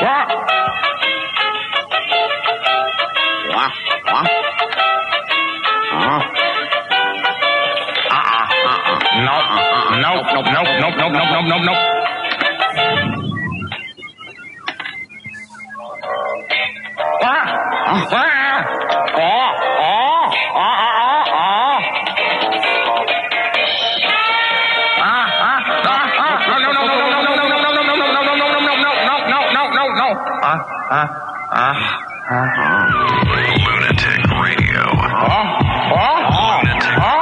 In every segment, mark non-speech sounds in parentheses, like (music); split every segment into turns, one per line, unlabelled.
What?
Wah, wah. Uh-huh. Uh-uh, uh-uh.
Nope, nope, nope, nope, nope, nope, nope, nope, nope, nope. Ah, ah, ah, ah, ah, ah, ah. Ah, ah, ah, ah. No, no, no, no, no, no, no, no, no, no, no, no, no, no, no, no, no, no, no, no, no, no. Ah, ah, ah, ah.
Lunatic Radio.
Ah, ah,
Lunatic
ah.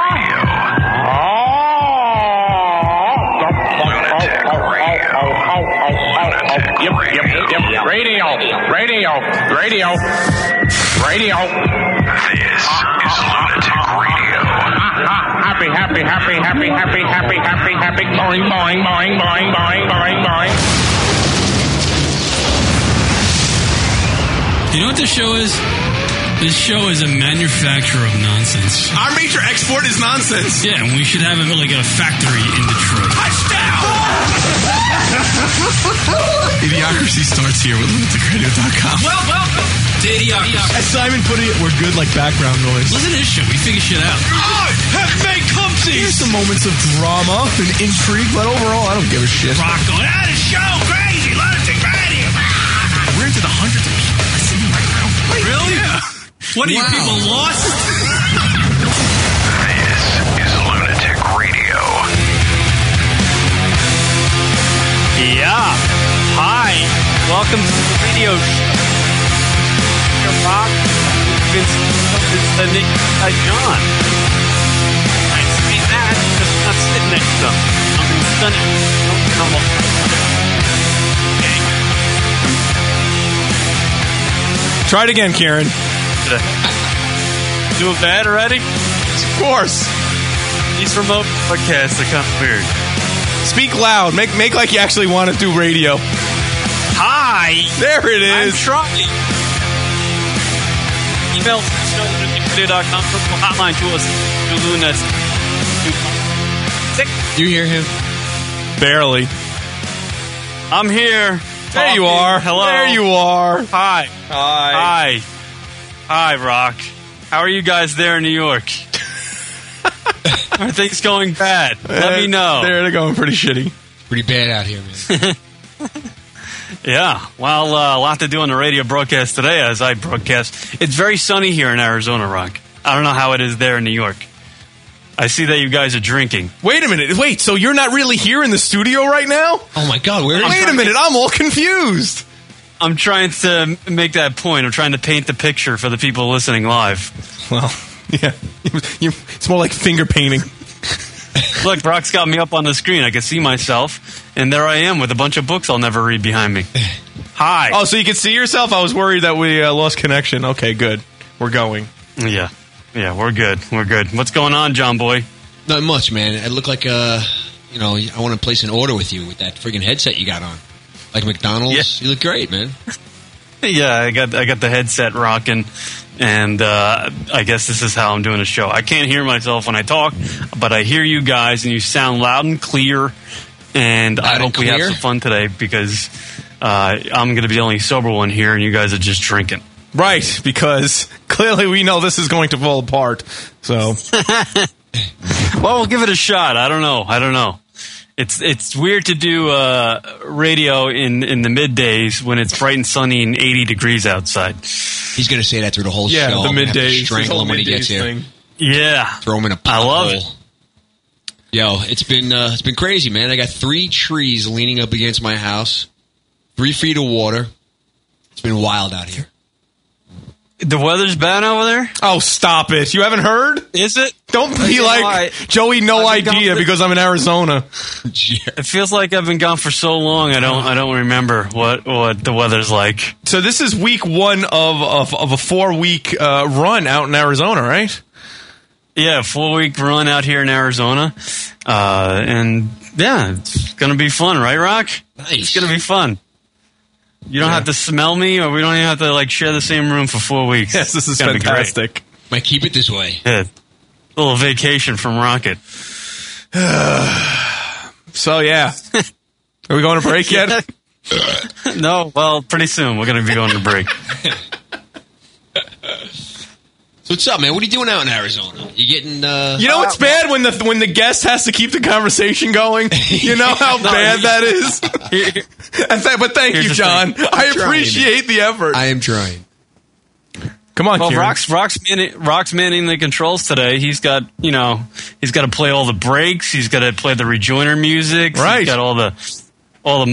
Radio.
Ah! Yep, yep, yep. Radio, radio, radio, radio.
This is Lunatic Radio.
Happy, happy, happy, happy, happy, happy, happy, happy. Boing, boing, boing, boing, boing, boing, boing.
You know what this show is? This show is a manufacturer of nonsense.
Our major export is nonsense.
Yeah, and we should have a, like a factory in Detroit.
Idiocracy starts here with lunaticradio.com.
Well, well, Idiocracy.
As Simon put it, we're good like background noise.
Listen to this shit. We figure shit out.
have made Here's some moments of drama and intrigue, but overall, I don't give a shit.
Rock on. Ah, the show. Crazy. Lunatic Radio. We're into the hundreds of people listening right now. Really?
(laughs)
What are you
Wow.
people lost?
This is Lunatic Radio.
Yeah. Hi. Welcome to the radio show. Your rock with Vince, Vince the Nick, uh, John. I see that. Just not sitting next to them. I'm in stunning. Don't come up. Okay.
Try it again, Karen.
Doing bad already?
Of course.
These remote podcasts are kind of weird.
Speak loud. Make make like you actually want to do radio.
Hi.
There it
I'm
is.
trying. Email to the show at nuclear.com. Personal hotline to us. Luna.
Do you hear him? Barely.
I'm here.
There you
Talking.
are.
Hello.
There you are.
Hi.
Hi.
Hi. Hi, Rock. How are you guys there in
(laughs)
New York? are things going bad? Let
Eh,
me know.
Uh, They're they're going pretty shitty.
Pretty bad out here, man.
Yeah, well, uh, a lot to do on the radio broadcast today as I broadcast. It's very sunny here in Arizona, Rock. I don't know how it is there in New York. I see that you guys are drinking.
Wait a minute. Wait, so you're not really here in the studio right now?
Oh my god, where is
Wait a minute. I'm all confused.
I'm trying to make that point. I'm trying to paint the picture for the people listening live.
Well, (laughs) yeah. You- it's more like finger painting.
Look, Brock's got me up on the screen. I can see myself, and there I am with a bunch of books I'll never read behind me. Hi.
Oh, so you can see yourself? I was worried that we uh, lost connection. Okay, good. We're going.
Yeah. Yeah, we're good. We're good. What's going on, John Boy?
Not much, man. I look like uh you know, I want to place an order with you with that friggin' headset you got on. Like McDonald's. You look great, man.
Yeah, I got I got the headset rocking, and uh, I guess this is how I'm doing a show. I can't hear myself when I talk, but I hear you guys, and you sound loud and clear. And I
Loud and
hope we have
clear?
some fun today because uh, I'm going to be the only sober one here, and you guys are just drinking.
Right, because clearly we know this is going to fall apart.
(laughs)
So,
Well, we'll give it a shot. I don't know. I don't know. It's it's weird to do uh, radio in in the middays when it's bright and sunny and 80 degrees outside.
He's gonna say that through the whole
yeah,
show.
the
I'm gonna have to
midday
Strangle him when he gets here.
Yeah,
Throw him in a
I love
pothole.
it.
Yo, it's been uh, it's been crazy, man. I got three trees leaning up against my house, three feet of water. It's been wild out (laughs) here.
the weather's bad over there.
Oh, stop it. You haven't heard?
Is it?
Don't
(laughs)
be
you know,
like
I-
Joey. No
I've been
idea
gone-
because I'm in Arizona.
It feels like I've been gone for so long. I don't. I don't remember what what the weather's like.
So this is week one of of, of a four week uh, run out in Arizona, right?
Yeah, four week run out here in Arizona, uh, and yeah, it's gonna be fun, right, Rock? It's
Nice.
gonna be fun. You don't have to smell me, or we don't even have to like share the same room for four weeks.
Yes, this is
It's gonna be great.
fantastic.
Might keep it this way.
Yeah. Little vacation from Rocket.
So yeah, are we going to break yet?
no, well, pretty soon we're gonna be going to break.
So what's up, man? What are you doing out in Arizona? You getting uh
You know it's bad when the when the guest has to keep the conversation going. You know
(laughs)
how bad that is. And th- but thank
Here's
you,
the
John. I
trying.
appreciate the effort.
I am trying.
Come on,
Well,
Kieran.
Rock's Rock's manning, Rock's manning the controls today. He's got you know he's got to play all the breaks. He's got to play the rejoiner music.
Right.
He's got all the all the, uh,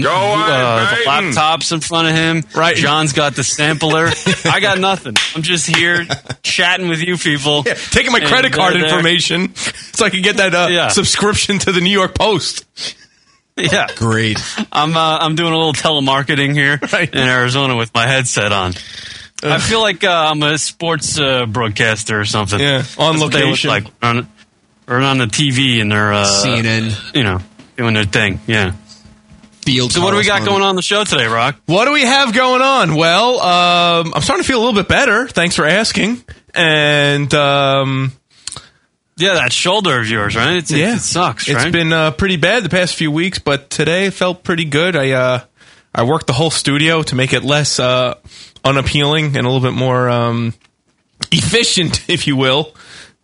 the
Brighton.
laptops in front of him.
Right.
John's got
(laughs)
the sampler. I got nothing. I'm just here chatting with you people.
Yeah, taking my
And
credit card
they're there.
information (laughs) so I can get that uh,
Yeah.
subscription to the New York Post.
Yeah.
(laughs) Great.
I'm uh, I'm doing a little telemarketing here in Arizona with my headset on. I feel like uh, I'm a sports uh, broadcaster or something.
Yeah, on
That's what they look
location.
like on, or on the TV and they're uh,
CNN
you know, doing their thing. Yeah.
field.
So what do we got going on the show today, Rock?
What do we have going on? Well, um, I'm starting to feel a little bit better. Thanks for asking. And um,
Yeah, that shoulder of yours, right? It's, it-
yeah,
it, sucks,
It's
right?
been uh, pretty bad the past few weeks, but today felt pretty good. I uh, I worked the whole studio to make it less uh, unappealing and a little bit more um, efficient, (laughs) if you will.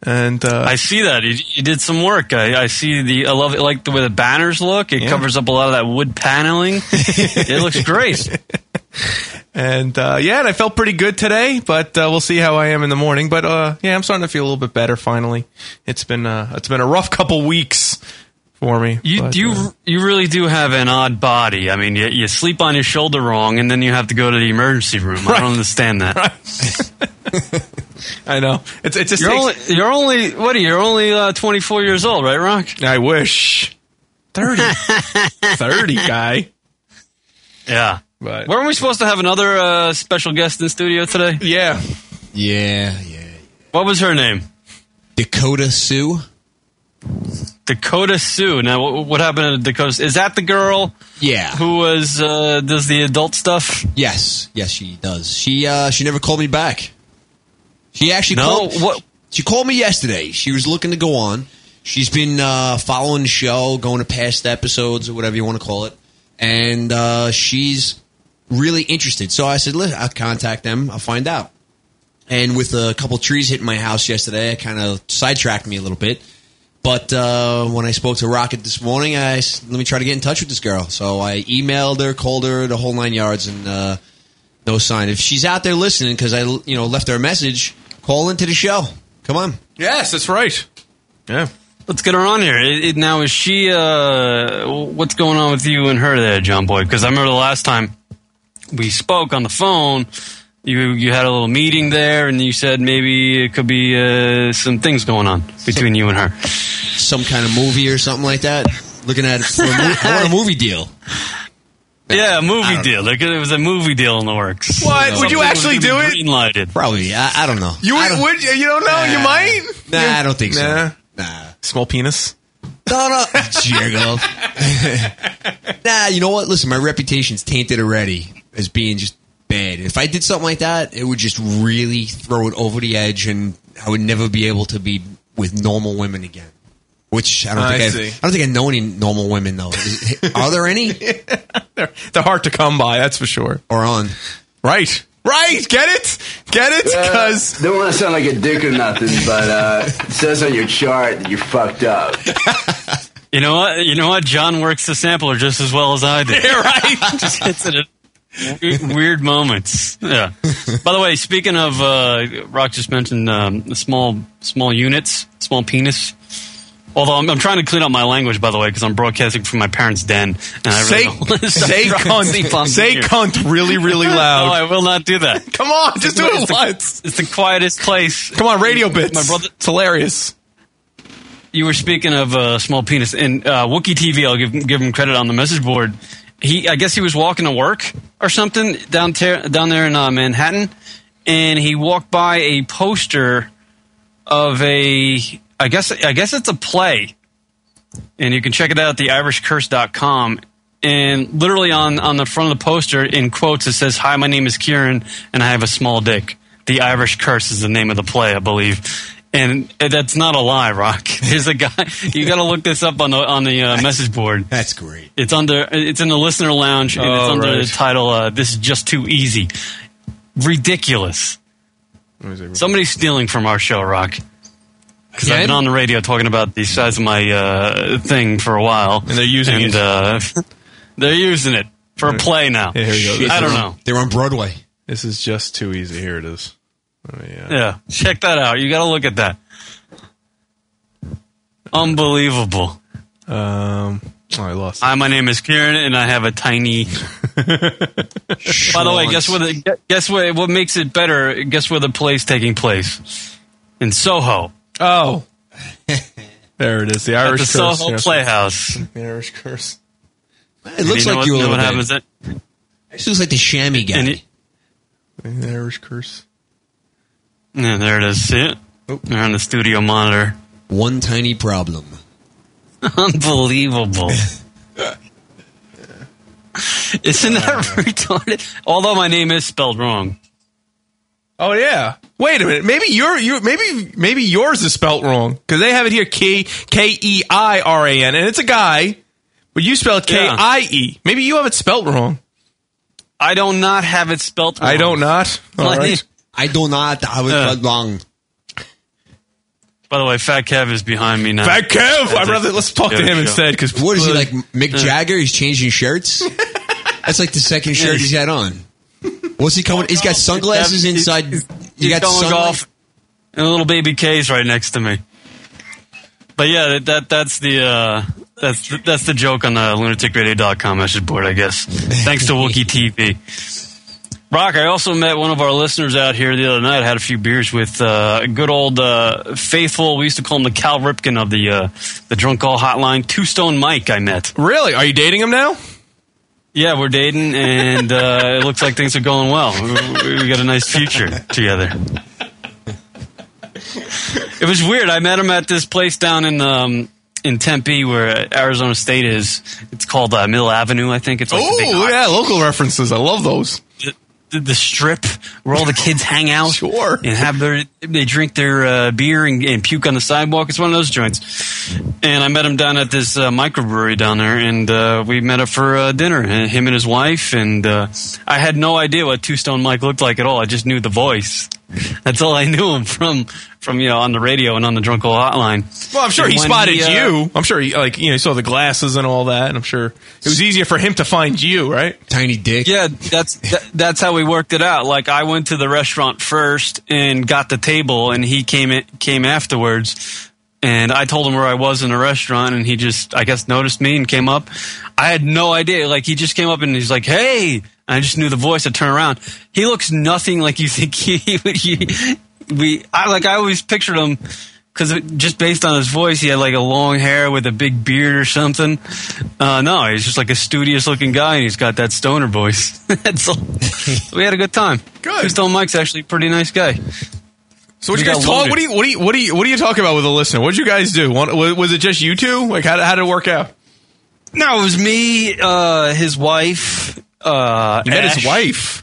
And uh,
I see that you, you did some work. I, I see the. I love it, like the way the banners look. It
Yeah.
covers up a lot of that
(laughs)
wood paneling. it looks great.
And uh, yeah, and I felt pretty good today, but uh, we'll see how I am in the morning. But uh, yeah, I'm starting to feel a little bit better finally. It's been uh, it's been a rough couple weeks for me.
You
but,
you
uh,
you really do have an odd body. I mean, you, you sleep on your shoulder wrong, and then you have to go to the emergency room. I don't understand that.
I know it's it's just
You're only
takes-
you're only what are you? You're only uh, 24 years old, right, Rock?
I wish 30,
(laughs)
30 guy.
Yeah.
But
Weren't we supposed to have another uh, special guest in studio today?
yeah,
Yeah, yeah.
What was her name?
Dakota Sue?
Dakota Sue. Now, what, what happened to Dakota? Is that the girl
Yeah.
who was uh, does the adult stuff?
Yes, yes, she does. She uh, she never called me back. She actually
No,
called.
what-
She called me yesterday. She was looking to go on. She's been uh, following the show, going to past episodes or whatever you want to call it, and uh, she's really interested. So I said, "Listen, I'll contact them. I'll find out." And with a couple trees hitting my house yesterday, it kind of sidetracked me a little bit. But uh, when I spoke to Rocket this morning, I s- let me try to get in touch with this girl. So I emailed her, called her, the whole nine yards, and uh, no sign. If she's out there listening, because I you know left her a message, call into the show. Come on,
yes, that's right. Yeah,
Let's get her on here. It, it, now, is she? Uh, what's going on with you and her there, John Boy? Because I remember the last time we spoke on the phone, you you had a little meeting there, and you said maybe it could be uh, some things going on between you and her.
some kind of movie or something like that. Looking at it for a movie. I want a movie deal.
Yeah, a
I
movie
don't
deal. Like, There was a movie deal in the works.
What? Would you
Something was
actually do
gonna
it?
be Green-lighted.
Probably. I, I don't know.
You
I don't-
would you? You don't know. you
Nah.
might.
Nah,
You-
I don't think
Nah.
so. Nah.
Small penis.
No, no. (laughs) Jergo. nah, you know what? Listen, my reputation's tainted already as being just bad. If I did something like that, it would just really throw it over the edge, and I would never be able to be with normal women again. Which I don't
I
think I,
see.
have I don't think I know any normal women though. Is- Are there (laughs) any
They're, they're hard to come by. That's for sure.
or on?
Right. Right. Get it? Get it? Because
don't want to sound like a dick or nothing, but uh, it says on your chart that you fucked up.
You know what? You know what? John works the sampler just as well
(laughs)
as I do.
you're right.
(laughs) Just hits it at we- weird moments. Yeah. By the way, speaking of uh, Rock, just mentioned um, the small small units, small penis. Although I'm, I'm trying to clean up my language, by the way, because I'm broadcasting from my parents' den. And I
Say,
don't wanna start
say
throwing (laughs) sleep on
cunt. Say
here.
cunt really, really
No, (laughs)
loud.
I will not do that.
Come on. Just do
It's
it
the- (laughs)
once.
It's the quietest place.
Come on, radio bits.
My brother-
It's hilarious.
you were speaking of uh, small penis and uh, Wookie TV. I'll give give him credit on the message board. He, I guess he was walking to work or something down ter- down there in uh, Manhattan, and he walked by a poster of a I guess I guess it's a play, and you can check it out at theirishcurse.com. And literally on on the front of the poster, in quotes, it says, "Hi, my name is Kieran, and I have a small dick." The Irish Curse is the name of the play, I believe. And that's not a lie, Rock. (laughs) There's a guy. You got to look this up on the on the uh, message board.
That's great.
It's under. It's in the listener lounge, and it's
Oh,
under
right.
the title. Uh, this is just too easy. Ridiculous. Somebody's stealing from our show, Rock. Because
Yeah,
I've been
I-
on the radio talking about the size of my uh, thing for a while, and
they're using
and,
it.
Uh, (laughs) they're using it for a play now.
Yeah, here we go.
I don't know.
They're on Broadway.
This is just too easy. Here it is. Oh, yeah.
Yeah, check that out. You got to look at that. Unbelievable.
Um, oh, I lost. it.
Hi, my name is Kieran, and I have a tiny. By the way, guess what? the- Guess what? What makes it better? Guess where the play's taking place? In Soho,
oh, (laughs) there it is. The
at
Irish
the
curse.
Soho
Yes.
Playhouse.
The Irish curse.
It looks
you
like
know what,
you a
know
little
what
bit.
happens? At,
This looks like the chamois guy.
and it-
The Irish curse.
yeah, there it is. See it? They're on the studio monitor. (laughs)
One tiny problem.
(laughs)
Unbelievable. (laughs) Isn't that retarded? Although my name is spelled wrong.
Oh yeah. Wait a minute. Maybe your you maybe maybe yours is spelt wrong because they have it here K K E I R A N and it's a guy, but you spell it K I E. Maybe you have it spelt wrong.
I don't not have it spelled. Wrong.
I don't not. All
(laughs) Like-
right.
I do not. I was
Uh.
wrong.
By the way, Fat Kev is behind me now.
Fat Kev. I'd rather let's talk to
Yeah,
him
sure.
instead because
What is he like? Mick Jagger? He's changing shirts. That's like the second shirt he's had on. What's he coming? He's got sunglasses
He's-
inside.
he's-
You
he's
got
going
sunlight?
golf, and a little baby K's right next to me. But yeah, that, that that's the uh, that's the, that's the joke on the lunaticradio.com message board, I guess. Thanks to Wookie TV. Rock, I also met one of our listeners out here the other night. had a few beers with uh, good old uh, faithful. We used to call him the Cal Ripken of the uh, the drunk call hotline. Two Stone Mike, I met.
really? Are you dating him now?
Yeah, we're dating, and uh, it looks like things are going well. We, we got a nice future together. It was weird. I met him at this place down in um, in Tempe, where Arizona State is. It's called uh, Mill Avenue, I think. It's like the, big-
Oh yeah, local references. I love those.
the, the strip where all the kids hang out
Sure.
and have their they drink their uh, beer and, and puke on the sidewalk. It's one of those joints. And I met him down at this uh, microbrewery down there, and uh, we met up for uh, dinner. and Him and his wife, and uh, I had no idea what Two Stone Mike looked like at all. I just knew the voice. That's all I knew him from from you know on the radio and on the Drunkle Hotline.
Well, I'm sure
And
he
when
spotted
he, uh,
you. I'm sure he like you know he saw the glasses and all that, and I'm sure it was easier for him to find you, right?
Tiny dick.
Yeah, that's that, that's how we worked it out. Like I went to the restaurant first and got the table, and he came in, came afterwards. And I told him where I was in the restaurant, and he just I guess noticed me and came up. I had no idea. Like he just came up and he's like, "Hey!" And I just knew the voice. I turned around. He looks nothing like you think he (laughs) would. He, we I like I always pictured him. Because just based on his voice, he had like a long hair with a big beard or something. Uh, no, he's just like a studious looking guy, and he's got that stoner voice. (laughs)
(laughs)
That's all. So we had a good time.
Good.
Two Stone Mike's actually a pretty nice guy.
So what
We
you guys
got
talk?
loaded.
What do you what do you what do you what do you talk about with a listener? What did you guys do? One, was, was it just you two? Like how, how did it work out?
No, it was me, uh, his wife. Uh,
You met
Ash.
his wife.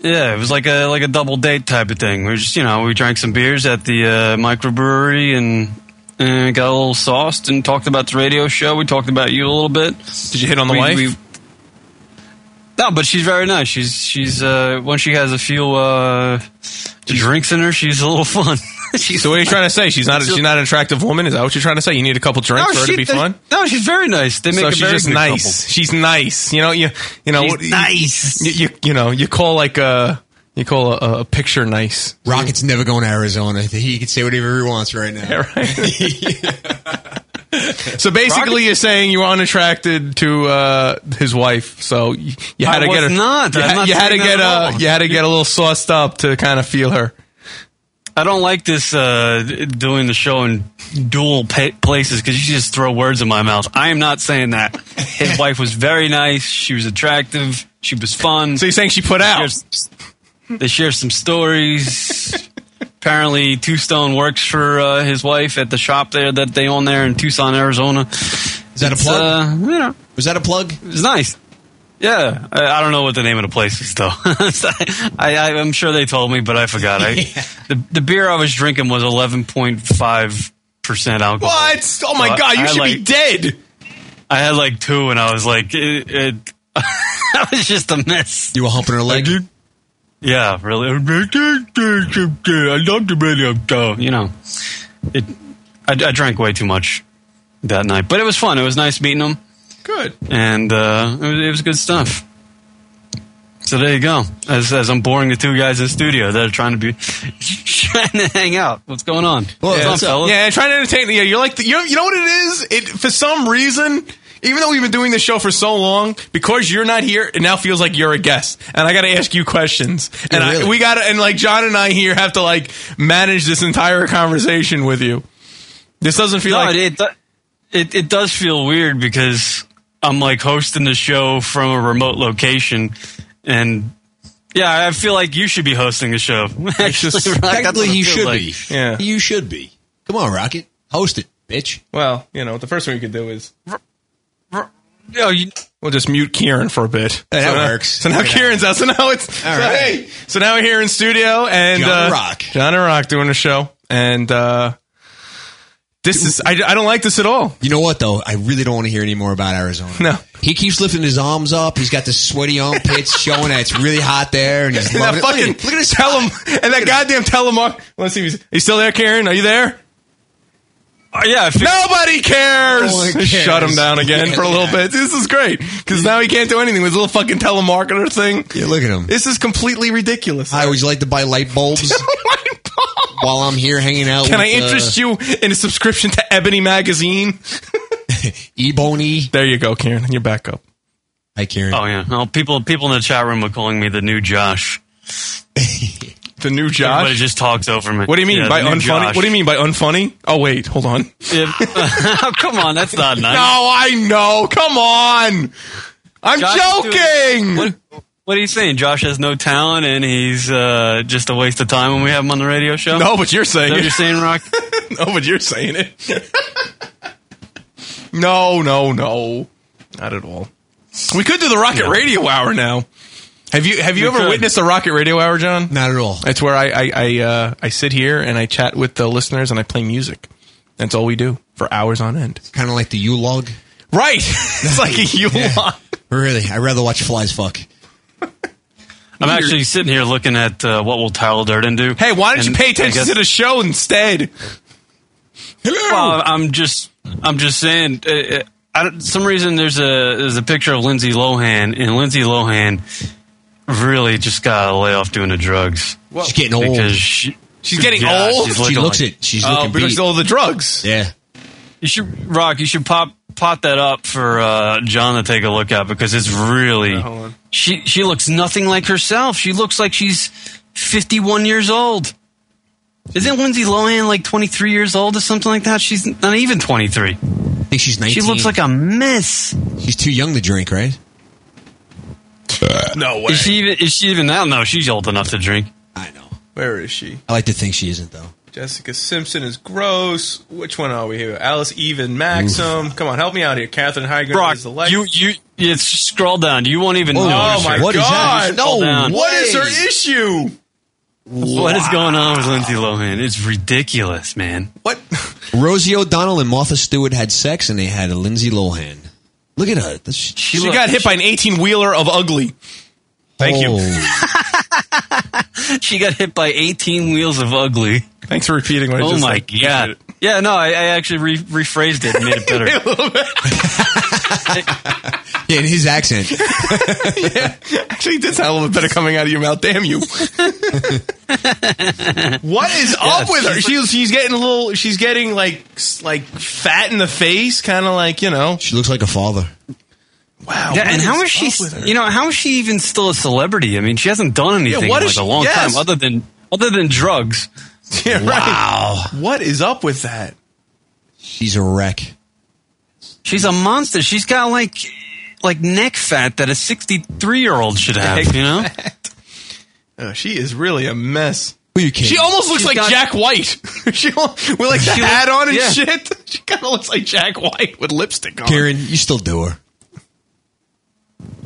Yeah, it was like a like a double date type of thing. We were just you know we drank some beers at the uh, microbrewery and, and got a little sauced and talked about the radio show. We talked about you a little bit.
Did you hit on the
We-
wife?
we- no, but she's very nice. She's she's uh, once she has a few uh, drinks in her, she's a little (laughs) fun. she's
so what are you trying to say? She's not she's not an attractive woman. Is that what you're trying to say? You need a couple drinks for her to be fun.
No, she's very nice. They make
So
a
she's
very
just
good
nice. She's nice. You know you you know
She's
what- you-
nice.
You, you you know you call like a you call a, a picture nice.
Rocket's never going to Arizona. He can say whatever he wants right
(laughs)
now.
So basically, you're saying you were unattracted to uh, his wife. So you, you had to
I
get
was
a,
not.
You,
I'm
ha-
not
you had to
saying
get
that at
a
all.
you had to get a little sauced up to kind of feel her.
I don't like this uh, d- doing the show in dual pa- places because you just throw words in my mouth. I am not saying that. His wife was very nice. She was attractive. She was fun.
So you're saying she put out?
They share- they share some stories. apparently Two Stone works for uh, his wife at the shop there that they own there in Tucson, Arizona.
Is that a plug?
Uh, yeah.
Was that a plug?
It's nice. Yeah, I, I don't know what the name of the place is though. (laughs) I, I, I'm sure they told me, but I forgot. I, the, the beer I was drinking was 11.5 percent alcohol.
What? Oh my
Uh,
god, you
I
should be
like-
dead.
I had like two, and I was like, it, it, (laughs) I was just a mess.
You were humping her leg?
Yeah, really. I love the radio show. You know, it. I, I drank way too much that night, but it was fun. It was nice meeting them,
Good.
and uh, it, was, it was good stuff. So there you go. As, as I'm boring the two guys in the studio that are trying to be (laughs) trying to hang out. What's going on? What's
yeah,
on, fellas?
Yeah, trying to entertain. Yeah, you're like the, you. You know what it is? It for some reason, even though we've been doing this show for so long, because you're not here, it now feels like you're a guest, and I got to ask you questions, and
Yeah, really.
I, we got to and like John and I here have to like manage this entire conversation with you. This doesn't feel
no,
like
it, it it it does feel weird because I'm like hosting the show from a remote location, and yeah, I feel like you should be hosting the show. (laughs) Actually,
just-
Rock, that's
Technically,
what it
you
feels
should
like.
be.
Yeah.
You should be. Come on, Rocket. Host it, bitch.
Well, you know, the first thing we could do is
R- No, you,
we'll just mute Kieran for a bit.
Hey, that
so now-
works.
so now Kieran's out. So now it's
All
so,
right.
hey. So now we're here in studio and
John and
uh,
Rock.
John and Rock doing a show, and uh, this is I, I don't like this at all.
You know what though? I really don't want to hear any more about Arizona.
No.
He keeps lifting his arms up. He's got the sweaty armpits showing that it's really hot there, and he's
And
loving
that
it.
fucking
look, at- look at his
tele and that goddamn telemark. Let's see, if he's, he's still there, Karen? Are you there?
oh, yeah, I feel,
Nobody cares.
No one cares.
Shut him down again for a little
Yeah.
bit. This is great because now he can't do anything with his little fucking telemarketer thing.
Yeah, look at him.
This is completely ridiculous. (laughs) Oh
Hi, would you like to buy light bulbs while I'm here hanging out?
Can I
with,
interest
uh,
you in a subscription to Ebony magazine?
uh, Ebony.
There you go, Karen. You're back up.
Hi, Karen.
oh yeah, well, people people in the chat room are calling me the new Josh.
The new
Everybody
Josh.
just talks over me.
What do you mean
Yeah,
by
the new
unfunny?
Josh.
What do you mean by unfunny? Oh wait, hold on.
Yeah. (laughs) oh, come on, that's not nice.
No, I know. Come on. I'm
Josh is
joking.
doing- what, what are you saying? Josh has no talent and he's uh, just a waste of time when we have him on the radio show.
No, but you're saying
Is that what
it.
you're
(laughs)
saying, Rock?
No, but you're saying it. (laughs) no, no, no, not at all. We could do the Rocket
Yeah.
Radio Hour now. Have you have you
We
ever
could.
witnessed the Rocket Radio Hour, John?
Not at all.
It's where I I I, uh, I sit here and I chat with the listeners and I play music. That's all we do for hours on end.
Kind of like the U log.
Right? (laughs) it's like a you lot.
Really, I'd rather watch flies fuck.
I'm actually sitting here looking at uh, what will Tyler Durden do.
Hey, why don't you
And
pay
I
attention
guess-
to the show instead? Hello.
Well, I'm just, I'm just saying. uh, Uh, I don't, some reason there's a there's a picture of Lindsay Lohan, and Lindsay Lohan really just got to lay off doing the drugs
she's getting old.
because she,
She's getting
Yeah,
old.
she's
she
looking
looks
like-
it. She's
Oh,
looking
because
beat.
of all the drugs.
yeah.
You should rock. You should pop pop that up for uh, John to take a look at because it's really
hold on.
she she looks nothing like herself. She looks like she's fifty one years old. Isn't Lindsay Lohan like twenty three years old or something like that? She's not even twenty three.
I think she's 19.
She looks like a miss.
she's too young to drink, right?
No way.
Is she even is she even now? No, she's old enough to drink.
I know.
Where is she?
I like to think she isn't though.
Jessica Simpson is gross. Which one are we here? Alice Even Maxim. Come on, help me out here. Catherine Heigl
Brock,
is the light.
you you it's scroll down. You won't even
Oh,
notice
oh my
her.
What is
god!
that?
No,
Scroll down.
what
way.
is her issue?
What is going on with Lindsay Lohan? It's ridiculous, man.
What?
Rosie O'Donnell and Martha Stewart had sex, and they had a Lindsay Lohan. Look at her. That's-
She
look-
got hit by an eighteen wheeler of ugly. Thank you.
Oh.
She got hit by 18 wheels of ugly.
Thanks for repeating what I
Oh
just
my
said.
god. Yeah, no, I, I actually re- rephrased it and made it
(laughs)
better.
Yeah, in his accent.
Actually, this had a little bit better coming out of your mouth. Damn (laughs) you! what is up with her? She's, she's getting a little. She's getting like s- like fat in the face, kind of like you know.
She looks like a father.
Wow.
Yeah, and
what
how
is
is she?
up with her?
You know, how is she even still a celebrity? I mean, she hasn't done anything
what
in
is
like a
she-
long
yes.
time, other than other than drugs.
(laughs) Yeah, wow. What is up with that?
She's a wreck.
She's a monster. She's got like like neck fat that a 63 year old should have. You know,
Uh, she is Oh, really a mess.
Who you kidding?
She almost looks like Jack White. (laughs) she al- with like the
She look-
hat on and
yeah.
shit. (laughs) She kind of looks like Jack White with lipstick on. (laughs)
Karen, you still do her.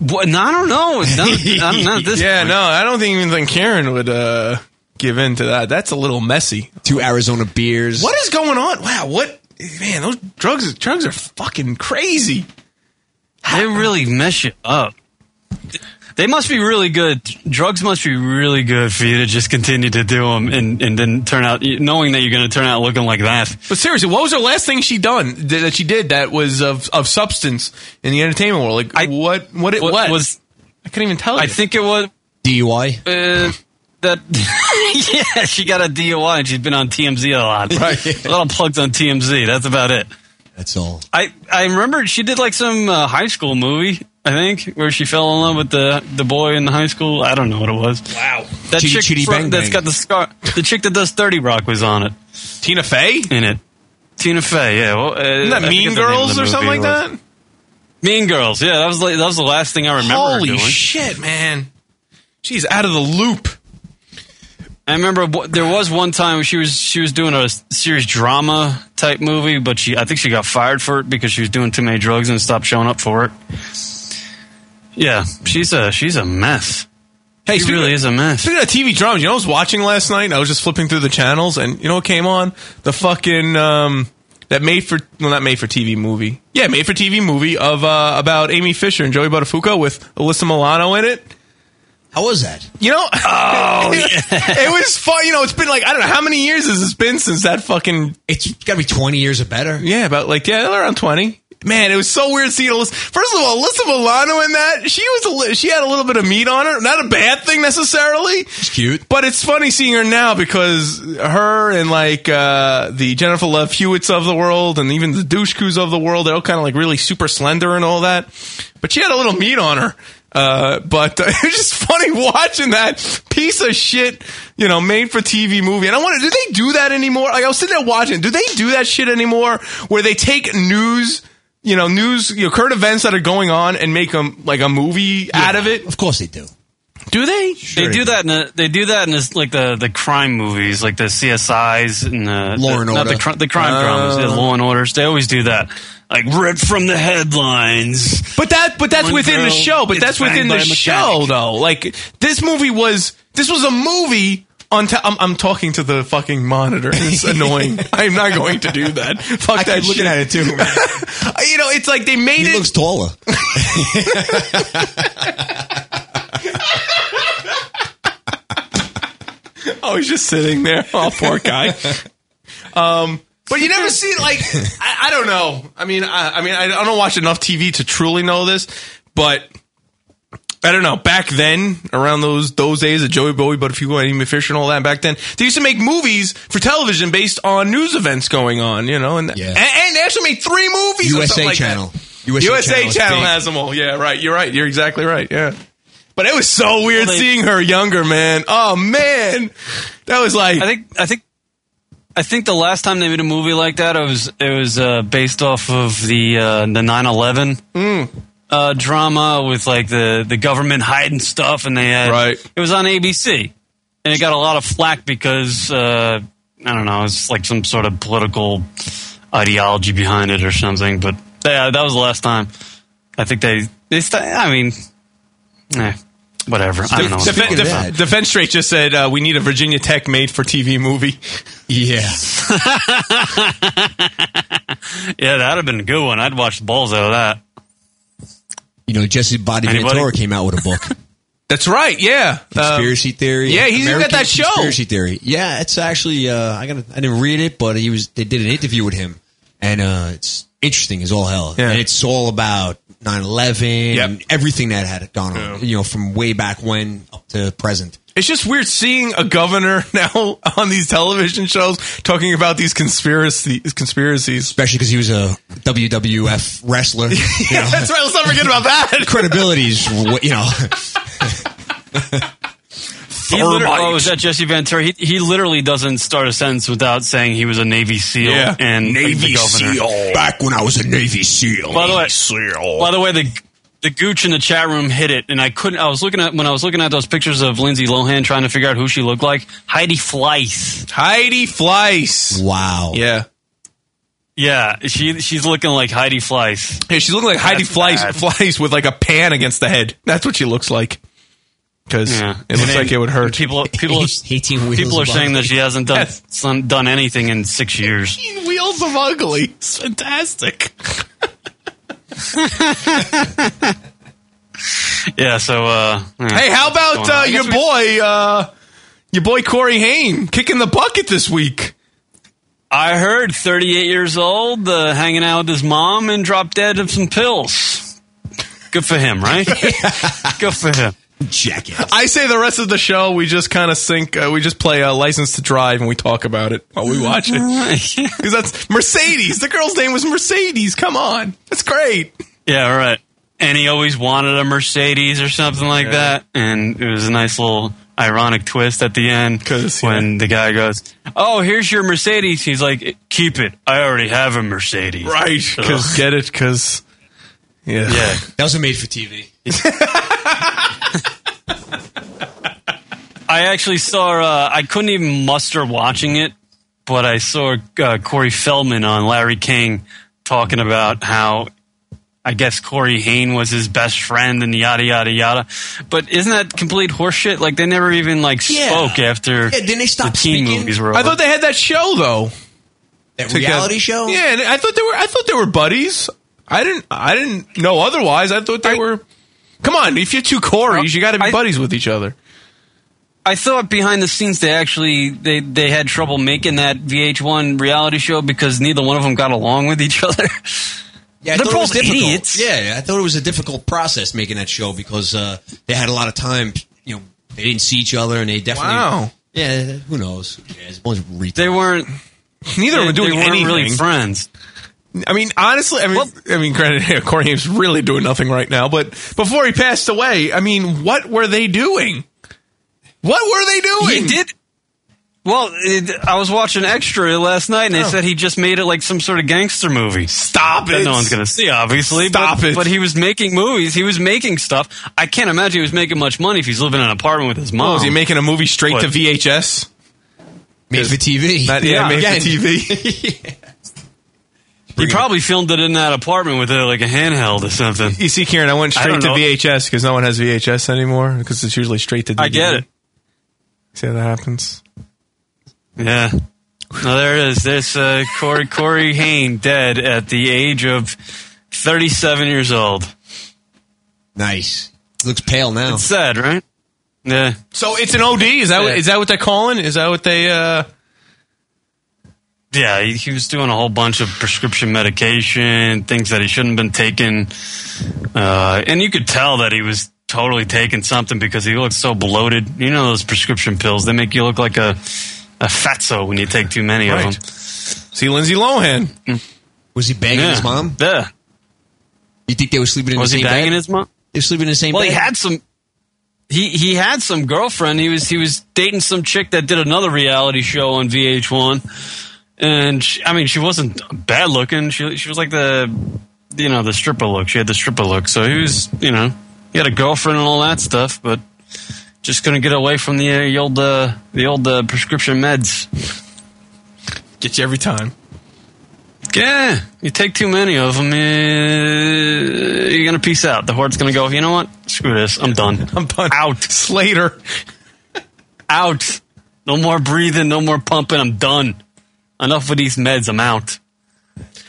What? No, I don't know. Not,
(laughs)
not, not this.
yeah, no, I don't think even think Karen would uh, give in to that. That's a little messy.
Two Arizona beers.
What is going on? Wow, what man? Those drugs, drugs are fucking crazy.
They really mess you up. They must be really good. Drugs must be really good for you to just continue to do them and, and then turn out knowing that you're going to turn out looking like that.
But seriously, what was her last thing she done th- that she did that was of, of substance in the entertainment world? Like what what it
What
was?
was-
I couldn't even tell.
I
you.
think it was
DUI?
uh, that. (laughs) yeah, she got a DUI and she's been on TMZ a lot.
Right.
a lot of plugs on TMZ. That's about it.
That's all.
I I remember she did like some uh, high school movie. I think where she fell in love with the the boy in the high school. I don't know what it was.
wow.
That
Chitty
chick
Chitty
fro-
Bang
that's
Bang.
got the scar. The chick that does Thirty Rock was on it.
Tina Fey?
In it, Tina Fey. Yeah, well, uh,
Isn't that Mean
I forget the name of
Girls
the
or something
movie
like
it was.
that?
Mean Girls. Yeah, that was like, that was the last thing I remember. her
Holy
doing.
shit, man! She's out of the loop.
I remember wh- there was one time she was she was doing a s- serious drama type movie, but she I think she got fired for it because she was doing too many drugs and stopped showing up for it. Yeah, she's a she's a mess.
Hey,
She really is a mess.
Speaking of TV dramas, you know, I was watching last night. I was just flipping through the channels, and you know what came on? The fucking um, that made for well, not made for TV movie. Yeah, made for TV movie of uh, about Amy Fisher and Joey Buttafuoco with Alyssa Milano in it.
How was that?
You know, (laughs) oh, it was fun. You know, it's been like I don't know how many years has this been since that fucking
It's got to be 20 years or better.
yeah, about like yeah, around twenty. Man, it was so weird seeing Alyssa. First of all, Alyssa Milano in that she was a li- she had a little bit of meat on her. Not a bad thing necessarily.
It's cute.
But it's funny seeing her now because her and like uh, the Jennifer Love Hewitts of the world and even the Douchecoos of the world, they're all kind of like really super slender and all that. But she had a little meat on her. Uh, but (laughs) uh, it was just funny watching that piece of shit, you know, made for TV movie. And I wonder, do they do that anymore? Like I was sitting there watching, do they do that shit anymore where they take news, you know, news, you know, current events that are going on and make them like a movie out of it?
Of course they do.
Do they?
they do that in the, they do that in this, like the the crime movies, like the CSIs and the
Law
the,
and
not the,
Order. Oh.
cri- the crime dramas, yeah, Law and Orders. They always do that, like ripped from the headlines.
But that, but that's
One
within the
girl
show. But
gets
that's within
banged
the
by a mechanic.
show, though. Like this movie was, this was a movie. On t- I'm, I'm talking to the fucking monitor. It's annoying. I'm not going to do that. Fuck
I
that.
keep looking
shit.
at it too.
(laughs) you know, it's like they
(laughs)
made
He
it.
looks
(laughs)
taller.
(laughs) oh, he's just sitting there. (laughs) Oh, poor guy. um, but you never see like I, I don't know. I mean, I, I mean, I, I don't watch enough TV to truly know this, but I don't know. Back then, around those those days of Joey Bowie, but if you go Amy Fisher and all that, back then they used to make movies for television based on news events going on. You know, and
Yeah.
and, and they actually made three movies. or
USA
something like that.
Channel.
USA,
is
Channel
big.
has them all. Yeah, right. You're right. You're exactly right. Yeah. But it was so weird
Well, they-
seeing her younger, man. Oh man, that was like
I think I think I think the last time they made a movie like that, it was it was uh, based off of the uh, the nine eleven. Uh, drama with like the, the government hiding stuff, and they had
Right.
It was on ABC, and it got a lot of flack because uh, I don't know, it's like some sort of political ideology behind it or something. But yeah, that was the last time. I think they they. St- I mean, eh, whatever. I don't know.
Defe-
Speaking of
Def-
that-
Defense Straight just said uh, we need a Virginia Tech made for TV movie.
Yeah.
Yeah, that'd have been a good one. I'd watch the balls out of that.
You know, Jesse Body
Anybody?
Ventura came out with a book.
That's right. Yeah. Um,
conspiracy theory.
yeah, he's even got
American
that show.
Conspiracy theory. Yeah, it's actually uh, I gotta I didn't read it, but he was they did an interview with him, and uh, it's interesting as all hell.
Yeah.
And it's all about 9-11
Yep.
and everything that had gone on,
Yeah.
you know, from way back when up to present.
It's just weird seeing a governor (laughs) now on these television shows talking about these conspiracy conspiracies.
Especially because he was a WWF wrestler.
(laughs)
you know.
That's right. Let's not forget about (laughs) that.
Credibility's, wh- you know,
He liter- oh, is that Jesse Ventura? He, he literally doesn't start a sentence without saying he was a Navy SEAL
Yeah.
and Navy SEAL.
back when I was a Navy SEAL.
By the way,
SEAL.
by the way, the the gooch in the chat room hit it, and I couldn't. I was looking at when I was looking at those pictures of Lindsay Lohan trying to figure out who she looked like. Heidi Fleiss.
Heidi Fleiss.
Wow.
Yeah.
Yeah, she she's looking like Heidi Fleiss.
Yeah, she's looking like Heidi
That's
Fleiss,
bad.
Fleiss with like a pan against the head. That's what she looks like. Because
Yeah.
it looks
And
like it would hurt.
People people
Eighteen wheels
people are
of
saying that she hasn't done
Yes.
son- done anything in six years.
Wheels of ugly. It's fantastic.
Yeah, so uh, yeah.
Hey, how about
going on?
uh,
I guess
your
we-
boy, uh, your boy Corey Haim kicking the bucket this week?
I heard 38 years old, uh, hanging out with his mom, and dropped dead of some pills. Good for him,
(laughs)
right? Good for him. (laughs)
jackass.
I say the rest of the show we just kind of sink. Uh, we just play uh, License to Drive and we talk about it while we watch
(laughs)
it. Because that's Mercedes. The girl's name was Mercedes. Come on, that's great.
yeah, right. And he always wanted a Mercedes or something like that. And it was a nice little ironic twist at the end
'Cause, yeah.
when the guy goes, "Oh, here's your Mercedes." He's like, "Keep it. I already have a Mercedes."
Right? Because get it? Because yeah,
Yeah.
That was a made for TV.
I actually saw. Uh, I couldn't even muster watching it, but I saw uh, Corey Feldman on Larry King talking about how I guess Corey Haim was his best friend and yada yada yada. But isn't that complete horseshit? Like they never even like
Yeah.
spoke after
Yeah, didn't they stop
the teen
speaking?
movies were over.
I thought they had that show though.
That
together.
reality show.
Yeah, and I thought they were. I thought they were buddies. I didn't. I didn't know otherwise. I thought they were. Come on, if you're two Corys, you got to be
I-
buddies with each other.
I thought behind the scenes they actually they, they had trouble making that VH1 reality show because neither one of them got along with each other. (laughs)
Yeah, I
They're
thought it was
both
difficult.
idiots.
Yeah, I thought it was a difficult process making that show because uh, they had a lot of time. You know, they didn't see each other, and they definitely.
Wow.
Yeah, who knows? Yeah, it's a bunch of retards.
They weren't
Neither
they,
of them
they
doing
weren't
anything.
really friends.
I mean, honestly, I mean,
Well-
I mean, granted, (laughs) yeah, Corey Haim's really doing nothing right now. But before he passed away, I mean, what were they doing? What were they doing?
He did. Well, it, I was watching Extra last night, and they
Oh.
said he just made it like some sort of gangster movie.
Stop
That
it!
no one's going to see, obviously.
Stop
but,
it.
But he was making movies. He was making stuff. I can't imagine he was making much money if he's living in an apartment with his mom.
Oh, is he making a movie straight
What?
to VHS?
made for TV.
Not yeah, made
Again,
for TV.
(laughs) he probably filmed it in that apartment with a, like a handheld or something.
you see, Kieran, I went
I
straight
don't
to
know.
VHS because no one has VHS anymore because it's usually straight to. DVD.
I get it.
See how that happens.
Yeah. No, there it is. There's uh,
(laughs)
Corey Corey Haim dead at the age of 37 years old.
nice. Looks pale
Oh.
now.
It's sad, right? Yeah.
So it's an OD. Is that what-
Yeah.
is that what they're calling? Is that what they? uh
Yeah, he, he was doing a whole bunch of prescription medication, things that he shouldn't have been taking. Uh, and you could tell that he was totally taking something because he looked so bloated. You know those prescription pills, they make you look like a, a fatso when you take too many
Right.
of them.
See Lindsay Lohan.
Was he banging
yeah.
his mom?
Yeah.
You think they were sleeping in
Was
the
he
same
banging
bed?
his mom?
they were sleeping in the same
Well,
bed.
he had some. He he had some girlfriend. He was he was dating some chick that did another reality show on VH1, and she, I mean she wasn't bad looking. She she was like the you know the stripper look. She had the stripper look. So he was you know he had a girlfriend and all that stuff, but just couldn't get away from the, uh, the old uh, the old uh, prescription meds.
Get you every time. (laughs)
Yeah, you take too many of them, uh, you're gonna peace out. The horde's gonna go. You know what? Screw this. I'm done.
I'm done.
Out.
Slater.
out. No more breathing, no more pumping. I'm done. Enough with these meds. I'm out.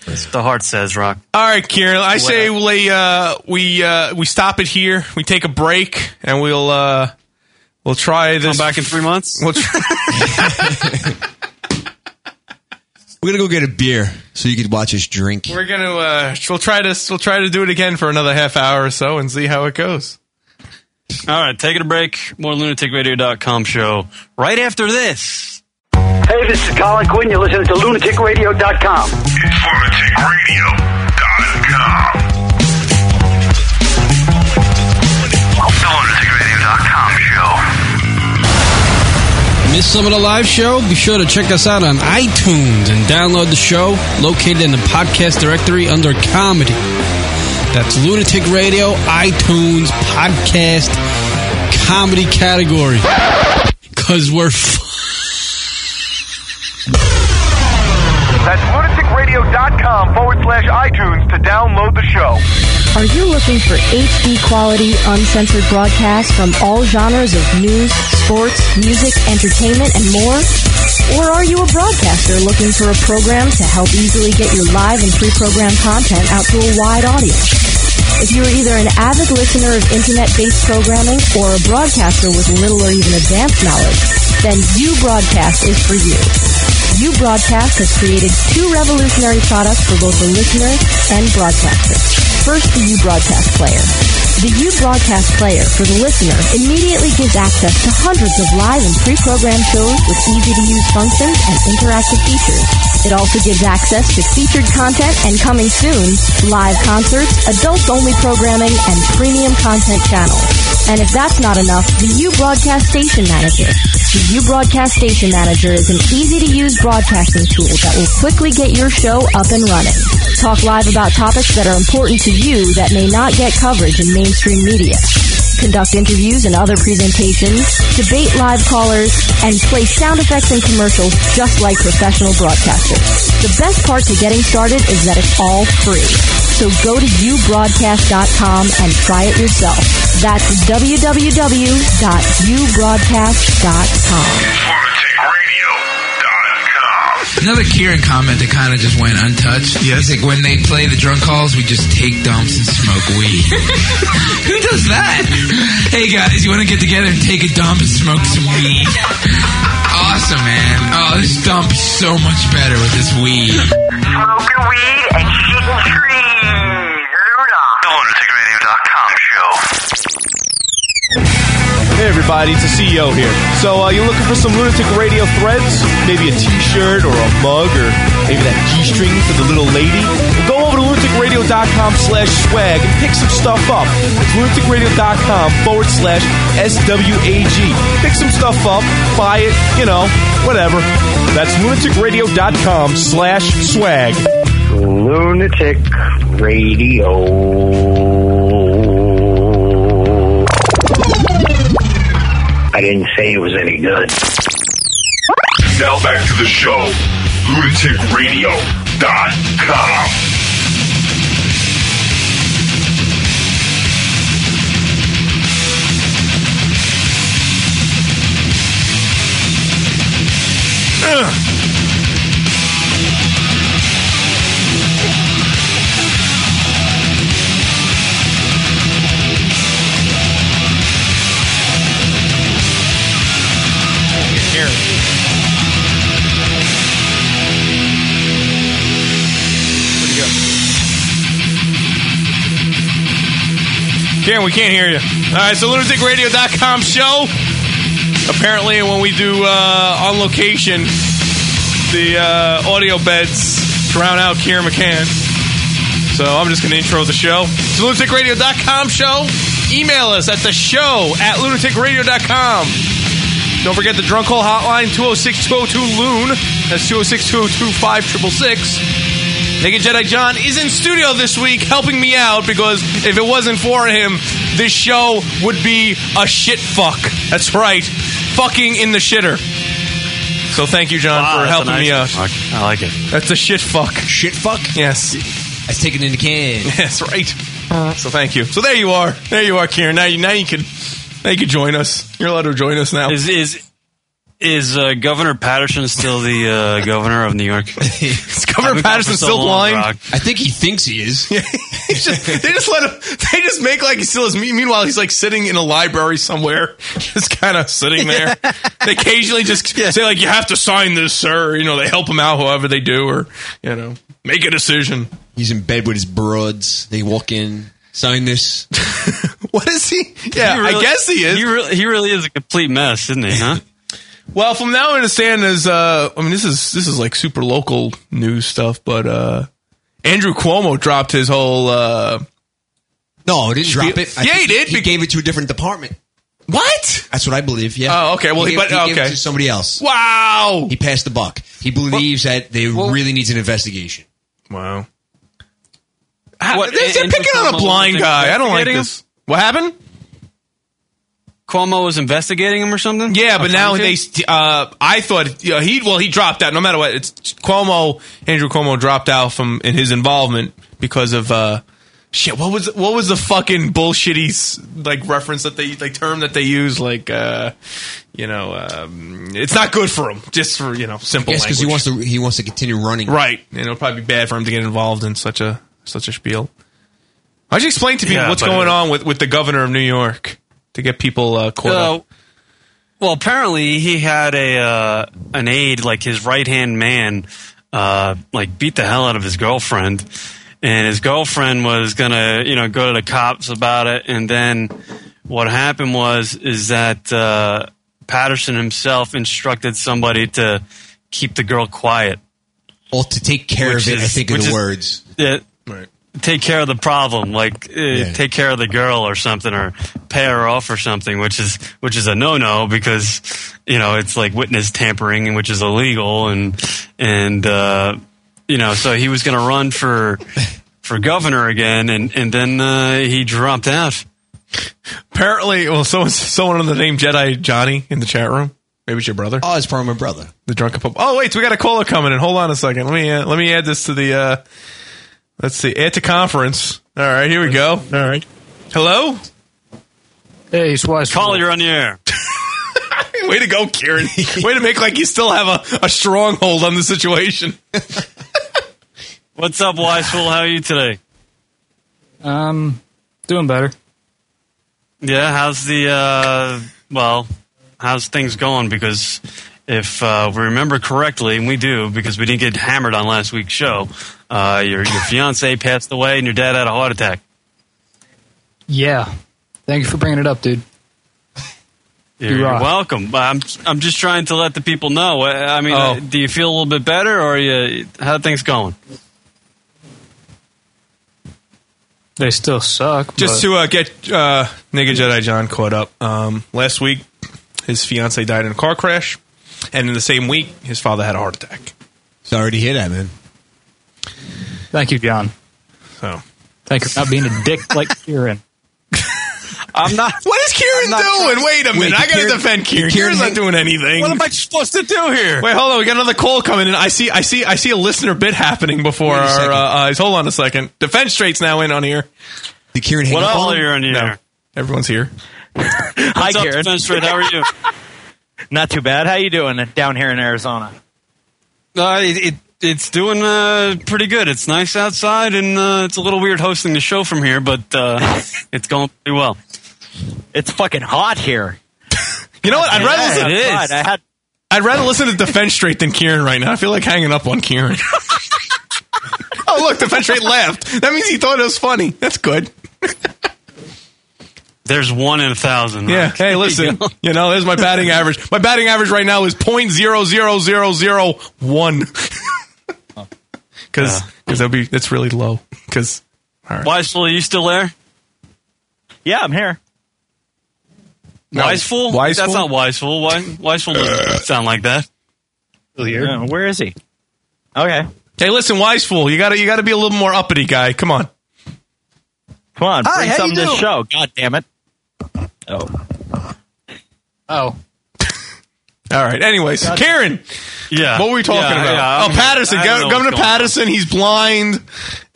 That's what the heart says, Rock.
All right, Kieran. I say we uh, we uh, we stop it here. We take a break, and we'll uh, we'll try this.
Come back in three months.
(laughs) We'll try-
We're gonna go get a beer so you could watch us drink.
we're gonna uh, we'll try to we'll try to do it again for another half hour or so, and see how it goes.
All right, taking a break. More lunaticradio.com show right after this.
Hey, this is Colin Quinn. You're listening to lunaticradio.com.
Informaticradio.com. The lunaticradio.com show.
Miss some of the live show? Be sure to check us out on iTunes and download the show located in the podcast directory under comedy.
That's Lunatic Radio, iTunes, podcast, comedy category. Because we're f-
That's lunaticradio.com forward slash iTunes to download the show.
Are you looking for HD quality, uncensored broadcasts from all genres of news, sports, music, entertainment, and more? Or are you a broadcaster looking for a program to help easily get your live and pre-programmed content out to a wide audience? If you are either an avid listener of internet-based programming or a broadcaster with little or even advanced knowledge, then U Broadcast is for you. U Broadcast has created two revolutionary products for both the listener and broadcaster. First, the U Broadcast Player. The U Broadcast Player for the listener immediately gives access to hundreds of live and pre-programmed shows with easy-to-use functions and interactive features. It also gives access to featured content and coming soon, live concerts, adults-only programming, and premium content channels. And if that's not enough, the U Broadcast Station Manager. The U Broadcast Station Manager is an easy-to-use broadcasting tool that will quickly get your show up and running. Talk live about topics that are important to you that may not get coverage in mainstream media. Conduct interviews and other presentations, debate live callers, and play sound effects and commercials just like professional broadcasters. The best part to getting started is that it's all free. So go to ubroadcast.com and try it yourself. That's www.ubroadcast.com.
Another Kieran comment that kind of just went untouched. Yes. He's like, when they play the drunk calls, we just take dumps and smoke weed. Who does that? Hey guys, you want to get together and take a dump and smoke some weed? awesome, man. Oh, this dump is so much better with this weed.
Smoking weed and shooting trees. Luna. The lunaticradio.com show.
Hey everybody, it's the CEO here. So uh, you're looking for some Lunatic Radio threads? Maybe a t-shirt or a mug or maybe that G-string for the little lady? Well, go over to lunaticradio.com slash swag and pick some stuff up. It's lunaticradio.com forward slash SWAG. Pick some stuff up, buy it, you know, whatever. That's lunaticradio.com slash swag. Lunatic
Radio. I didn't say it was any good.
Now back to the show. Lunaticradio.com.
Here. Pretty good. Karen, we can't hear you. All right, so lunaticradio.com show. Apparently, when we do uh, on location, the uh, audio beds drown out Kieran McCann. So I'm just going to intro the show. It's the lunaticradio.com show. Email us at the show at lunaticradio.com. Don't forget the drunk call hotline 206-202-LOON. That's 206-202-5666. Naked Jedi John is in studio this week helping me out because if it wasn't for him, this show would be a shit fuck. That's right. Fucking in the shitter. So thank you, John, for
that's
helping
a
me out.
nice- I like it.
That's a shit fuck. Shit fuck? Yes. That's taken in the can. That's right. So thank you. So there you are. There you are, Kieran. Now you now you can now you can join us. You're allowed to join us now.
Is is is uh, Governor Patterson still the uh, (laughs) governor of
(laughs)
New York? is
Governor Patterson still blind?
I think he thinks he is.
He's just- they just let him. They just make like he still is. Me- Meanwhile, he's like sitting in a library somewhere, (laughs) just kind of sitting (laughs) there. They occasionally just say like, "You have to sign this, sir." You know, they help him out however they do, or you know, make a decision.
He's in bed with his broads. They walk in, sign this.
(laughs) what is (laughs) he? Yeah,
He really-
I guess he is.
He really, he really is a complete mess, isn't he?
(laughs)
Huh?
Well, from now I understand is uh I mean this is this is like super local news stuff, but uh Andrew Cuomo dropped his whole uh
No, he didn't drop it. I
yeah,
think
he did.
He gave it to a different department.
What?
That's what I believe. Yeah.
Oh, okay. Well,
he,
he-
gave,
but-
he gave it
okay.
to somebody else.
Wow.
He passed the buck. He believes that they really needs an investigation.
Wow. They're-
What-
they're
and- and
picking on a
Cuomo
blind
was
guy. I don't like
investigating him?
this. What happened?
Cuomo was investigating him or something?
Yeah, but
A
now
crime
they.
scene?
Uh, I thought you know, he. Well, he dropped out. No matter what, it's Cuomo. Andrew Cuomo dropped out from in his involvement because of uh, shit. What was what was the fucking bullshitty s- like reference that they like term that they use? Like, uh, you know, um, it's not good for him. Just for you know, simple.
Yes, because he
language.
wants to he wants to continue running.
Right, and it'll probably be bad for him to get involved in such a such a spiel. Why don't you explain to people
Yeah,
what's
but-
going on with, with the governor of New York to get people uh, caught up?
Uh, well, apparently he had a uh, an aide, like his right hand man, uh, like beat the hell out of his girlfriend, and his girlfriend was gonna, you know, go to the cops about it. And then what happened was is that uh, Patterson himself instructed somebody to keep the girl quiet.
Well, to take care of it, I think are the words.
Yeah. uh, Take care of the problem, like uh,
Yeah.
take care of the girl or something, or pay her off or something, which is which is a no no because you know it's like witness tampering, and which is illegal, and and uh, you know so he was going to run for for governor again, and and then uh, he dropped out.
Apparently, well, someone (laughs) someone under the name Jedi Johnny in the chat room. Maybe it's your brother.
Oh, it's probably my brother.
The drunken pope. Oh, wait, we got a caller coming in. Hold on a second. Let me uh, let me add this to the. Uh, let's see, add to conference. All right, here we go. All right. Hello.
Hey, it's Wise.
Caller, you're on the air.
Way to go, Kieran. Way to make like you still have a, a stronghold on the situation.
What's up, Wisefool? How are you today?
Um, doing better.
Yeah, how's the uh, well? How's things going? Because if uh, we remember correctly, and we do, because we didn't get hammered on last week's show, uh, your your fiance passed away, and your dad had a heart attack.
Yeah. Thank you for bringing it up, dude.
You're,
You
you're
rock.
welcome. I'm I'm just trying to let the people know. I I mean, uh, do you feel a little bit better, or are you how are things going?
They still suck.
Just to uh, get uh, Nigga Jedi John caught up. Um, last week, his fiance died in a car crash, and in the same week, his father had a heart attack.
Sorry to hear that, man.
Thank you, John.
So
Thank you for not being a dick like Kieran.
(laughs) I'm not.
What is Kieran doing? Wait a
Wait,
minute. I got to
Kieran-
defend
Kieran
Kieran. Kieran's not
hate-
doing anything.
What am I supposed to do here?
Wait, hold on. We got another call coming in. I see. I see. I see a listener bit happening before
Wait a
our
second.
uh, eyes. Hold on a second. Defense straight's now in on here.
Did Kieran
hang What up up? on him? You're on the air.
Everyone's here.
Hi,
up,
Karen.
Defense Red? How are you?
(laughs) Not too bad. How you doing down here in Arizona?
Uh, it, it it's doing uh, pretty good. It's nice outside, and uh, it's a little weird hosting the show from here, but
(laughs)
uh, it's going pretty well.
It's fucking hot here.
You know what? I'd rather
Yeah,
listen.
it is. I had-
I'd rather listen to Defense Straight than Kieran right now. I feel like hanging up on Kieran. oh look, Defense Straight laughed. That means he thought it was funny. That's good.
There's one in a thousand.
Yeah.
Mike.
Hey, listen. You know, there's my batting average. My batting average right now is point zero zero zero zero one. Because that'd be that's really low. Because all right.
Wiseful, are you still there?
Yeah, I'm here.
No.
Wiseful?
Wiseful?
That's not Wiseful. Why, Wiseful doesn't sound like that.
Yeah, where is he? Okay.
Hey, listen, wise fool, you gotta you gotta be a little more uppity, guy. Come on.
Come on,
Hi,
bring
how
something
you
to the
doing?
show. God damn it. Oh.
Oh.
All right. Anyways,
Gotcha.
Karen.
Yeah.
What were we talking
Yeah,
about?
yeah, I
oh,
mean,
Patterson.
I don't know
Go,
what's
Governor
going on.
Patterson. He's blind,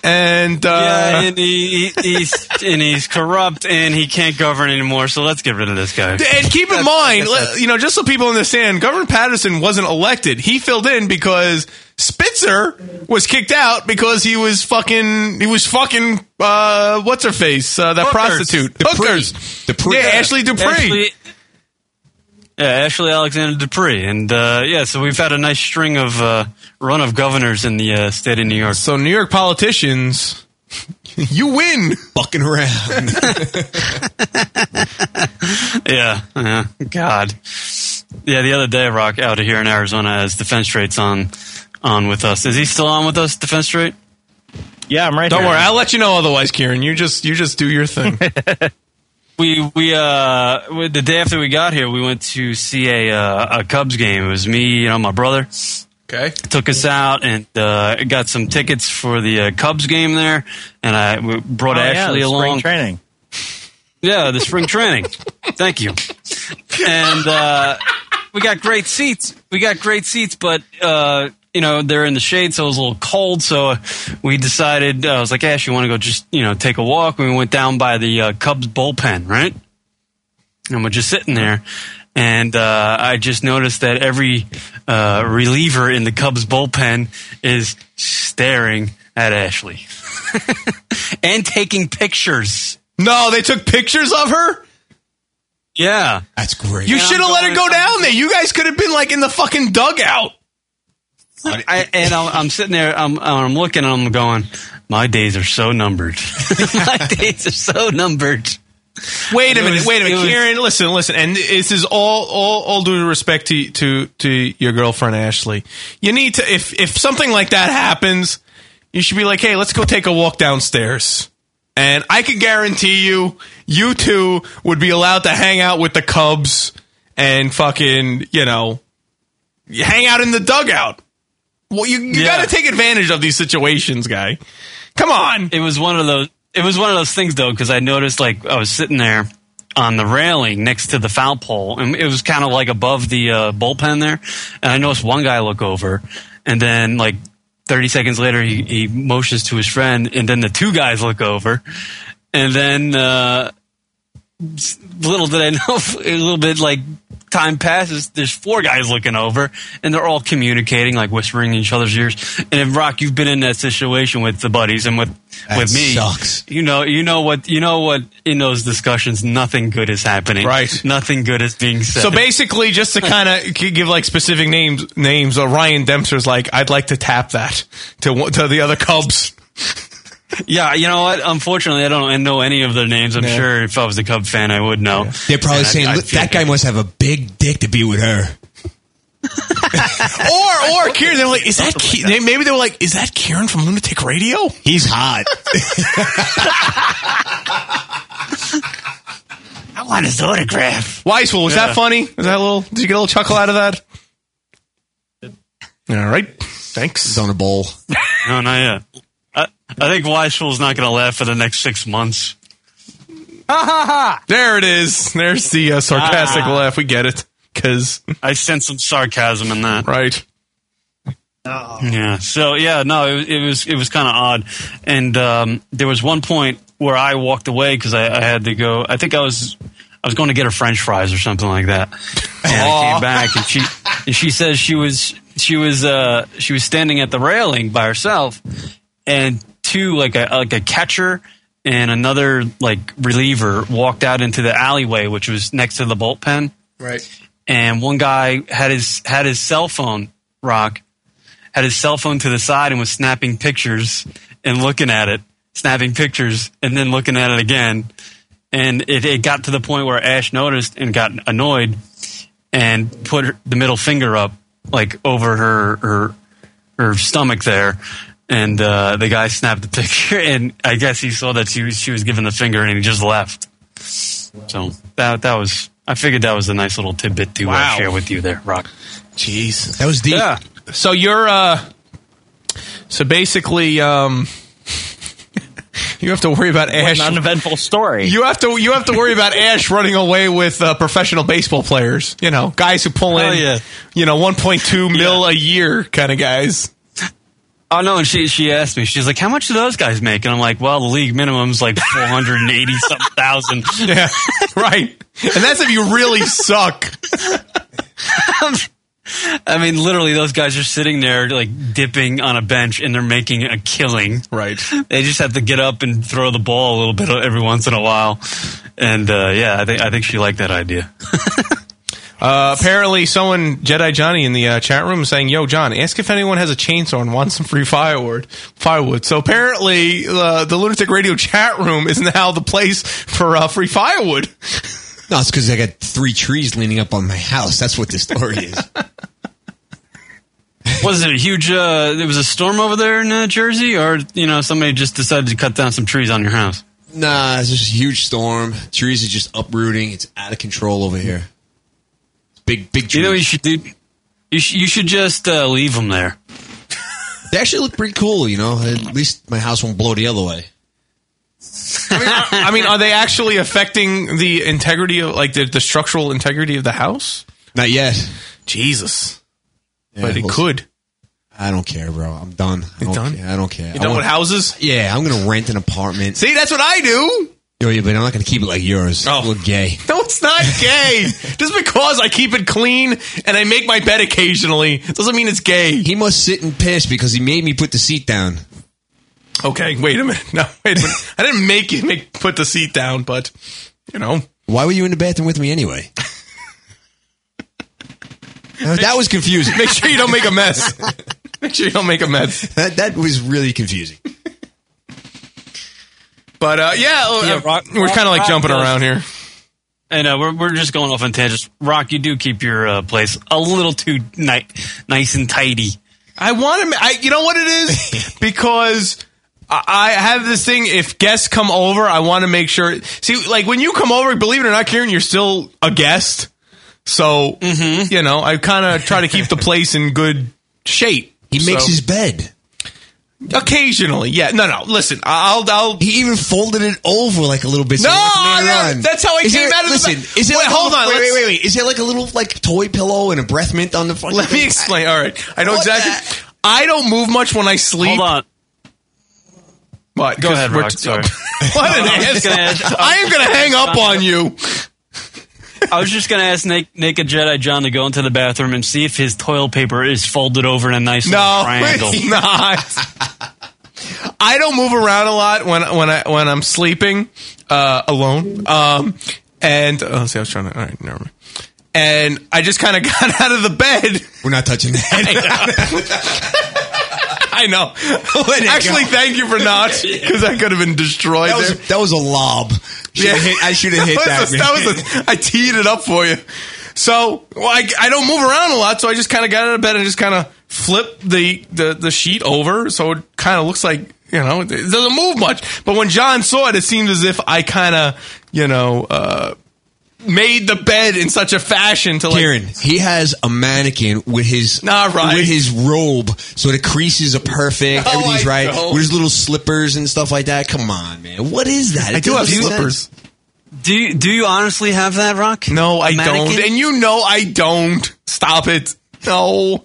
and uh,
yeah, and he, he- he's and he's corrupt and he can't govern anymore. So let's get rid of this
(laughs)
guy.
And keep in mind, le- you know, just so people understand, Governor Patterson wasn't elected. He filled in because Spitzer was kicked out because he was fucking, he was fucking, uh, what's her face? Uh, that
Hookers.
prostitute.
Dupree.
Hookers. Yeah, Ashley Dupree.
Ashley- yeah, Ashley Alexander Dupree, and uh, yeah, so we've had a nice string of uh, run of governors in the uh, state of New York.
So New York politicians, (laughs) you win.
Fucking around.
Yeah, yeah. God. Yeah, the other day, Rock out of here in Arizona has Defense Straight's on on with us. Is he still on with us, Defense Straight?
Yeah, I'm right.
Don't worry, I'll let you know otherwise, Kieran. You just, you just do your thing.
We we uh we- the day after we got here, we went to see a uh, a Cubs game. It was me, you know, my brother,
Okay.
Took us out and uh, got some tickets for the uh, Cubs game there, and I w- brought
Oh, yeah,
Ashley
the spring
along.
training.
Yeah, the spring training. Thank you. And uh, we got great seats. We got great seats, but uh, you know they're in the shade, so it was a little cold. So we decided. Uh, I was like, Ash, you want to go just you know take a walk? We went down by the uh, Cubs bullpen, right? and we're just sitting there. And uh, I just noticed that every uh, reliever in the Cubs bullpen is staring at Ashley (laughs) and taking pictures.
No, they took pictures of her.
Yeah,
that's great.
You should have let her go down there. You guys could have been like in the fucking dugout.
I, and I'm, I'm sitting there, I'm, I'm looking, and I'm going, my days are so numbered. (laughs) my days are so numbered.
Wait a
It
minute,
was-
wait a minute,
it was-
Kieran. Listen, listen, and this is all, all, all due respect to to to your girlfriend Ashley. You need to if if something like that happens, you should be like, hey, let's go take a walk downstairs. And I could guarantee you, you two would be allowed to hang out with the Cubs and fucking, you know, hang out in the dugout. Well, you you got to take advantage of these situations, guy. Come on.
It was one of those. It was one of those things though, because I noticed like I was sitting there on the railing next to the foul pole, and it was kind of like above the uh, bullpen there. And I noticed one guy look over, and then like thirty seconds later, he, he motions to his friend, and then the two guys look over, and then. Uh, little did I know, (laughs) a little bit like time passes. There's four guys looking over, and they're all communicating, like whispering in each other's ears. And if Rock, you've been in that situation with the buddies and with
That
with me,
sucks.
you know, you know what, you know what. In those discussions, nothing good is happening. Right, nothing good is being said.
So basically, just to kind of give like specific names, names. Uh, Ryan Dempster's like, I'd like to tap that to one- to the other Cubs.
yeah, you know what? Unfortunately, I don't know any of their names. I'm
Yeah.
sure if I was a Cub fan, I would know.
They're probably
And I-
saying
I
"Look,
feel
that guy must have a big dick to be with her.
(laughs) or or Kieran, they were like, is that, Ki- they- maybe they were like, is that Kieran from Lunatic Radio?
He's
(laughs)
hot.
I want his autograph.
Weiswell, was
Yeah.
that funny? Was that a little? Did you get a little chuckle out of that? All right, thanks.
on a bowl.
No, not yet. I, I think Weisfel's not going to laugh for the next six months.
Ha ha ha!
There it is. There's the uh, sarcastic
Ah.
laugh. We get it because
I sense some sarcasm in that.
Right.
Yeah. So yeah, no, it, was- it was it was kind of odd, and um, there was one point where I walked away because I, I had to go. I think I was I was going to get her French fries or something like that, and I came back and she and she says she was she was uh, she was standing at the railing by herself, and two like a like a catcher and another like reliever walked out into the alleyway which was next to the bullpen
Right.
and one guy had his had his cell phone rock had his cell phone to the side and was snapping pictures and looking at it snapping pictures and then looking at it again and it, it got to the point where ash noticed and got annoyed and put her, the middle finger up like over her her her stomach there and uh, the guy snapped the (laughs) picture and i guess he saw that she was she was giving the finger and he just left so that that was I figured that was a nice little tidbit to
Wow.
uh, share with you there, Rock.
Jeez,
that was deep.
Yeah. So you're uh, so basically um, (laughs) you have to worry about Ash.
an uneventful story.
You have to you have to worry about Ash running away with uh, professional baseball players. You know, guys who pull
Hell
in
yeah.
you know 1.2 mil a year kind of guys. (laughs)
Oh no, and she she asked me, she's like, How much do those guys make? And I'm like, Well, the league minimum's like four hundred and eighty something thousand.
Yeah. Right. And that's if you really suck.
I mean, literally those guys are sitting there like dipping on a bench and they're making a killing.
Right.
They just have to get up and throw the ball a little bit every once in a while. And uh, yeah, I think I think she liked that idea.
Uh, apparently, someone Jedi Johnny in the uh, chat room is saying, "Yo, John, ask if anyone has a chainsaw and wants some free firewood." Firewood. So apparently, uh, the Lunatic Radio chat room is now the place for uh, free firewood.
No, it's because I got three trees leaning up on my house. That's what the story is.
was it a huge uh there was a storm over there in uh, jersey or you know somebody just decided to cut down some trees on your house
(laughs) nah, it's just a huge storm. Trees are just uprooting. It's out of control over here. Big, big trees.
you know what you should do You, sh- you should just uh, leave them there.
They actually look pretty cool, you know. At least my house won't blow the other way.
I mean, are they actually affecting the integrity of like the, the structural integrity of the house?
Not yet.
Jesus.
Yeah,
but it
we'll
could.
I don't care, bro. I'm done. I
You
don't
done?
Care. I don't care.
You
I
done
want-
with houses?
Yeah, I'm gonna rent an apartment.
See, that's what I do.
Yo, yeah, but I'm not gonna keep it like yours. Oh, look gay.
No, it's not
(laughs)
gay. Just because I keep it clean and I make my bed occasionally doesn't mean it's gay.
He must sit and piss because he made me put the seat down.
Okay, wait a minute. (laughs) No, wait a minute. I didn't make you make put the seat down, but you know.
Why were you in the bathroom with me
(laughs)
anyway? Uh, that was confusing.
Make sure you don't make a mess. (laughs) Make sure you don't make a mess.
That that was really confusing.
But uh, yeah, uh, we're kind of like jumping around here.
And uh, we're we're just going off on tangents. Rock, you do keep your uh, place a little too ni- nice and tidy.
I want to. I, you know what
(laughs)
it is because I, I have this thing. If guests come over, I want to make sure. See, like when you come over, believe it or not, Karen, you're still a guest. So
Mm-hmm.
you know, I kind of try to keep the place in good shape.
He makes
So-
his bed.
occasionally. Yeah, no, no. Listen, I- I'll, I'll.
He even folded it over like a little bit.
No,
so it can lay
I don't-
around.
that's how I
Is
came
there-
out of the
listen,
bed.
Is it
Wait,
like a
hold
little-
on,
Wait,
let's-
wait, wait, wait. Is there like a little like toy pillow and a breath mint on the fucking?
(laughs) Let me
thing?
explain. All right, I know
What
exactly. I don't move much when I sleep. Hold
on.
What?
Go
'Cause
ahead,
we're-
Rock. Sorry.
(laughs) What
(laughs)
an
I was just
asshole.
gonna ask-
I am going to hang up on you.
I was just going to ask Nick, Naked Jedi John to go into the bathroom and see if his toilet paper is folded over in a nice little
No,
(laughs) triangle.
it's not. I don't move around a lot when when I when I'm sleeping uh, alone. Um, and oh, see, I was trying to. All right, never mind. And I just kind of (laughs) got out of the bed.
(laughs)
We're not touching
(laughs)
that.
I know.
Let it
Actually,
go.
thank you for not, because I could have been destroyed.
That was, that was a lob. Shoulda hit- I should have hit
was
that.
a-
man.
that was a- I teed it up for you. So well, I, I don't move around a lot, so I just kind of got out of bed and just kind of flipped the, the, the sheet over, so it kind of looks like you know it doesn't move much. But when John saw it, it seemed as if I kind of you know uh, made the bed in such a fashion to
(laughs)
like
Kieran, he has a mannequin with his
Nah, right.
with his robe, so the creases are perfect.
No,
everything's
I
right.
don't.
With his little slippers and stuff like that. Come on, man. What is that? It doesn't make sense.
Do you, do you honestly have that, Rock?
No, I
Mannequin?
don't. And you know I don't. Stop it. No.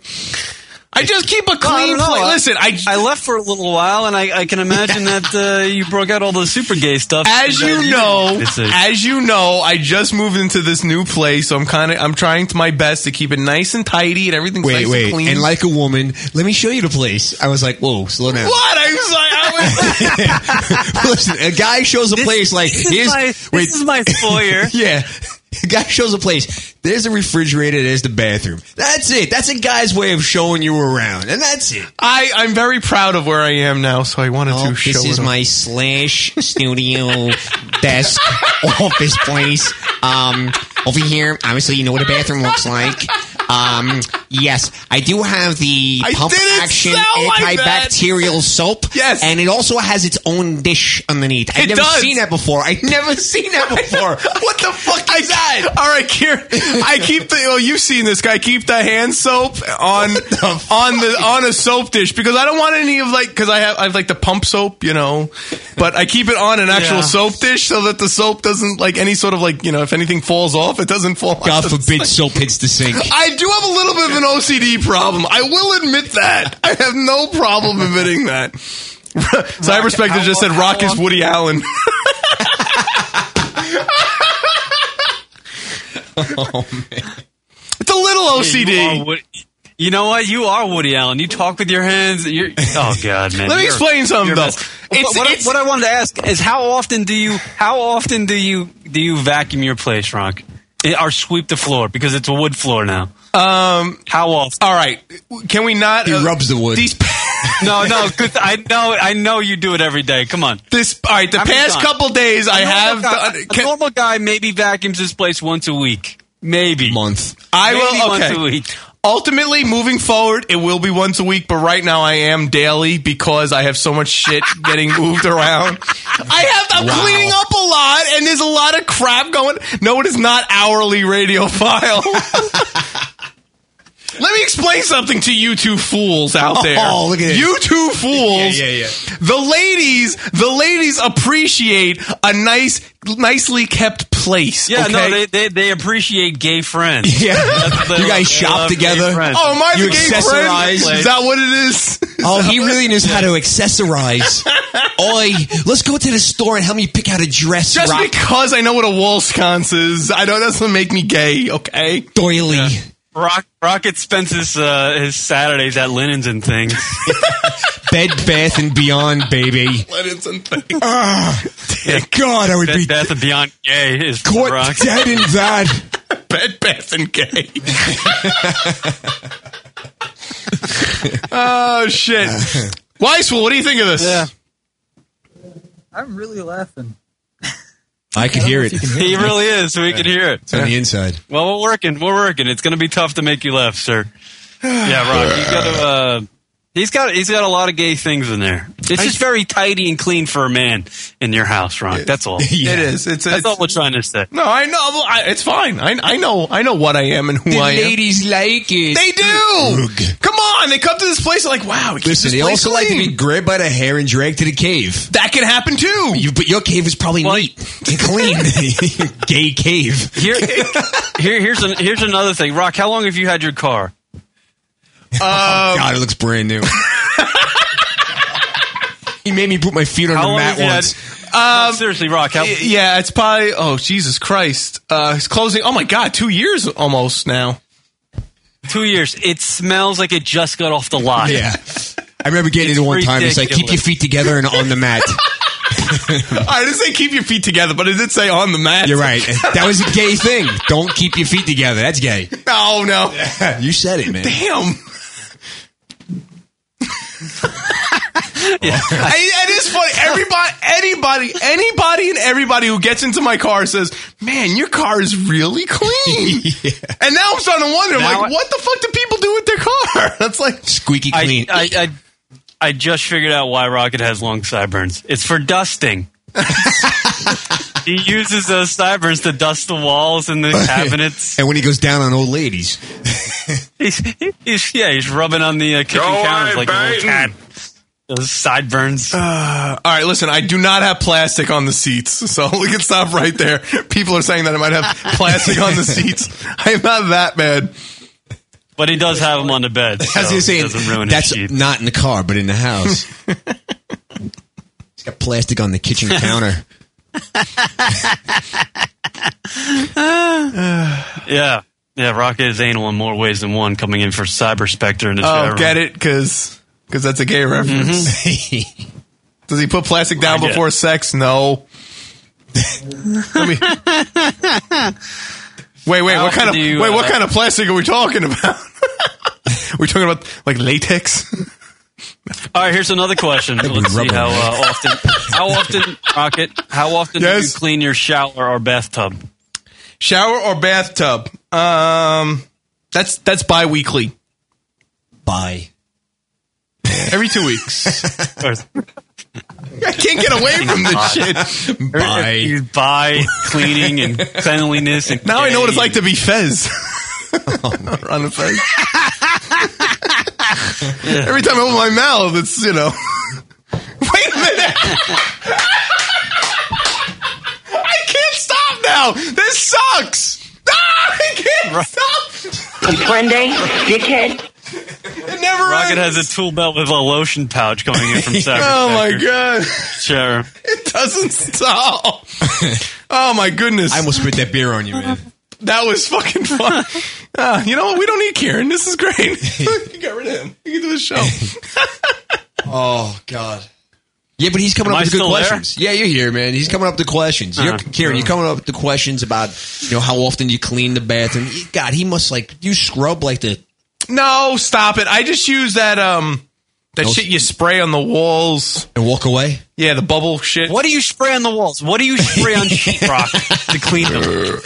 I just keep a
No, I
clean
don't know.
plate. Listen, I
I left for a little while, and I, I can imagine that uh, you broke out all the super gay stuff.
as you know,
It's a-
as you know, I just moved into this new place, so I'm kind of I'm trying to my best to keep it nice and tidy and everything's
Wait,
nice and
wait.
clean.
And like a woman, let me show you the place. I was like, whoa, slow down.
what? I was like, I was
(laughs)
(laughs)
Listen, a guy shows a place like
this is
here's
my-
wait,
this is my (laughs) foyer.
yeah. (laughs) A guy shows a place. There's a refrigerator. There's the bathroom. That's it. That's a guy's way of showing you around, and that's it.
I I'm very proud of where I am now, so I wanted to show
Oh, this is
it off.
my slash studio desk office place. Um, over here, obviously, you know what a bathroom looks like. Um, yes, I do have the
I
pump
didn't
action
sound like that.
antibacterial soap. Yes, and it also has its own dish underneath. I've
It
never
does.
seen that before. I've never seen
(laughs)
that before. what the fuck is that?
(laughs) All right, Kieran. I keep the. Well, you've seen this guy keep the hand soap on on the on a soap dish because I don't want any of like because I have I have like the pump soap, you know, but I keep it on an actual
Yeah.
soap dish so that the soap doesn't like any sort of like you know if anything falls off, it doesn't fall.
God
off the
forbid
sink.
soap hits
(laughs)
the sink.
I do have a little bit of an OCD problem. I will admit that. I have no problem admitting that. (laughs) Cyber Spectre just said Rock is Woody Allen. (laughs)
oh
man. It's a little OCD.
You, are Wood- you know what? You are Woody Allen. You talk with your hands. You're, oh God, man.
Let me
You're-
explain something
you're
though.
a mess. What- what, I- what I wanted to ask is how often do you how often do you do you vacuum your place, Rock? Eh, Or sweep the floor because it's a wood floor now.
Um,
how often?
All right, can we not? He
rubs the wood.
These (laughs)
no, Oh, no. 'cause I know, I know you do it every day. Come on.
This all right. The
I'm
past
done.
couple days,
A
I
normal
have
Guy,
done-
a normal guy maybe vacuums his place once a week, maybe
month.
I
Maybe
will.
once
Okay.
a week.
Ultimately, moving forward, it will be once a week. But right now, I am daily because I have so
(laughs)
much shit getting moved around. I have. I'm
Wow.
cleaning up a lot, and there's a lot of crap going. No, it is not hourly radio file. (laughs) Let me explain something to you two fools out there.
Oh, look at this.
You two fools.
Yeah,
(laughs)
yeah,
The ladies, the ladies appreciate a nice, nicely kept place.
Yeah,
okay?
no, they, they they appreciate gay (laughs) friends.
Yeah.
That's the-
You guys
they
shop
love gay
together?
friends.
Oh, am I the You gay accessorize? friend? Is that what it is?
Oh, he really knows how to (laughs) accessorize. Oi, let's go to the store and help me pick out a dress.
Just
Rock.
because I know what a wall sconce is, I know that doesn't make me gay. Okay,
doily.
Rock Rocket spends his uh, his Saturdays at Linens
(laughs)
and things.
Bed, Bath, and Beyond, baby.
Linens and
Ah, God, I would
Bed,
be-
Bath and Beyond gay is
Caught
Rock.
dead in that.
(laughs) Bed Bath and Gay. oh shit, Weisswell, what do you think of this?
I'm really laughing.
(laughs) I could hear it.
He really is. We can hear it.
It's on the inside.
Well, we're working. We're working. It's going to be tough to make you laugh,
(sighs)
sir. Yeah, Rock. You got to. Uh, he's got. He's got a lot of gay things in there. It's just very tidy and clean for a man in your house, Rock.
(laughs)
That's all.
It is. It's,
That's all we're trying
(laughs)
to say.
No, I know. well, I, it's fine. I, I know. I know what I am and who I am.
like it.
They do. Come on, they come to this place like, wow. we keep
Listen,
this
they
place
also like to
clean.
be grabbed by the hair and dragged to the cave.
That can happen too.
You, but your cave is probably neat and clean. Your (laughs) Gay cave.
Here, here, here's an, here's another thing, Rock. How long have you had your car?
oh God, it looks brand (laughs) new. he made me put my feet on
How
the
long
mat
have you
once.
Um,
seriously, Rock. How-
y- yeah, it's probably. Oh, Jesus Christ! Uh, it's closing. Oh my God, two years almost now.
Two years. It smells like it just got off the lot.
Yeah. I remember getting it one time. It's like keep your
ridiculous.
feet together and on the
(laughs)
mat.
I didn't say keep your feet together, but it did say on the mat.
You're right. That was a gay thing. Don't keep your feet together. That's gay.
No, Oh, no.
you said it, man.
Damn. (laughs) I- it is funny. Everybody, anybody, anybody, and everybody who gets into my car says, "Man, your car is really
(laughs)
clean." And now I'm starting to wonder, I'm
Now
like,
I-
what the fuck do people do with their car? (laughs) That's like
squeaky
I, I, I, I just figured out why Rocket has long sideburns. It's for dusting. (laughs) he uses those sideburns to dust the walls and the cabinets.
and when he goes down on old ladies,
He's, he's yeah, he's rubbing on the uh, kitchen counters like a little cat. Those sideburns.
Uh, all right, listen, I do not have plastic on the seats, so (laughs) we can stop right there. People are saying that I might have plastic on the seats. (laughs) I'm not that bad.
But he does have them on the bed.
I was
so
gonna
it
say
Oh, doesn't ruin
that's
his sheets.
not in the car, but in the
(laughs)
house. it's got plastic on the kitchen (laughs) counter.
Yeah. Yeah, Rocket is anal in more ways than one, coming in for Cyber Spectre in his
Oh, get it? Because that's a gay reference. Does he put plastic down
Mm-hmm. I get
before
it.
sex? No. (laughs) Let me- wait, wait.
How
What kind of
often do you,
wait?
uh,
what kind of plastic are we talking about? (laughs) We're talking about like latex. (laughs)
All right, here's another question. (laughs) Let's see how uh, often, how often, Rocket, how often do you clean your shower or bathtub?
Shower or bathtub? Um, that's that's bi-weekly.
Bi.
Every two weeks. (laughs) I can't get away from this shit.
By by cleaning and cleanliness. And
Now I know what it's like to be Fez. (laughs) on the Fez. Every time I open my mouth, it's you know. (laughs) Wait a minute. (laughs) I can't stop now. This sucks. (laughs) Ah, I can't stop.
Comprende, dickhead?
It never
Rocket has a tool belt with a lotion pouch coming in from Cyber
(laughs) Oh my
Spectre.
god. (laughs)
Sure.
It doesn't stop. oh my goodness. I
almost spit that beer on you, man.
That was
(laughs)
fucking fun. Uh, you know what? We don't need Karen. This is great. you got rid of him. You can do the show.
Oh God. Yeah, but he's coming
Am
up
I
with good
still there?
questions. Yeah, you're here, man. He's coming up with the questions. You're,
Uh,
Kieran, you're coming up with the questions about you know how often you clean the bathroom. God, he must like you scrub like the
No, stop it. I just use that um that shit you spray on the walls
and walk away.
Yeah, the bubble shit.
What do you spray on the walls? What do (laughs) you spray on sheetrock to clean them?
No, no, no.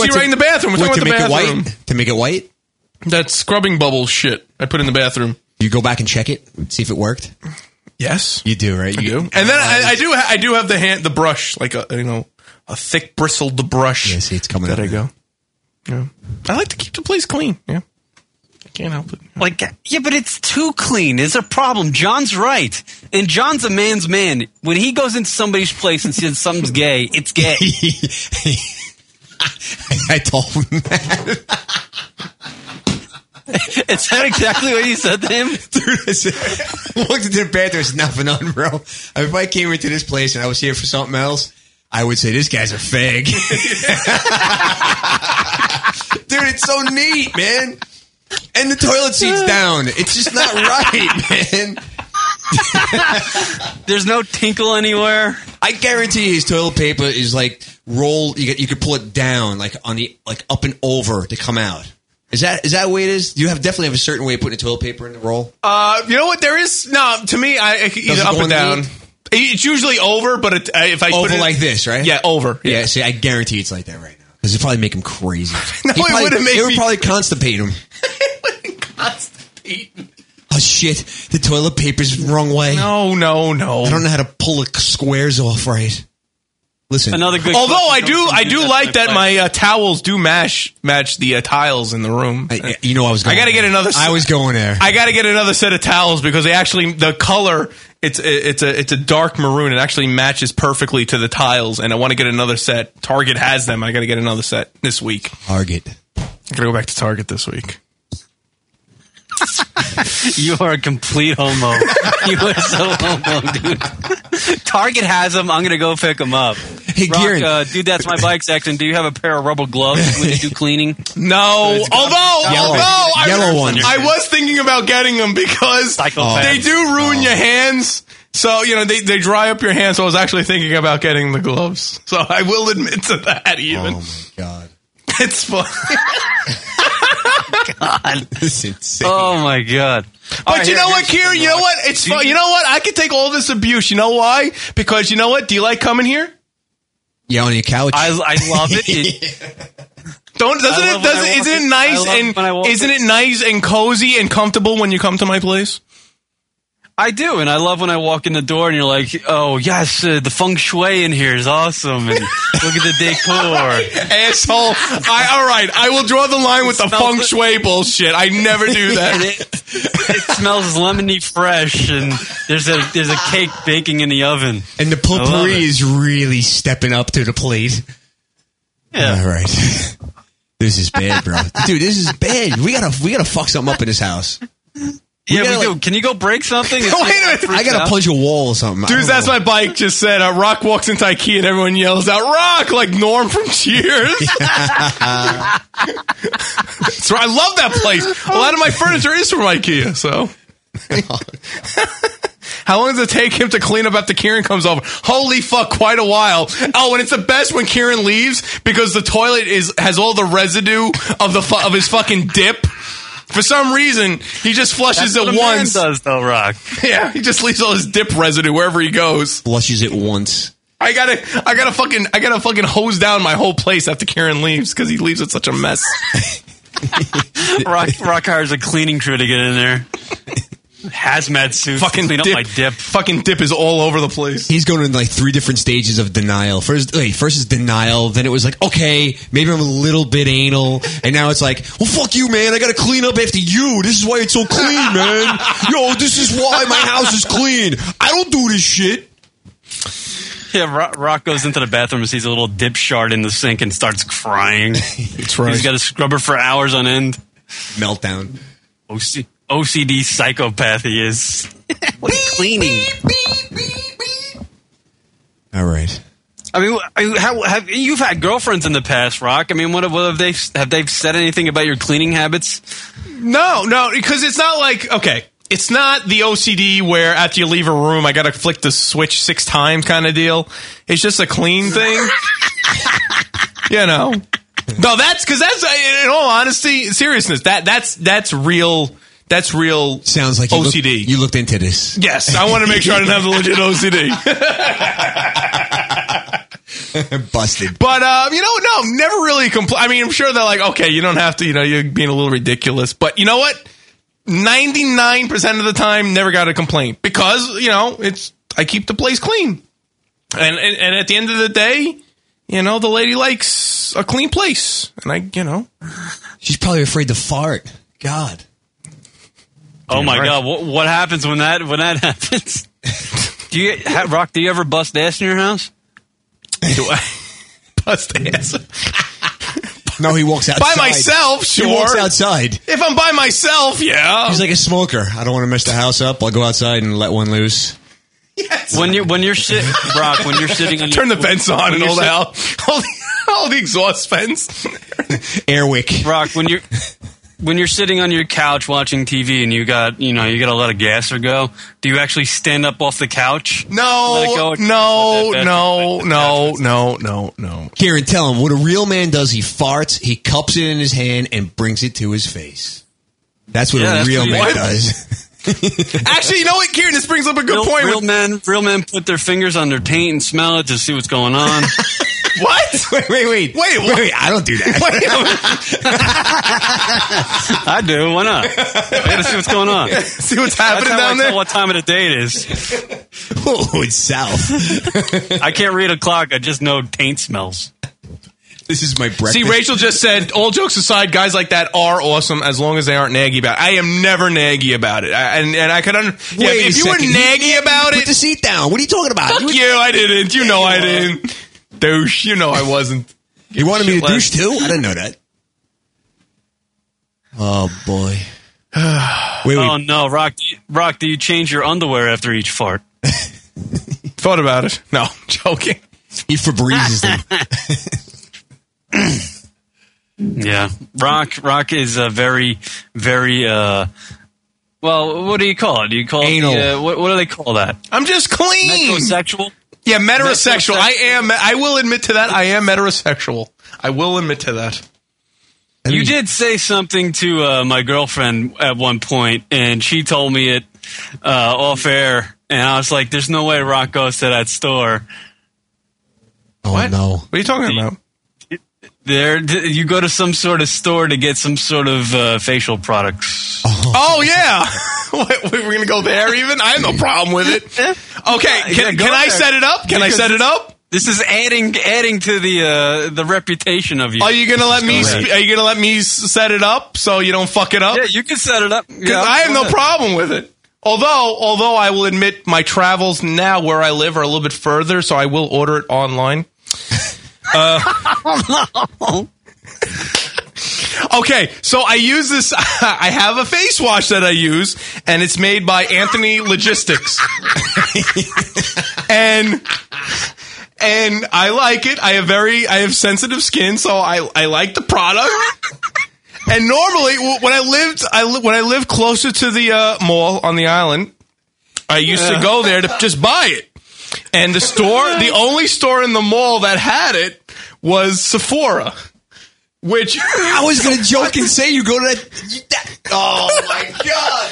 (laughs) What,
right in the bathroom. We're
what,
talking
to
about the
make
bathroom.
it white to make it white.
That scrubbing bubble shit I put in the bathroom.
You go back and check it, see if it worked.
Yes,
you do, right? you (laughs) do.
And then I, I do ha- I do have the hand the brush like a you know a thick bristled brush. Yeah,
see, it's coming.
There I go. Yeah. I like to keep the place clean. Yeah. Can't help it.
Like, yeah, but it's too clean. It's a problem. John's right, and John's a man's man. When he goes into somebody's place and says something's gay,
(laughs)
it's
(laughs)
gay.
I told him that.
Is that exactly what you said to him?
Dude, I said, I (laughs) walked into the bathroom. It's nothing on, bro. I mean, If I came into this place and I was here for something else, I would say this guy's a fag. (laughs) Dude, it's so neat, man. And the toilet seat's down. It's just not right, (laughs) man.
There's no tinkle anywhere.
I guarantee his toilet paper is like roll. You, get, you could pull it down, like on the like up and over to come out. Is that is that the way it is? You have definitely have a certain way of putting the toilet paper in the roll.
Uh, you know what? There is no to me. I I- either
it
up
go in
or
the
down.
meat?
It's usually over, but it, I if I put
over
it,
like this, right?
Yeah, over.
Yeah. see, I guarantee it's like that right now. Because it probably make him
(laughs)
crazy.
No,
He'd
it
probably,
wouldn't make
It would
me-
probably constipate
(laughs)
him. Oh shit! The toilet paper's wrong way.
No, no, no.
I don't know how to pull the squares off right. Listen,
another good.
Although I do, I do like that my uh, towels do match match the uh, tiles in the room.
you know, I was.
I got to get another.
I was going there.
I got to get another set of towels because they actually the color it's uh, it's a it's a dark maroon. It actually matches perfectly to the tiles, and I want to get another set. Target has them. I got to get another set this week.
Target.
I got to go back to Target this week.
You are a complete (laughs) homo. you are so homo, dude. Target has them. I'm gonna go pick them up.
Hey,
Rock, uh, dude, that's my bike section. Do you have a pair of rubber gloves when you do cleaning?
No,
It's
although
got- Yellow.
although I,
Yellow ones.
I was thinking about getting them because
Psychopath.
they do
Oh.
ruin your hands. So you know they, they dry up your hands. So I was actually thinking about getting the gloves. So I will admit to that. Even oh my
god,
(laughs) it's fun.
God,
(laughs) this is insane.
(laughs) Oh my god!
But you know what, Kieran? You know what? It's fun. You know what? I could take all this abuse. You know why? Because you know what? Do you like coming here?
Yeah, on your couch.
I, I love it. (laughs) It-
Don't doesn't
I
it
love when I
doesn't
walk
isn't it
in- I
nice
love when I
and
walk
isn't
in.
it nice and cozy and comfortable when you come to my place?
I do, and I love when I walk in the door and you're like, "Oh yes, uh, the feng shui in here is awesome." And look at (laughs) the decor.
(laughs) Asshole. I all right. I will draw the line with the feng shui bullshit. I never do
(laughs)
that.
it, it smells lemony fresh, and there's a there's a cake baking in the oven.
And the
I love
potpourri
it.
is really stepping up to the plate.
Yeah.
All right. (laughs) this is bad,
(laughs)
bro. Dude, this is bad. We gotta we gotta fuck something up in this house.
Yeah, we,
gotta,
do. Can you go break (laughs) something? It's like-
I gotta punch a wall or something. I
Dude,
don't
that's
know.
my bike just said. Uh, Rock walks into IKEA and everyone yells out "Rock" like Norm from
(laughs)
Cheers. (laughs) so I love that place. A lot of my furniture is from IKEA.
(laughs)
So, how long does it take him to clean up after Kieran comes over? Holy fuck, quite a while. Oh, and it's the best when Kieran leaves because the toilet is has all the residue of the fu- of his fucking dip. For some reason, he just flushes
That's what
it
a man
once.
does though, Rock.
(laughs) Yeah, he just leaves all his dip residue wherever he goes.
Flushes it once.
I gotta, I gotta fucking, I gotta fucking hose down my whole place after Karen leaves because he leaves it such a mess.
Rock Rock hires a cleaning crew to get in there. Hazmat suits. to
Fucking
clean
dip.
up my dip.
Fucking dip is all over the place.
He's going in like three different stages of denial. First, wait, first is denial. Then it was like, okay, maybe I'm a little bit anal, and now it's like, well, fuck you, man. I gotta clean up after you. This is why it's so clean, man. Yo, this is why my house is clean. I don't do this shit.
Yeah, Rock, Rock goes into the bathroom and sees a little dip shard in the sink and starts (laughs) crying. That's
right.
He's got a scrubber for hours on end.
Meltdown.
OC, OCD psychopath he is. what a cleaning.
All right.
I mean, I- how, have, you've had girlfriends in the past, Rock. I mean, what, have- what have they have they said anything about your cleaning habits?
No, no, because it's not like okay, it's not the OCD where after you leave a room, I gotta flick the switch six times kind of deal. It's just a clean thing, (laughs) you know. No, that's because that's uh, in all honesty, seriousness. That that's that's real. That's real.
Sounds like you looked-
OCD.
you looked into
(laughs)
this.
Yes, I want to make sure I didn't have the legit (laughs) OCD.
Busted.
But um, you know, no, never really complain. I mean, I'm sure they're like, okay, you don't have to. You know, you're being a little ridiculous. But you know what? Ninety nine percent of the time, never got a complaint because you know it's I keep the place clean, and and, and at the end of the day, you know the lady likes a clean place, and I you know
She's probably afraid to fart. God.
Oh
Damn
my
right.
god, what, what happens when that when that (laughs) happens? do you ha, Rock? Do you ever bust ass in your house? Do I
(laughs) bust ass?
Mm-hmm. No, he walks outside.
By myself, sure.
He walks outside.
If I'm by myself, yeah.
He's like a smoker. I don't want to mess the house up. I'll go outside and let one loose.
When you when you're sitting, Brock, when you're
(laughs)
sitting, on
Turn the vents on and all the hell. (laughs) All the, all the exhaust vents.
Airwick.
Brock, when you're when you're sitting on your couch watching TV and you got you know you got to let a gasser go, do you actually stand up off the couch? Let it
No,
go?
no, no, no, no, no, no.
Kieran, tell him what a real man does. He farts, he cups it in his hand, and brings it to his face. That's what
Yeah,
a
that's
real
what he-
man
What?
does.
Actually, you know what, Kieran? This brings up a good
real,
point.
Real
with-
men, real men put their fingers on their taint and smell it to see what's going on.
what?
Wait, wait, wait,
wait, wait,
I don't do that.
Wait a
(laughs)
minute.
I do.
(laughs)
Why not? I gotta see what's going on.
see what's
happening That's how
down
I
there?
Tell what time of the day it is?
oh, it's south.
I can't read a clock. I just know taint smells.
This is my breakfast.
See, Rachel just said, all jokes aside, guys like that are awesome as long as they aren't naggy about it. I am never naggy about it. I, and, and I could under- yeah,
Wait
if,
a
if you were
second.
naggy about
Put
it,
the seat down. What are you talking about?
fuck you, I didn't. You know I didn't. Douche, you know I wasn't.
You wanted me to
Shit,
douche
Les.
too? I didn't know that. Oh boy. Wait,
oh no, Rock! Rock, do you change your underwear after each fart?
Thought about it. No, joking.
He Febrezes them.
Yeah, Rock. Rock is a very, very. uh Well, what do you call it? Do you call It the,
Anal.
uh, what, what do they call that?
I'm just clean.
Metrosexual.
Yeah, metrosexual. I am. I will admit to that. I am metrosexual. I will admit to that.
You did say something to uh, my girlfriend at one point, and she told me it uh, off air, and I was like, "There's no way Rock goes to that store."
Oh no!
What are you talking about?
There, d- you go to some sort of store to get some sort of uh, facial products.
Oh yeah, (laughs) What, we're gonna go there. Even I have no problem with it. Okay,
Yeah,
can,
go
can I
there.
set it up? Can I
Because
set it up?
This is adding adding to the uh, the reputation of you.
Are you gonna let me?
Go ahead.
Sp- are you gonna let me s- set it up so you don't fuck it up?
Yeah, you can set it up.
'Cause I have no problem with it. Although, although I will admit my travels now where I live are a little bit further, so I will order it online. Uh, okay, so I use this. (laughs) I have a face wash that I use, and it's made by Anthony Logistics, (laughs) and and I like it. I have very, I have sensitive skin, so I I like the product. And normally, w- when I lived, I li- when I lived closer to the uh, mall on the island, I used to go there to just buy it. And the store, the only store in the mall that had it was Sephora, which (laughs) I
was going to joke and say you go to that. You, that oh my god!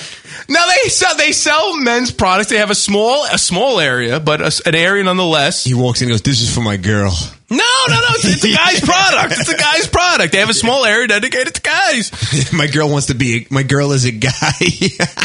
Now they sell they sell men's products. They have a small a small area, but a s an area nonetheless.
He walks in and goes, "This is for my girl." (laughs)
No, no, no! It's, it's a guy's product. It's a guy's product. They have a small area dedicated to guys.
my girl wants to be. A, my girl is a guy.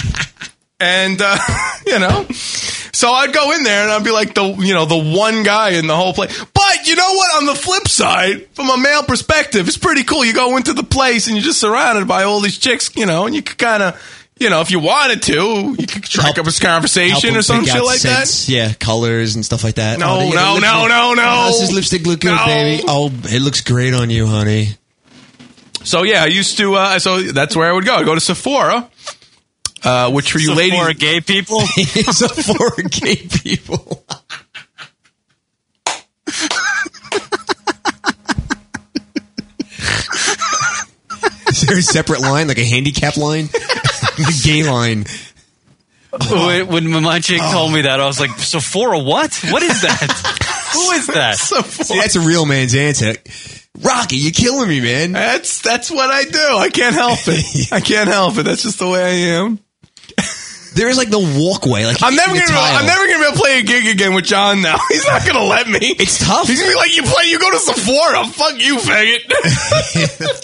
(laughs) and uh, (laughs) you know so i'd go in there and i'd be like the you know the one guy in the whole place but you know what on the flip side from a male perspective it's pretty cool you go into the place and you're just surrounded by all these chicks you know and you could kind of you know if you wanted to you could track up a
Help
conversation
him
or some
pick
shit
out
like that
scents, Yeah, colors and stuff like that.
No,
Oh, yeah, the
no,
lipstick-
no, no, no.
Oh, does this lipstick look good,
No.
baby? Oh, it looks great on you,
(laughs)
honey.
so yeah i used to uh, so that's where i would go i go to sephora uh, which for you
Sephora
ladies (laughs)
gay people.
Sephora gay people. Is there a separate line, like a handicap line, (laughs) the gay line?
When, when my chick
Oh.
told me that, I was like, Sephora, what? What
(laughs)
is that? Who is that?
See, that's a real man's answer. Rocky, you're killing me, man.
That's that's what I do. I can't help
(laughs)
it. I can't help it. That's just the way I am.
There is like the walkway. Like
I'm never
in
gonna.
the
I'm
tile.
never gonna be able to play a gig again with John. Now (laughs) he's not gonna let me. (laughs)
It's tough.
He's gonna be like, you play, you go to Sephora. Fuck
(laughs)
you, faggot.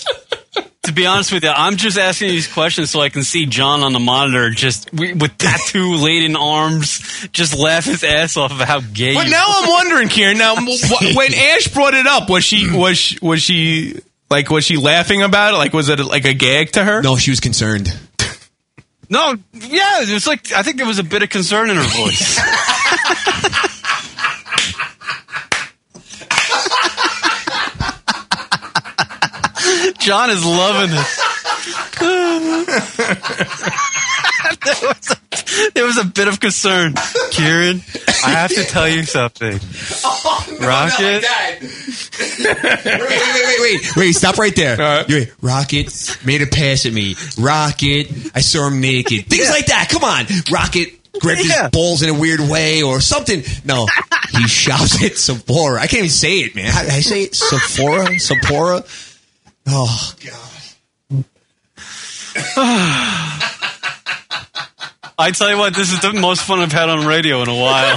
To be honest with you, I'm just asking these questions so I can see John on the monitor, just wi- with tattoo laden arms, just laugh his ass off about how gay.
But
you
now
are.
I'm wondering, Kieran. Now
(laughs)
wh- when Ash brought it up, was she was she, was she like was she laughing about it? Like was it like a gag to her?
No, she was concerned.
No, yeah, it was like I think there was a bit of concern in her voice. John is loving this. (laughs) there, was a, there was a bit of concern, Kieran. I have to tell you something. Rocket.
wait, wait, wait, wait! Stop right there. You wait. Rocket made a pass at me. Rocket, I saw him naked. Things like that. Come on, Rocket gripped his balls in a weird way or something. No, he (laughs) shops at Sephora. I can't even say it, man. How did I say it? Sephora, Sephora. Oh
I tell you what, this is the most fun I've had on radio in a while.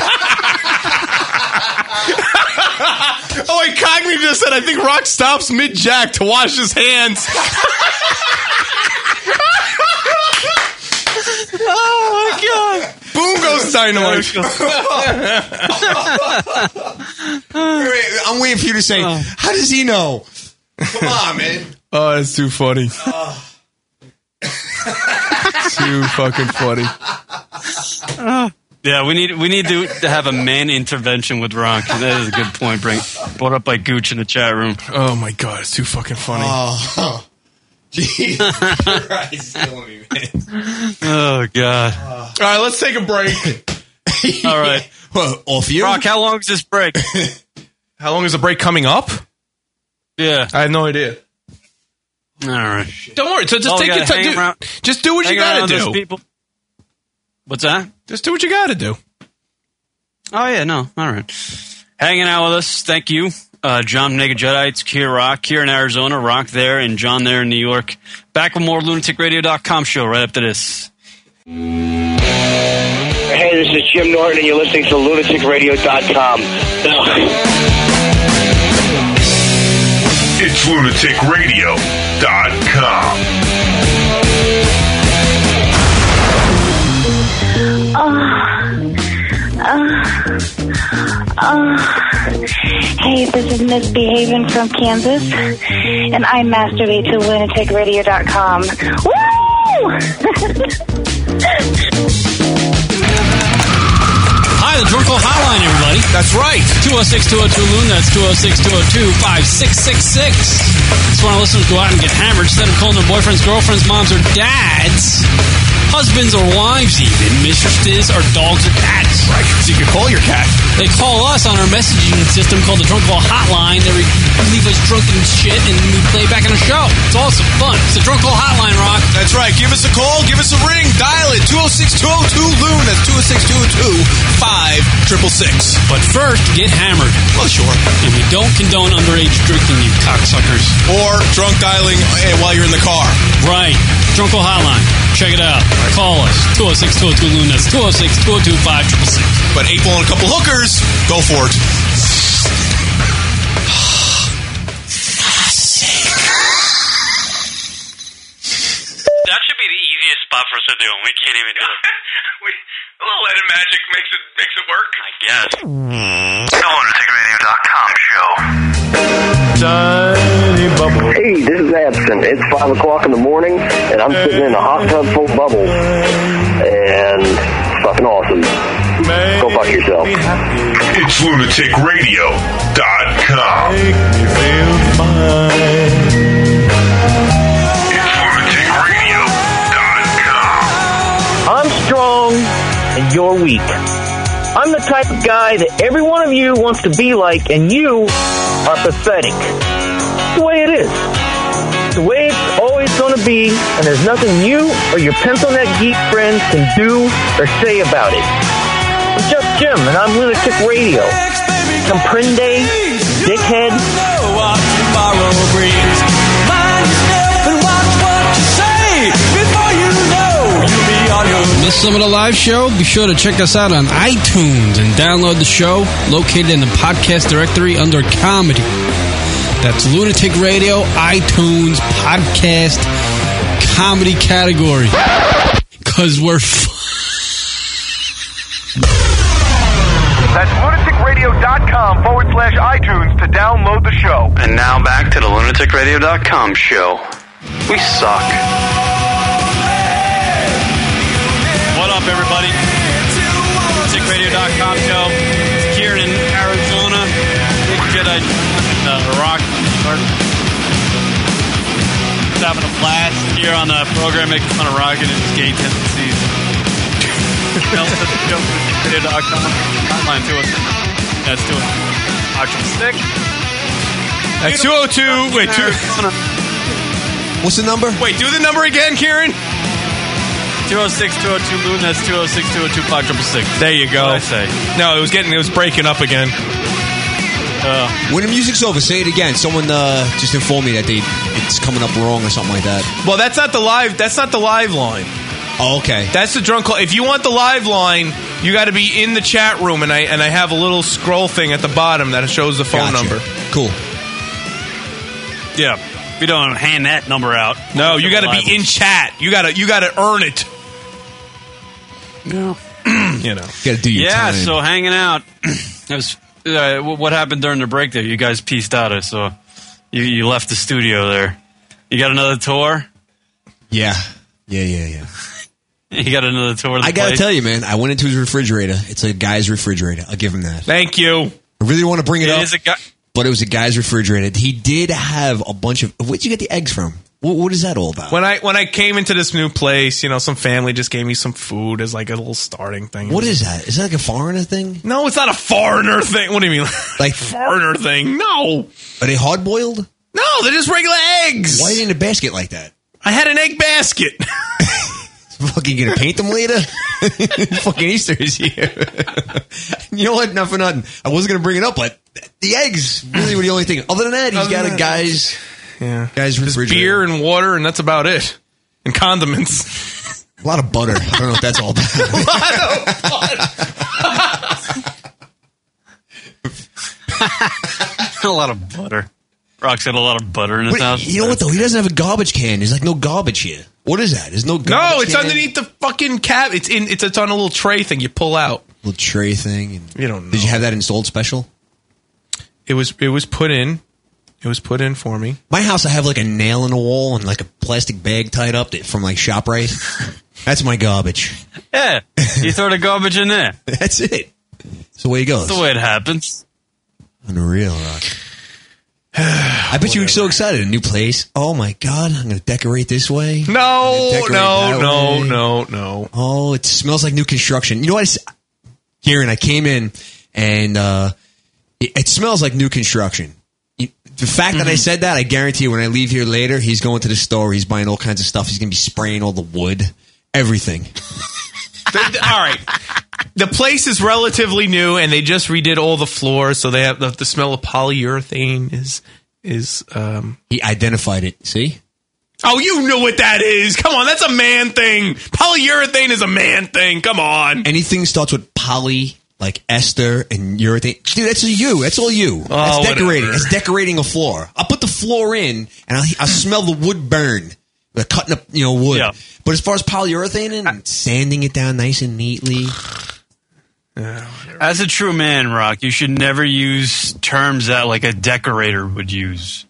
oh, wait, Cogney just said, I think Rock stops mid jack to wash his hands. (laughs)
oh my god!
Boom goes dynamite.
Wait, wait, I'm waiting for you to say.
Oh.
How does he know? Come on, man.
Oh, that's too
(laughs)
funny. too fucking funny.
Yeah, we need we need to, to have a man intervention with Rock. That is a good point. Bring, brought up by Gooch in the chat room.
Oh my god, it's too fucking funny.
(laughs)
Oh, Jesus Christ, killing me, man.
Oh god.
All right, let's take a break.
All right.
Well, off you.
Rock, how long is this break?
How long is the break coming up?
Yeah.
I have no idea.
All right.
Don't worry. So just
Oh, we
take your
gotta
time.
hang around-
Do, just do what
hang
you gotta
around
do.
with those people. What's that?
Just do what you gotta do.
Oh yeah, no, all right. Hanging out with us, thank you, uh, John from Naked Jedites, Kier Rock here in Arizona, Rock there, and John there in New York. Back with more lunaticradio.com show right after this.
Hey, this is Jim Norton, and you're listening to lunaticradio.com.
It's lunaticradio.com.
Hey, this is Miss Behavin' from Kansas, and I masturbate to lunaticradio.com.
Hi, the Drunk Call Hotline, everybody. oh That's right. 206 202 Loon. That's 206 202 5666. Just want to listen go out and get hammered instead of calling their boyfriends, girlfriends, moms, or dads. Husbands or wives, even mistresses or dogs or cats. Right, so you can call your cat. They call us on our messaging system called the Drunk Call Hotline. They re- leave us drunk and shit, and we play back on the show. It's awesome fun. It's the Drunk Call Hotline, Rock.
That's right. Give us a call. Give us a ring. Dial it. 206 202 Loon. That's 206 202 5666.
But first, get hammered.
Well, sure.
And we don't condone underage drinking, you cocksuckers.
Or drunk dialing eh, while you're in the car.
Right. Drunkle Hotline. Check it out. Call us. 206 202 Loon. That's 206 202 5666.
But April and a couple hookers, go for it.
That should be the easiest spot for us to do, and we can't even do it. (laughs) we, a little Ed and Magic makes it makes it work. I guess.
lunaticradio.com show.
Hey, this is Abson. It's 5 o'clock in the morning, and I'm sitting in a hot tub full of bubbles. And it's fucking awesome. Go fuck yourself.
It's lunaticradio.com.
I'm strong and you're weak. I'm the type of guy that every one of you wants to be like, and you are pathetic. It's the way it is. It's the way it's always going to be, and there's nothing you or your pencil neck geek friends can do or say about it. I'm just Jim, and I'm Lunatic Radio. Comprende, dickhead.
Miss some of the live show? Be sure to check us out on iTunes and download the show located in the podcast directory under comedy. That's Lunatic Radio, iTunes, podcast, comedy category. Because we're fun.
That's lunaticradio.com forward slash iTunes to download the show.
And now back to the lunaticradio.com show. We suck.
up, everybody? MusicRadio.com show. It's here in Arizona. Big Jedi uh, Rock. Just having a blast here on the program, making fun of Rocket and his gay tendencies. Nelson, go to MusicRadio.com. Hotline to us. That's oh to us. Auction stick.
That's 202. Wait, oh two.
What's the number?
Wait, do the number again, Kieran.
206 202 Loon. That's 206 202 5666.
There you go.
What I say.
No, it was getting, it was breaking up again.
when the music's over, say it again. Someone uh, just informed me that they it's coming up wrong or something like that.
Well, that's not the live. That's not the live line.
Oh, okay.
That's the drunk call. If you want the live line, you got to be in the chat room, and I and I have a little scroll thing at the bottom that shows the phone
Gotcha.
number.
Cool.
Yeah. We don't hand that number out.
No, you got to be in chat. You got to you got to earn it.
No.
you know.
Got to do
yeah, so hanging out. (clears throat) That was uh, wh- what happened during the break there. You guys pieced out us, so you, you left the studio there. You got another tour.
Yeah. Yeah, yeah, yeah.
You got another tour. of the
I gotta
place?
tell you, man. I went into his refrigerator. It's a guy's refrigerator. I'll give him that.
Thank you.
I really want to bring it,
It
up,
is a guy-
but it was a guy's refrigerator. He did have a bunch of. Where'd you get the eggs from? What, what is that all about?
When I when I came into this new place, you know, some family just gave me some food as like a little starting thing.
What is that? Is that like a foreigner thing?
No, it's not a foreigner thing. What do you mean? (laughs)
Like
foreigner thing? No.
Are they hard boiled?
No, they're just regular eggs.
Why are they in a basket like that?
I had an egg basket. (laughs)
Fucking gonna paint them later? (laughs) Fucking Easter is here. (laughs) you know what? Not for nothing. I wasn't gonna bring it up, but the eggs really were the only thing. Other than that, he's
Other
got
than
a
that,
guy's
yeah.
guy's refrigerator.
Beer and water, and that's about it. And condiments.
A lot of butter. I don't know if that's all about.
(laughs) (laughs) a lot of butter. Rock's got a lot of butter in his
What-
house.
you know what though? He doesn't have a garbage can. There's like no garbage here. What is that? There's no garbage
No, it's
can.
underneath the fucking cab. It's in. It's, it's on a little tray thing you pull out.
little tray thing. And
you don't. Know.
Did you have that installed special?
It was. It was put in. It was put in for me.
My house, I have like a nail in the wall and like a plastic bag tied up that- from like
(laughs)
Shoprite. That's my garbage. (laughs)
Yeah, you throw the garbage in there.
That's it. It's the way it goes.
That's the way it happens.
Unreal,
(sighs)
Rock. I bet you were so excited. A new place. Oh my god! I'm going to decorate this way.
No,
Decorate
no,
that
no,
way.
no, no.
Oh, it smells like new construction. You know what? I s- Kieran, I came in and uh, it, it smells like new construction. You- The fact that I said that, I guarantee you, when I leave here later, he's going to the store. He's buying all kinds of stuff. He's going to be spraying all the wood, everything.
Th- th- all (laughs) right. The place is relatively new, and they just redid all the floors, so they have the, the smell of polyurethane is is. um
He identified it. See?
Oh, you know what that is. Come on, that's a man thing. Polyurethane is a man thing. Come on.
Anything starts with poly, like ester and urethane. Dude, that's a you. That's all you.
Oh,
that's decorating.
whatever.
That's decorating a floor. I'll put the floor in and I'll, I'll smell the wood burn. The cutting up, you know, wood.
Yeah.
But as far as polyurethane and sanding it down nice and neatly,
As a true man, Rock, you should never use terms that like a decorator would use.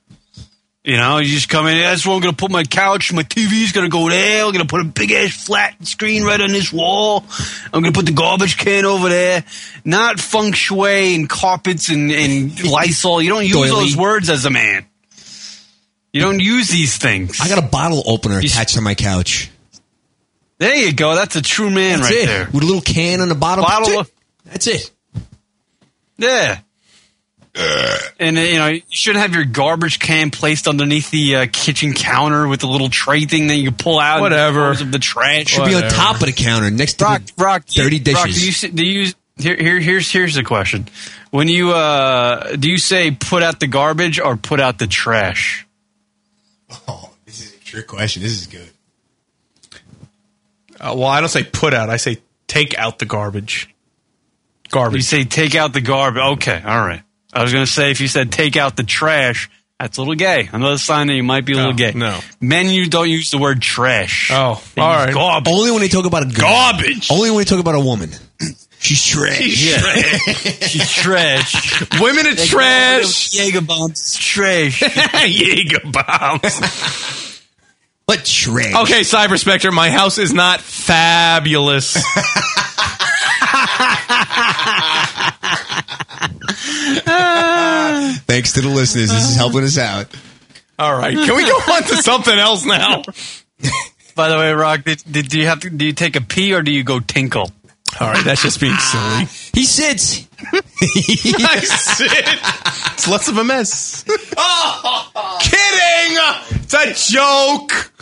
You know, you just come in. That's where I'm going to put my couch. My TV's going to go there. I'm going to put a big ass flat screen right on this wall. I'm going to put the garbage can over there. Not feng shui and carpets
(laughs)
and, and Lysol. You don't use
Doily.
those words as a man. You don't use these things.
I got a bottle opener attached to my couch.
There you go. That's a true man
That's
right
it.
there.
With a little can on the bottom.
Bottle of-
That's it.
Yeah. And uh, you know you shouldn't have your garbage can placed underneath the uh, kitchen counter with the little tray thing that you pull out. and
Whatever.
dispose of the trash
Should be on top of the counter next to
Rock,
the
rock, do you-
dirty dishes.
Rock, do you, s- do you s- here, here, here's here's the question: When you uh, do you say put out the garbage or put out the trash?
Trick question. This is good.
Uh, well, I don't say put out. I say take out the garbage.
You
Garbage.
say take out the garbage. Okay, all right. I was gonna say if you said take out the trash, that's a little gay. Another sign that you might be a little gay.
no.
men you don't use the word trash.
Oh,
They
all
use
right.
garbage.
Only when they talk about a girl.
Garbage.
Only when they talk about a woman. She's trash.
Yeah. She's (laughs) trash.
Women are trash. (laughs)
Jager bombs. Trash.
Jager bombs.
What trash?
(laughs) Okay, Cyber Spectre, my house is not fabulous.
Thanks to the listeners. This is helping us out.
(laughs) All right, can we go on to something else (laughs) now?
By the way, Rock, did, did do you have to do you take a pee or do you go tinkle? Ah,
All right, that's just being silly.
He sits.
(laughs) I sit. It's less of a (laughs) mess. Oh, kidding! It's a joke.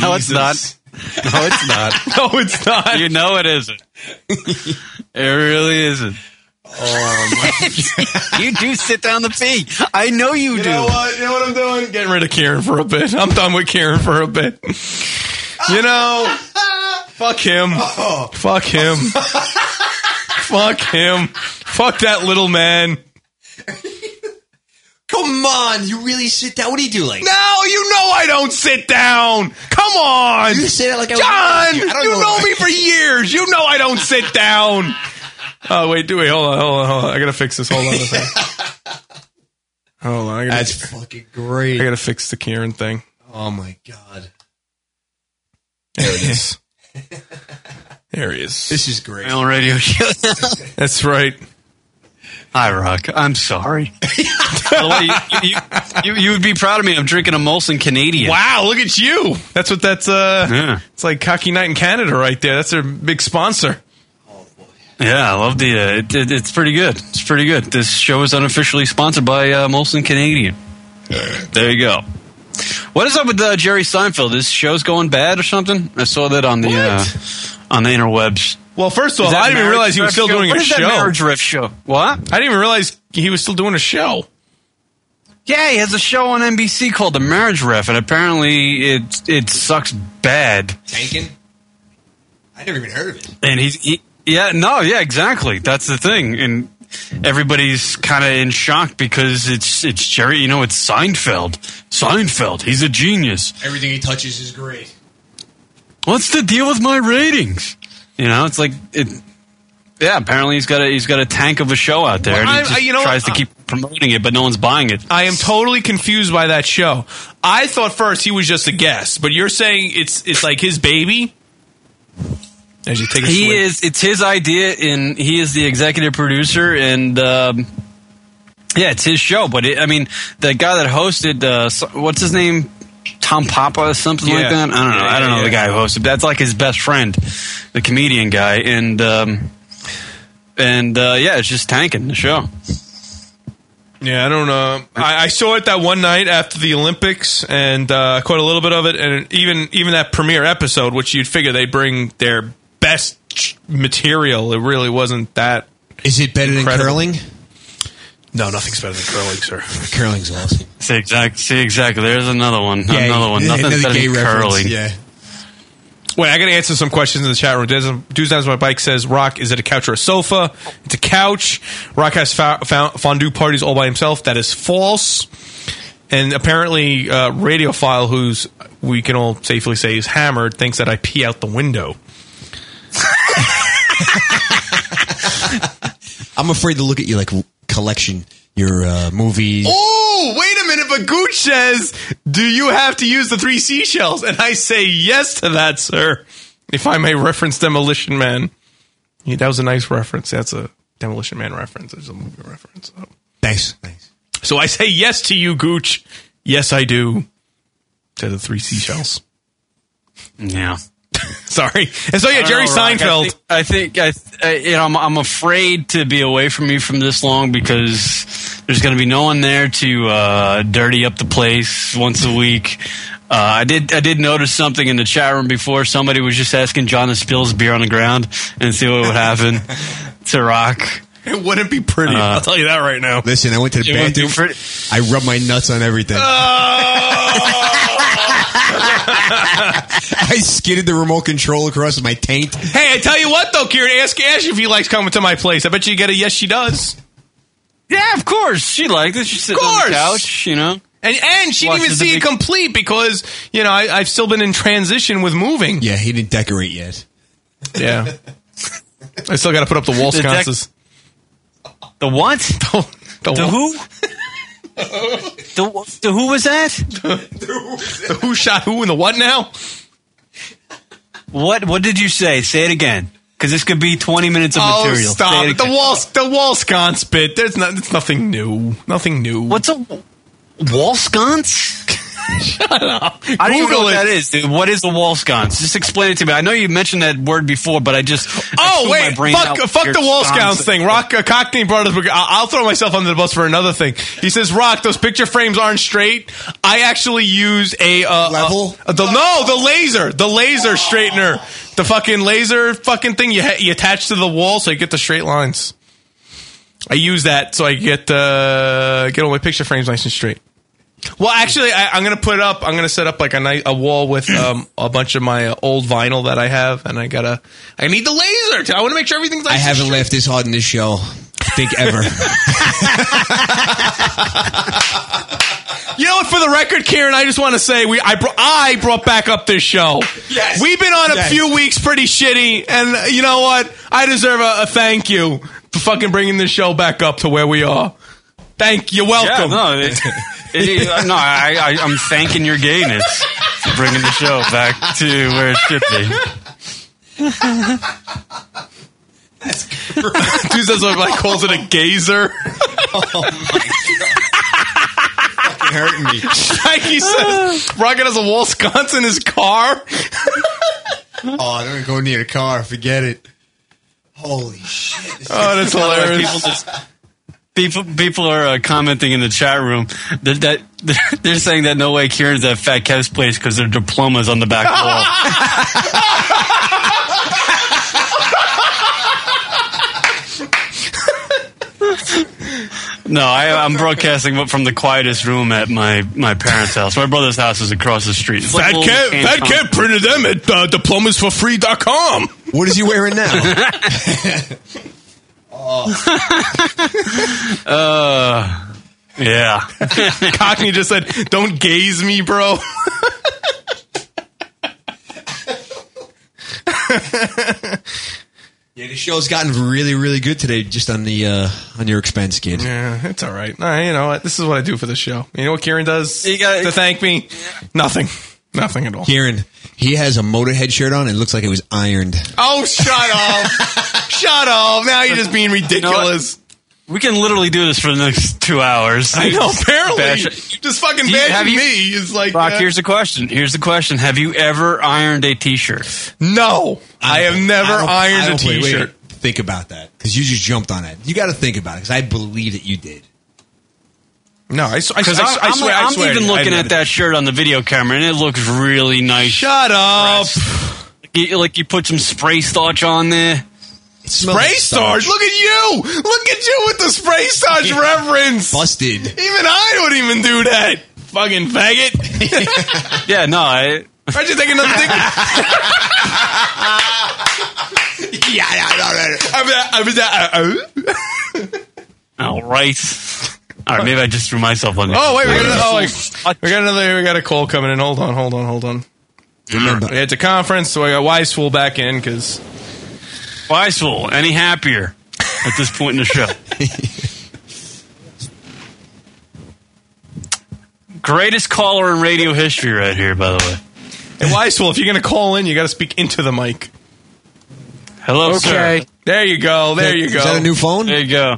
No, it's not. (laughs) No, it's not.
no, Oh, it's not.
You know it (laughs) isn't. It really isn't. Oh,
(laughs)
you do sit down the pee. I know you, do.
know what? You know what I'm doing? Getting rid of Karen for a bit. I'm done with Karen for a bit. You know, fuck him.
Oh.
Fuck
(laughs)
him. fuck him. Fuck that little man.
Come on, you really sit down. What do you do, like?
No, you know I don't sit down. Come on. (laughs)
You say that like I was-
John,
I don't
you
know.
know me for years. You know I don't sit down. Oh, wait, do wait. Hold on, hold on, hold on. I got to fix this. Hold on a second. Hold on. I gotta,
That's fucking great.
I got to fix the Karen thing.
Oh my god.
There it is. there he is.
This is great.
My own radio (laughs) show.
That's right.
Hi, Rock.
(laughs)
I'm sorry. By the way, you, you, you, you would be proud of me. I'm drinking a Molson Canadian.
Wow, look at you. That's what that's uh it's like Cocky Night in Canada right there. That's their big sponsor.
Yeah, I love the. Uh, it, it- it's pretty good. It's pretty good. This show is unofficially sponsored by uh, Molson Canadian. There you go. What is up with uh, Jerry Seinfeld? This show's going bad or something? I saw that on the uh, on the interwebs.
Well, first of all,
Is that
I didn't even
marriage
realize he was
ref
still
show?
doing
What
a
is
show.
that marriage ref show? What?
I didn't even realize he was still doing a show.
Yeah, he has a show on NBC called The Marriage Ref, and apparently it it sucks bad.
Tankin? I never even heard of it.
And he's he, yeah, no, yeah, exactly. That's the thing, and everybody's kind of in shock because it's it's Jerry. You know, it's Seinfeld. Seinfeld, he's a genius.
Everything he touches is great.
What's the deal with my ratings? You know, it's like it. Yeah, apparently he's got a he's got a tank of a show out there,
Well,
and he
I'm-
just
I- you know
tries
what?
to keep promoting it, but no one's buying it.
I am totally confused by that show. I thought first he was just a guest, but you're saying it's it's like his baby. As you take a
he
swig.
is it's his idea and he is the executive producer and um, yeah it's his show but it, i mean the guy that hosted uh, so- what's his name tom papa or something like
Yeah.
that i don't know
Yeah,
i don't know
yeah,
the guy who hosted that's like his best friend the comedian guy and um, and uh, yeah it's just tanking the show
Yeah, I don't know. I, I saw it that one night after the Olympics, and uh, caught a little bit of it, and even even that premiere episode, which you'd figure they bring their best ch- material. It really wasn't that.
Is it better
incredible.
than curling?
No, nothing's better than curling, sir.
Curling's awesome.
see exactly see exactly there's another one
Yeah,
another one
yeah,
(laughs) nothing's
another
better
gay
than
reference,
curling
yeah.
Wait, I got to answer some questions in the chat room. Dudes- Dudes Downs My Bike says, Rock, is it a couch or a sofa? It's a couch. Rock has fa- fa- fondue parties all by himself. That is false. And apparently, uh, Radiophile, who's we can all safely say is hammered, thinks that I pee out the window.
I'm afraid to look at you like collection, your uh, movie.
Oh, wait a minute. But Gooch says, Do you have to use the three seashells? And I say yes to that, sir. If I may reference Demolition Man. Yeah, that was a nice reference. That's a Demolition Man reference. It's a movie reference. So.
Nice, nice.
So I say yes to you, Gooch. Yes, I do. To the three seashells.
(laughs) yeah
Sorry. And so,
I
yeah,
don't
Jerry
know, Rock.
Seinfeld.
(laughs) I think I, think I, I you know, I'm, I'm afraid to be away from you from this long because there's going to be no one there to uh, dirty up the place once a week. Uh, I did I did notice something in the chat room before. Somebody was just asking John to spill his beer on the ground and see what would (laughs) happen to Rock. Uh,
It wouldn't be pretty. I'll tell you that right now.
Listen, I went to the
You wanna do
bathroom. I rubbed my nuts on everything. (laughs) I skidded the remote control across my taint.
Hey, I tell you what, though, Kieran, ask Ash if he likes coming to my place. I bet you get a yes, she does.
Yeah, of course. She liked it. She's sitting on the couch, you know.
And, and she didn't
Watches
even
the
see it
big-
complete because, you know, I, I've still been in transition with moving.
Yeah, he didn't decorate yet.
(laughs)
Yeah. I still got to put up the wall
The deck-
sconces. (laughs)
The what?
The,
(laughs) The
wall-
who? The, the who was that? the
who shot who and (laughs) the what now?
What what did you say? Say it again, because this could be twenty minutes of
oh,
material.
stop
Say
it.
it
The
again.
wall, the wall sconce bit. There's not. It's nothing new. Nothing new. What's
a wall sconce?
(laughs) Shut up.
I don't even know
Google
what
it.
that is, dude. What is a wall sconce? Just explain it to me. I know you mentioned that word before, but I just I
Oh
threw my
wait,
brain
fuck,
out with
fuck
your
the wall
sconce.
scounts thing. Rock uh, Cockney Brothers. I- I'll throw myself under the bus for another thing. He says, "Rock, those picture frames aren't straight. I actually use a uh, level. the no, the laser, the laser straightener, the fucking laser fucking thing you ha- you attach to the wall so you get the straight lines. I use that so I get uh, get all my picture frames nice and straight. Well, actually, I, I'm gonna put up. I'm gonna set up like a ni- a wall with um, a bunch of my uh, old vinyl that I have, and I gotta. I need the laser. To, I want to make sure everything's. Nice
I
and
haven't
straight.
laughed this hard in this show. I think (laughs) ever.
You know what? For the record, Karen, I just want to say we I br- I brought back up this show. Yes, we've been on a
Yes.
few weeks pretty shitty, and uh, you know what? I deserve a, a thank you for fucking bringing this show back up to where we are. Thank you. Welcome. (laughs)
Yeah, no, it, it, it- no, I, I, I'm thanking your gayness for bringing the show back to where it should be.
Dude says like calls it a gazer. Fucking hurting me. Shaggy says Rocket has a wall sconce in his car.
oh, don't go near the car. Forget it. Holy shit!
Oh, that's hilarious.
People just- People, people are uh, commenting in the chat room that, that (laughs) they're, they're saying that no way Kieran's at Fat Kev's place because their diploma's on the back
(laughs)
wall. No, I, I'm broadcasting from the quietest room at my, my parents' house. My brother's house is across the street. It's like
Fat
a little
cat,
camp
fat
complex.
cat printed them at uh, diplomasforfree.com.
What is he wearing
(laughs)
now?
uh,
yeah.
Cockney just said, "Don't gaze me, bro."
yeah, the show's gotten really, really good today, just on the uh, on your expense, kid.
yeah, it's all right. All right, you know what? This is what I do for the show. You know what Kieran does to thank me? Nothing. Nothing at all.
Kieran, he has a Motorhead shirt on. It looks like it was ironed.
Oh, shut (laughs) up. shut up. Now you're just being ridiculous.
We can literally do this for the next two hours.
I know, apparently.
Bash-
Just fucking
Do you- have
bashing
you-
me is like.
Rock,
uh,
here's the question. Here's the question. Have you ever ironed a t-shirt?
No. I have never
I don't- I
ironed a
don't- wait,
t
wait.
shirt.
Think about that because you just jumped on it. You got to think about it because I believe that you did.
No, I, s- I s-
Because
I
I'm,
s- I
I'm-
swear- I
I'm
swear
even
I
looking
never
at
did.
that shirt on the video camera, and it looks really nice.
Shut up!
Like you, like you put some spray starch on there.
Spray starch? Look at you! Look at you with the spray starch reference!
Busted.
Even I don't even do that! Fucking
(laughs)
faggot!
yeah, no. I,
Why'd you take another dick?
yeah,
uh,
All right. All right. Maybe I just threw myself on.
Oh wait, we got, another, oh, wait. we got another. We got a call coming in. Hold on, hold on, hold on.
Remember-
it's a conference, so I got Weissful back in because
Weissful any happier at this point in the
(laughs)
show? Greatest caller in radio history, right here. By the way.
Hey, Weissful, if you're gonna call in, you got to speak into the mic.
Hello, sir.
There you go. There you go.
phone?
There you go.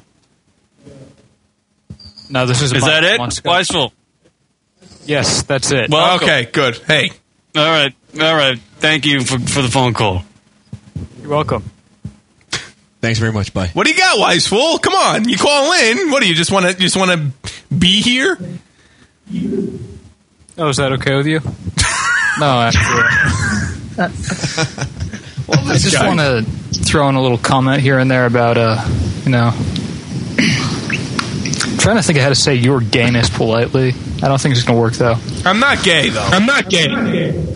No, this is.
Is that it?
Once
Weissful.
Yes, that's it.
Well,
okay, good. Hey.
All right. All right. Thank you for, for the phone call.
You're welcome.
Thanks very much. Bye.
What do you got, Weissful? Come on, you call in. What do you just want to just want to be here?
Oh, is that okay with you? (laughs) no, I. I just
guy.
want to throw in a little comment here and there about, uh, you know, I'm trying to think of how to say your gayness politely. I don't think it's going to work though.
I'm not gay though. I'm not gay.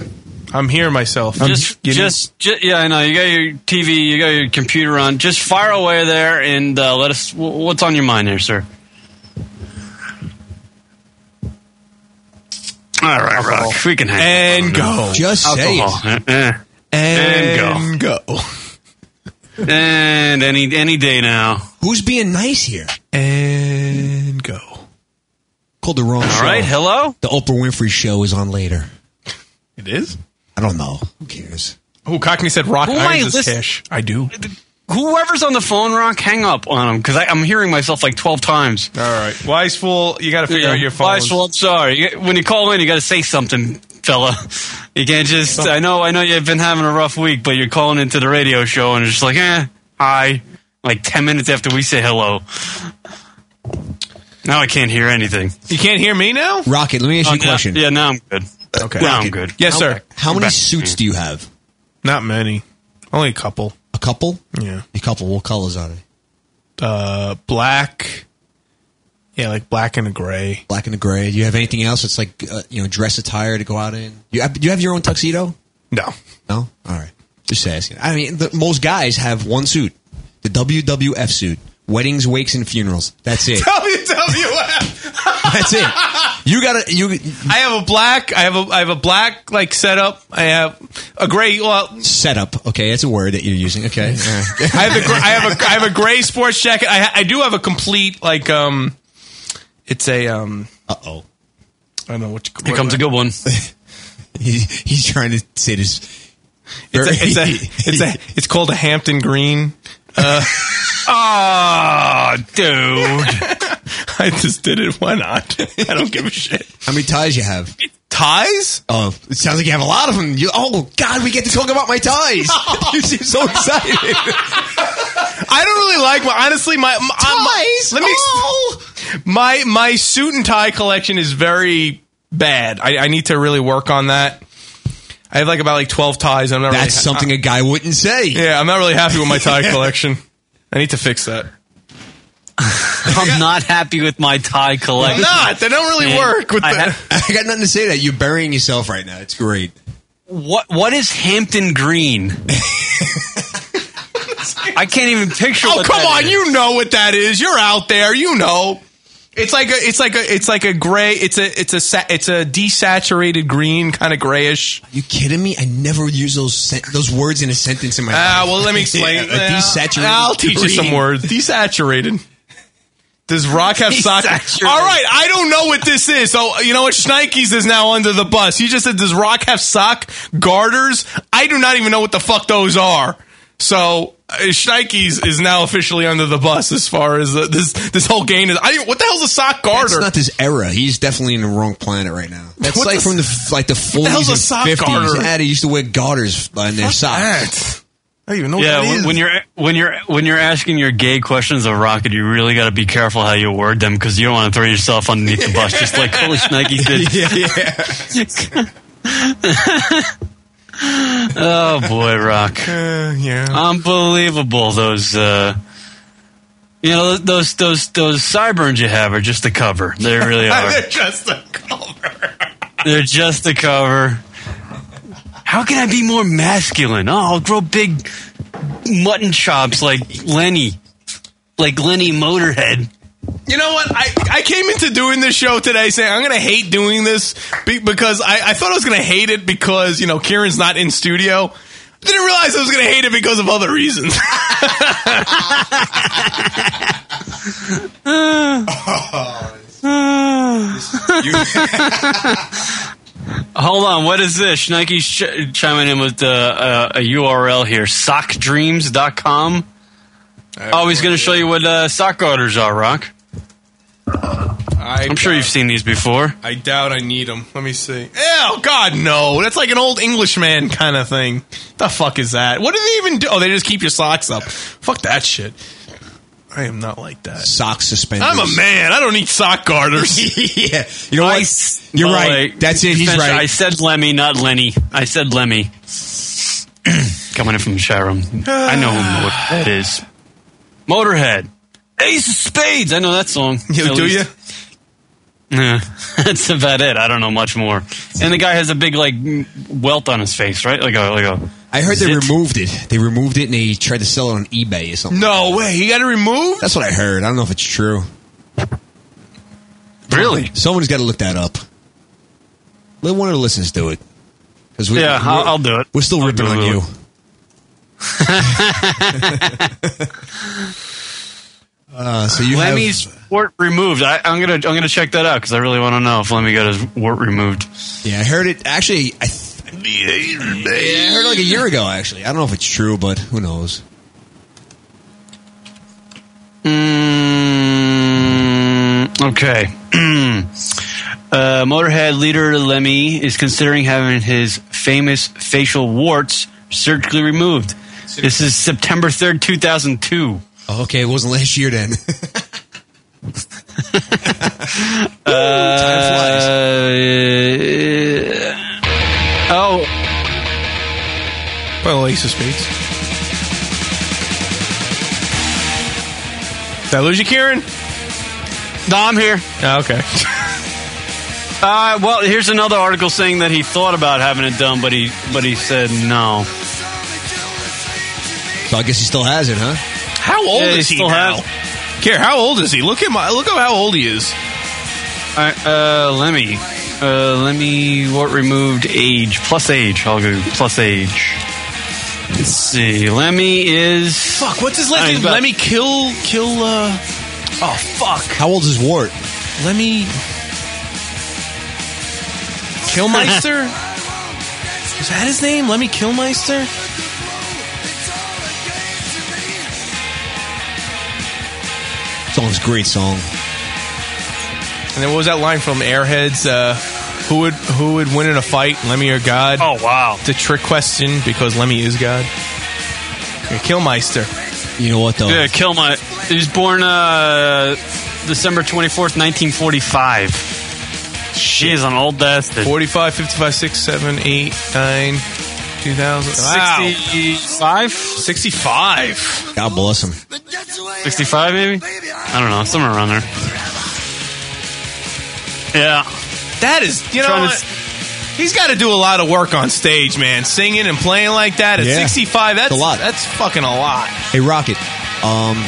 I'm here myself.
Um,
Just, just, ju- yeah, I know. You got your TV, you got your computer on. Just fire away there and uh, let us. wh- What's on your mind there, sir? All right, Rock. We can hang
and go.
Just
say
alcohol. Eh, eh.
And
And
go.
and any any day now.
Who's being nice here?
And go.
called the wrong show.
right, hello?
The Oprah Winfrey Show is on later.
It is?
I don't know. Who cares?
Oh, Cockney said rock
Who am I
irons is
listen-
cash. I do.
Whoever's on the phone, Rock, hang up on them because I'm hearing myself like 12 times.
All right. Wise fool, you got to figure out your phone.
Wise fool, I'm sorry. You- When you call in, you got to say something, fella. You can't just. I know, I know you've been having a rough week, but you're calling into the radio show and it's just like, eh, hi. Like 10 minutes after we say hello. Now I can't hear anything.
You can't hear me now?
Rocket, let me ask
Oh,
you a
now-
question.
Yeah, now I'm good.
Okay.
Now I'm good.
Yes, sir.
How many suits do you have?
Not many. Only a couple.
A couple?
Yeah.
A couple. What colors are they?
Uh, black. Yeah, like black and gray.
Black and the gray. Do you have anything else that's like uh, you know dress attire to go out in? You have, do you have your own tuxedo?
No. (laughs)
No. All right. Just asking. I mean, the, most guys have one suit, the WWF suit, weddings, wakes, and funerals. That's it.
WWF.
that's it. You gotta. You. I
have a black. I have a. I have a black like setup. I have a gray. Well,
Setup. Okay, that's a word that you're using. Okay.
I
(laughs)
have a gr- I have a I have a gray sports jacket. I ha- I do have a complete like um, it's a um.
Uh oh.
I don't know what. You,
Here comes a good one.
he, he's trying to say this.
It's a, it's a, it's a, it's called a Hampton Green. (laughs) Uh, oh, dude! I just did it. Why not? (laughs) I don't give a shit.
How many ties you have?
Ties?
Oh, it sounds like you have a lot of them. You, oh God, we get to talk about my (laughs) ties. you seem so excited.
I don't really like my honestly my, my
Ties?
My, let me my my suit and tie collection is very bad. I, I need to really work on that. I have like about like twelve ties. I'm not.
That's something a guy wouldn't say.
Yeah, I'm not really happy (laughs) with my tie collection. I need to fix that.
I'm not happy with my tie collection.
not. They don't really work with
I
that.
have-
(laughs) I got nothing to say. That you're burying yourself right now. It's great.
What What is
(laughs)
Hampton Green? I can't even picture.
Oh
what
come
that
on,
is.
you know what that is. You're out there, you know. It's like a, it's like a, it's like a gray. It's a, it's a, sa- it's a desaturated green, kind of grayish.
You kidding me? I never use those sen- those words in a sentence in my.
Ah,
life. (laughs)
well, let me (laughs) explain.
A desaturated
I'll teach you some
green.
words. Desaturated. Does Rock have socks?
Desaturated.
All right, I don't know what this is. So you know what? Schneikes is now under the bus. You just said, "Does Rock have sock garters?" I do not even know what the fuck those are. So uh, Schneikes is now officially under the bus as far as uh, this this whole game is. I didn't- what the hell's a sock
That's
garter?
not this era. He's definitely in the wrong planet right now. That's
What
like
the
from the f- like the
What the hell's
forties
a
and
sock
fifties.
garter?
Yeah, they used to wear garters on their
Fuck
socks.
I don't even know.
yeah,
what that
when,
is.
when you're when you're when you're asking your gay questions of Rocket, you really got to be careful how you word them because you don't want to throw yourself underneath the bus, just like Holy Snike did.
(laughs)
oh boy, Rock!
Uh, yeah, (laughs)
Unbelievable those. Uh, you know those those those sideburns you have are just a cover. They really
(laughs)
are.
They're just a
They're just a cover. How can I be more masculine? Oh, I'll grow big mutton chops like Lenny, like Lenny Motorhead.
You know what? I, I came into doing this show today saying I'm going to hate doing this be- because I, I thought I was going to hate it because, you know, Kieran's not in studio. Didn't realize I was going to hate it because of other reasons.
Hold on, what is this? Schneike's ch- chiming in with uh, uh, a URL here sockdreams.com. (laughs) Oh, he's going to show you what uh, sock orders are, Rock.
I
I'm sure you've seen these before.
I doubt I need them. Let me see. Oh, God, no. That's like an old Englishman kind of thing. The fuck is that? What do they even do? Oh, they just keep your socks up. Fuck that shit. I am not like that.
Sock suspenders.
I'm a man. I don't need sock (laughs) garters.
yeah. You know what? You're
Oh,
right.
wait.
That's it. He's
Defense- I
right.
said Lemmy, not Lenny. I said Lemmy. (clears throat) Coming in from Sharon. I know who Motorhead is. Motorhead. Ace of Spades. I know
(laughs)
that song.
You-
At
do
least. Yeah, (laughs) that's about it. I don't know much more. And the guy has a big like m- welt on his face, right? Like a like a.
I heard they removed it. They removed it and they tried to sell it on eBay or something.
No way. He got it removed?
That's what I heard. I don't know if it's true.
Really?
Someone's got to look that up. Let one of the listeners do it. 'Cause we-
Yeah, I'll-
we're-
I'll do it.
We're still
I'll
ripping on
Google
you.
it.
(laughs) Uh, so you
Lemmy's wart removed. I, I'm gonna I'm gonna check that out because I really want to know if Lemmy got his wart removed.
Yeah, I heard it. Actually, I, Yeah, I heard like a year ago. Actually, I don't know if it's true, but who knows?
Mm, okay. (clears throat) uh, Motorhead leader Lemmy is considering having his famous facial warts surgically removed. This is September 3rd, 2002.
Okay, it wasn't last year then. (laughs)
Uh, oh.
Well, Ace of Spades. Did I lose you, Kieran?
No, I'm here.
okay.
Uh, well, here's another article saying that he thought about having it done, but he but he said no.
So I guess he still has it, huh?
How old
Yeah, he
is he,
still
now?
has-
Care, how old is he? Look at my look at how old he is.
All right, uh, Lemmy. Uh, Lemmy, what removed age? Plus age. I'll go plus age. Let's see. Lemmy is.
Fuck, what's his last
Oh, he's
name?
about-
Lemmy Kill Kill uh Oh fuck.
How old's his wart?
Lemmy
(laughs)
Killmeister? is that his name? Lemmy Killmeister?
Song's a great song.
And then what was that line from Airheads? Uh, who would who would win in a fight, Lemmy or God?
Oh wow,
the trick question because Lemmy is God. Yeah, Killmeister.
You know what though?
Yeah, kill my. He was born uh, December 24th, 1945. She is an old bastard.
45, 55, 6, 7, 8, 9, 2000. Wow.
65?
65.
God bless him.
65 maybe? I don't know, somewhere around there. Yeah.
That is, you know,
Trying to
what? he's got to do a lot of work on stage, man. Singing and playing like that at
Yeah.
65, that's
It's a lot.
That's fucking a lot.
Hey, Rocket. Um,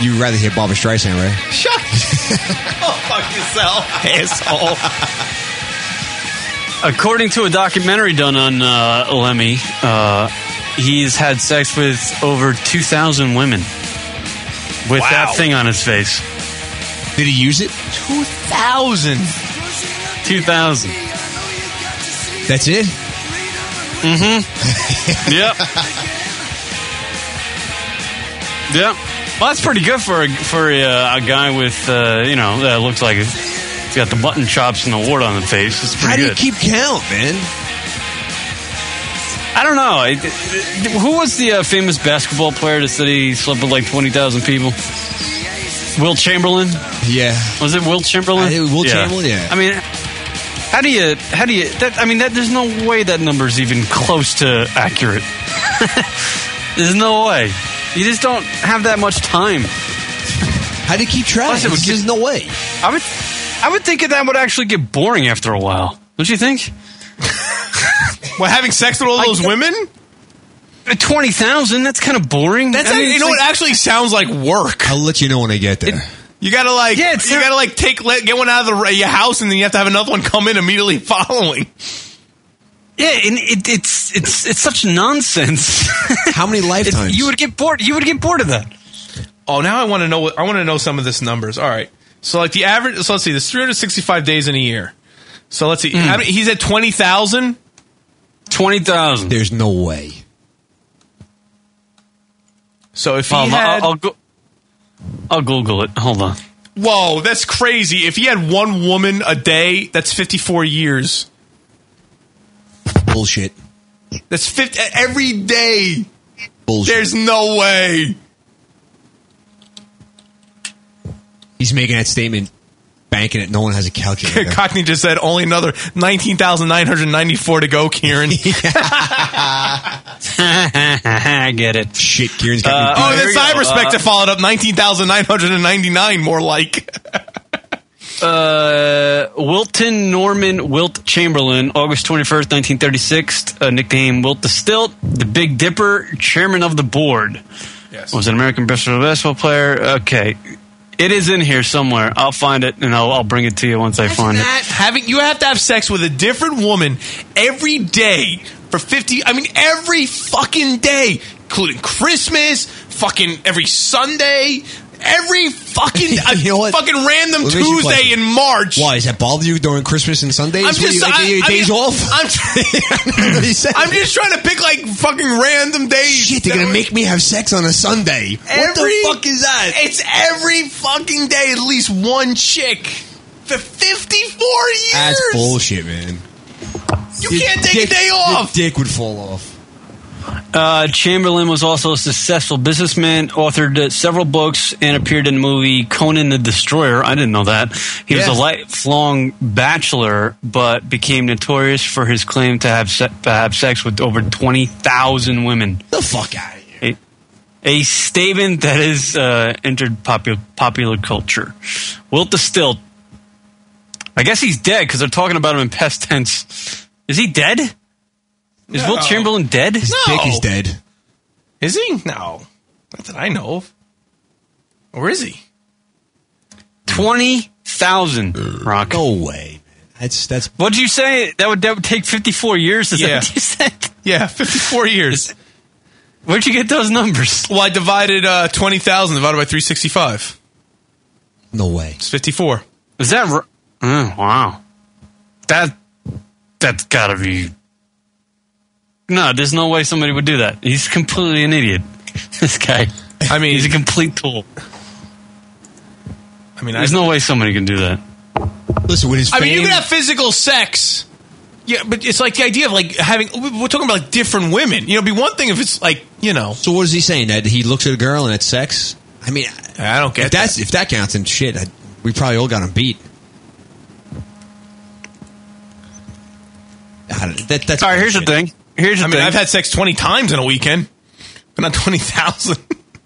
you'd rather hear Bobby Streisand, right?
(laughs) Shut. oh, fuck yourself, asshole.
According to a documentary done on uh, Lemmy, uh, he's had sex with over 2,000 women with
Wow.
that thing on his face.
Did he use it?
2,000.
2,000.
That's it.
Mm-hmm. yep. Yep. Well, that's pretty good for a, for a, uh, a guy with uh, you know that looks like he's got the mutton chops and the wart on the face. It's pretty
How do you
good.
keep count, man?
I don't know. I, who was the uh, famous basketball player that said he slept with like twenty thousand people? Will Chamberlain?
Yeah.
Was it Will Chamberlain?
I think Will Chamberlain, yeah.
I mean, how do you? How do you? That, I mean, that, there's no way that number's even close to accurate. (laughs) there's no way. You just don't have that much time.
How do you keep track? There's no way.
I would. I would think that that would actually get boring after a while. Don't you think?
(laughs) well, having sex with all those women?
Twenty thousand—that's kind of boring.
That's
I mean,
you
it's
know
like-
what actually sounds like work.
I'll let you know when I get there.
You gotta like, you gotta like take let, get one out of the, your house, and then you have to have another one come in immediately (laughs) following.
Yeah, and it, it's it's it's such nonsense.
How
(laughs)
many lifetimes?
you would get bored. You would get bored of that.
Oh, now I want to know. what- I want to know some of this numbers. All right. So like the average. So let's see. There's 365 days in a year. So let's see.
Hmm.
how many- he's at 20,000.
20,000.
There's no way.
So if he
Oh,
Um,
had,
I'll, I'll go- I'll Google it. Hold on.
whoa, that's crazy. If he had one woman a day, that's 54 years.
Bullshit.
That's 50 every day.
Bullshit.
There's no way.
He's making that statement, banking it. No one has a calculator.
(laughs) Cockney just said only another 19,994 to go, Kieran.
I get it.
Shit, Kieran's
Uh,
got
oh,
me.
then Cyberspectre followed up 19,999 more like.
Uh, Wilton Norman Wilt Chamberlain, August 21st, 1936. Uh, nickname Wilt the Stilt, the Big Dipper, chairman of the board.
Yes.
Was an American professional basketball player. Okay. It is in here somewhere. I'll find it and I'll, I'll bring it to you once I find it.
That having you have to have sex with a different woman every day for 50 I mean every fucking day including Christmas, fucking every Sunday, every
(laughs)
fucking a fucking random
Let me ask you a
Tuesday
question.
in March.
Why does that bother you during Christmas and Sundays? What, you like, your days
I'm,
off? (laughs)
I'm, I'm just trying to pick like fucking random days.
Shit, they're gonna make me have sex on a Sunday. what the fuck is that?
It's every fucking day, at least one chick for 54 years.
That's bullshit, man.
You can't take a day off.
Your dick would fall off.
Uh, Chamberlain was also a successful businessman, authored uh, several books, and appeared in the movie Conan the Destroyer. I didn't know that. He was
Yeah.
a lifelong bachelor, but became notorious for his claim to have, se- to have sex with over 20,000 women.
The fuck out of
here. A, a statement that has uh, entered popu- popular culture. Wilt the Stilt. I guess he's dead because they're talking about him in past tense. Is he dead? Is
No.
Wilt Chamberlain dead? His
No. dick is
dead.
Is he? No. Not that I know of. Or is he?
20,000, Rock.
No way. That's that's.
What'd you say? That would that would take 54 years. Is
Yeah.
that what you said?
Yeah, (laughs) 54 years.
Where'd you get those numbers?
Well, I divided uh, 20,000 divided by 365.
No way.
It's 54.
Is that r- oh, wow? That that's gotta be. No, there's no way somebody would do that. He's completely an idiot. (laughs) This guy.
I mean,
he's a complete tool.
I mean,
there's no way somebody can do that.
Listen, with his
I mean, you can have physical sex. Yeah, but it's like the idea of like having. we- We're talking about like different women. You know, it'd be one thing if it's like you know.
So what is he saying? That he looks at a girl and it's sex? I mean,
I don't get
if that's if that counts and shit. I, we probably all got him beat. I don't- That, that's
all right. Here's the thing. Here's the
I mean,
thing.
I've had sex twenty times in a weekend, but not twenty thousand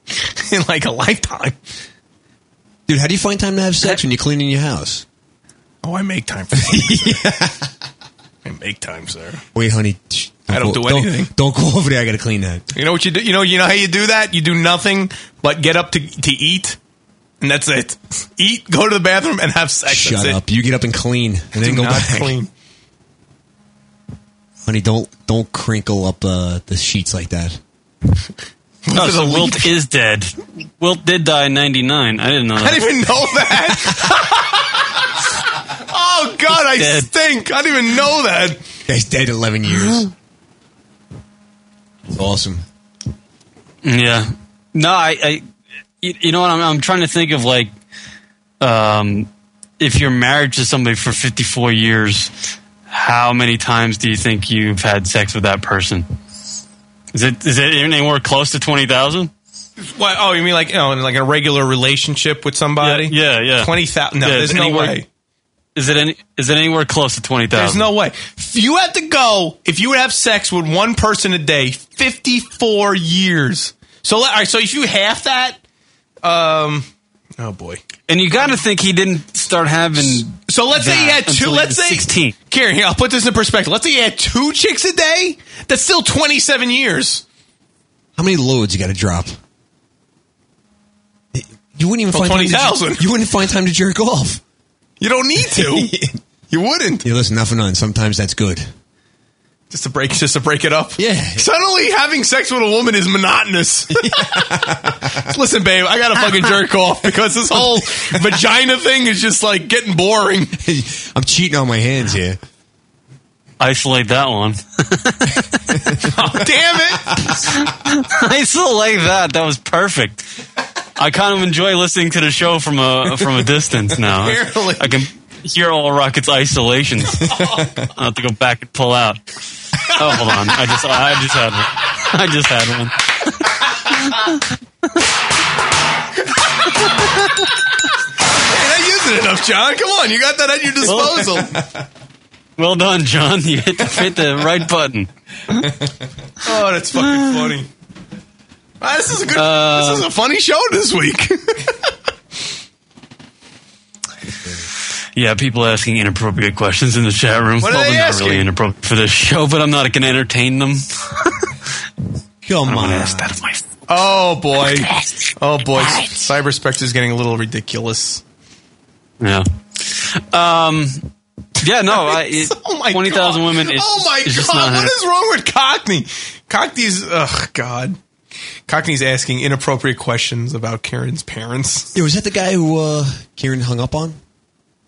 (laughs) in like a lifetime.
Dude, how do you find time to have sex when you're cleaning your house?
Oh, I make time for that. (laughs) I make time, sir.
Wait, honey.
I don't
go-
do anything.
Don't go over there. I got to clean that.
You know what you do? You know, you know how you do that? You do nothing but get up to to eat, and that's it. (laughs) Eat, go to the bathroom, and have sex.
Shut
that's
up. You get up and clean, and then
Do
go
not
back.
clean.
Honey, don't don't crinkle up uh, the sheets like that.
(laughs) Oh, so Wilt is dead. Wilt did die in '99. I didn't know.
It.
That.
I didn't even know that. (laughs) oh God, I stink. I didn't even know that.
Guy's dead eleven
(gasps)
years. It's awesome.
Yeah. No, I, I you, you know what I'm, I'm trying to think of like, um, if you're married to somebody for 54 years, how many times do you think you've had sex with that person? Is it is it even anywhere close to 20,000?
What? Oh, you mean like you know, in like a regular relationship with somebody?
Yeah, yeah.
Twenty thousand? No,
Yeah,
there's no
anywhere-
way.
Is it any is it anywhere close to 20,000?
There's no way. If You have to go if you would have sex with one person a day, fifty four years. So let- all right, so if you half that, um, oh boy.
And you got to think he didn't start having.
So let's say he
that
had two.
until he
Let's
was
say
16.
Karen, here I'll put this in perspective. Let's say he had two chicks a day. That's still twenty seven years.
How many loads you got to drop? You wouldn't even
Well,
find time to-
20,000.
You wouldn't find time to jerk off.
You don't need (laughs) to. you wouldn't.
Yeah, listen, nothing on. Sometimes that's good. (laughs)
just to break, just to break it up.
Yeah.
Suddenly, having sex with a woman is monotonous. (laughs) Listen, babe, I gotta fucking jerk off because this whole vagina thing is just like getting boring.
I'm cheating on my hands here.
Isolate that one.
Damn it!
(laughs) I still like that. That was perfect. I kind of enjoy listening to the show from a from a
(laughs)
distance now.
Apparently.
I can hear all
(laughs)
Rocket's isolations. I'll have to go back and pull out. Oh, hold on. I just I just had one. I just had one.
You're not using it enough, John. Come on, you got that at your disposal.
Well done, John. You hit the, hit the right button.
oh, that's fucking funny. Ah, this is a good.
Uh,
this is a funny show this week.
Yeah, people asking inappropriate questions in the chat room.
What are
well,
they
they're not
asking?
really inappropriate for this show, but I'm not going to entertain them.
Come
on.
oh boy. Oh boy. Cyber Spectre is getting a little ridiculous.
Yeah. Um. Yeah. No. I, it,
(laughs) Oh my
Twenty thousand women. Is,
oh my
is just
god!
Not
What is wrong with Cockney? Cockney's. Ugh, God. Cockney's asking inappropriate questions about Karen's parents.
Yeah, was that the guy who uh, Kieran hung up on?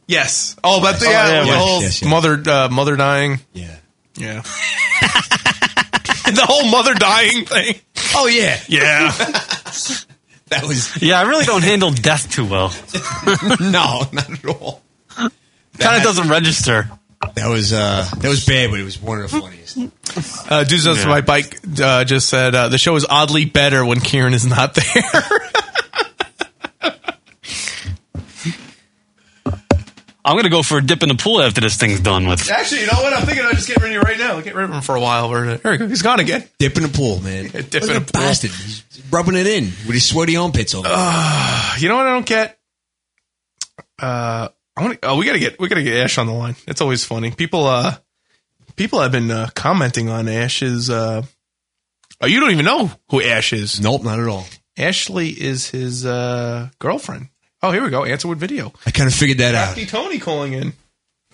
Yes. Oh, about the,
Oh,
yeah,
yeah,
the
yes,
whole
yes, yes.
mother uh, mother dying.
Yeah.
Yeah. (laughs) the whole mother dying thing.
Oh yeah.
Yeah.
that was (laughs)
Yeah, I really don't handle death too well.
no, not at all.
Kind of doesn't register.
That was uh, that was bad, but it was one of the funniest.
(laughs) Uh, dudes on
Yeah.
my bike uh, just said uh, the show is oddly better when Kieran is not there.
I'm gonna go for a dip in the pool after this thing's done with.
Actually, you know what? I'm thinking I'll just get rid of you right now. Get rid of him for a while. We're- There he go. He's gone again.
Dip in the pool, man.
dip in
Look
a
at
pool.
Bastard. He's rubbing it in with his sweaty armpits on.
Uh, you know what I don't get? Uh, I want. Oh, we gotta get we gotta get Ash on the line. It's always funny. People uh, people have been uh, commenting on Ash's. Uh, oh, you don't even know who Ash is.
Nope, not at all.
Ashley is his uh, girlfriend. Oh, here we go. Answer with video.
I kind of figured that out.
Crafty Tony calling in.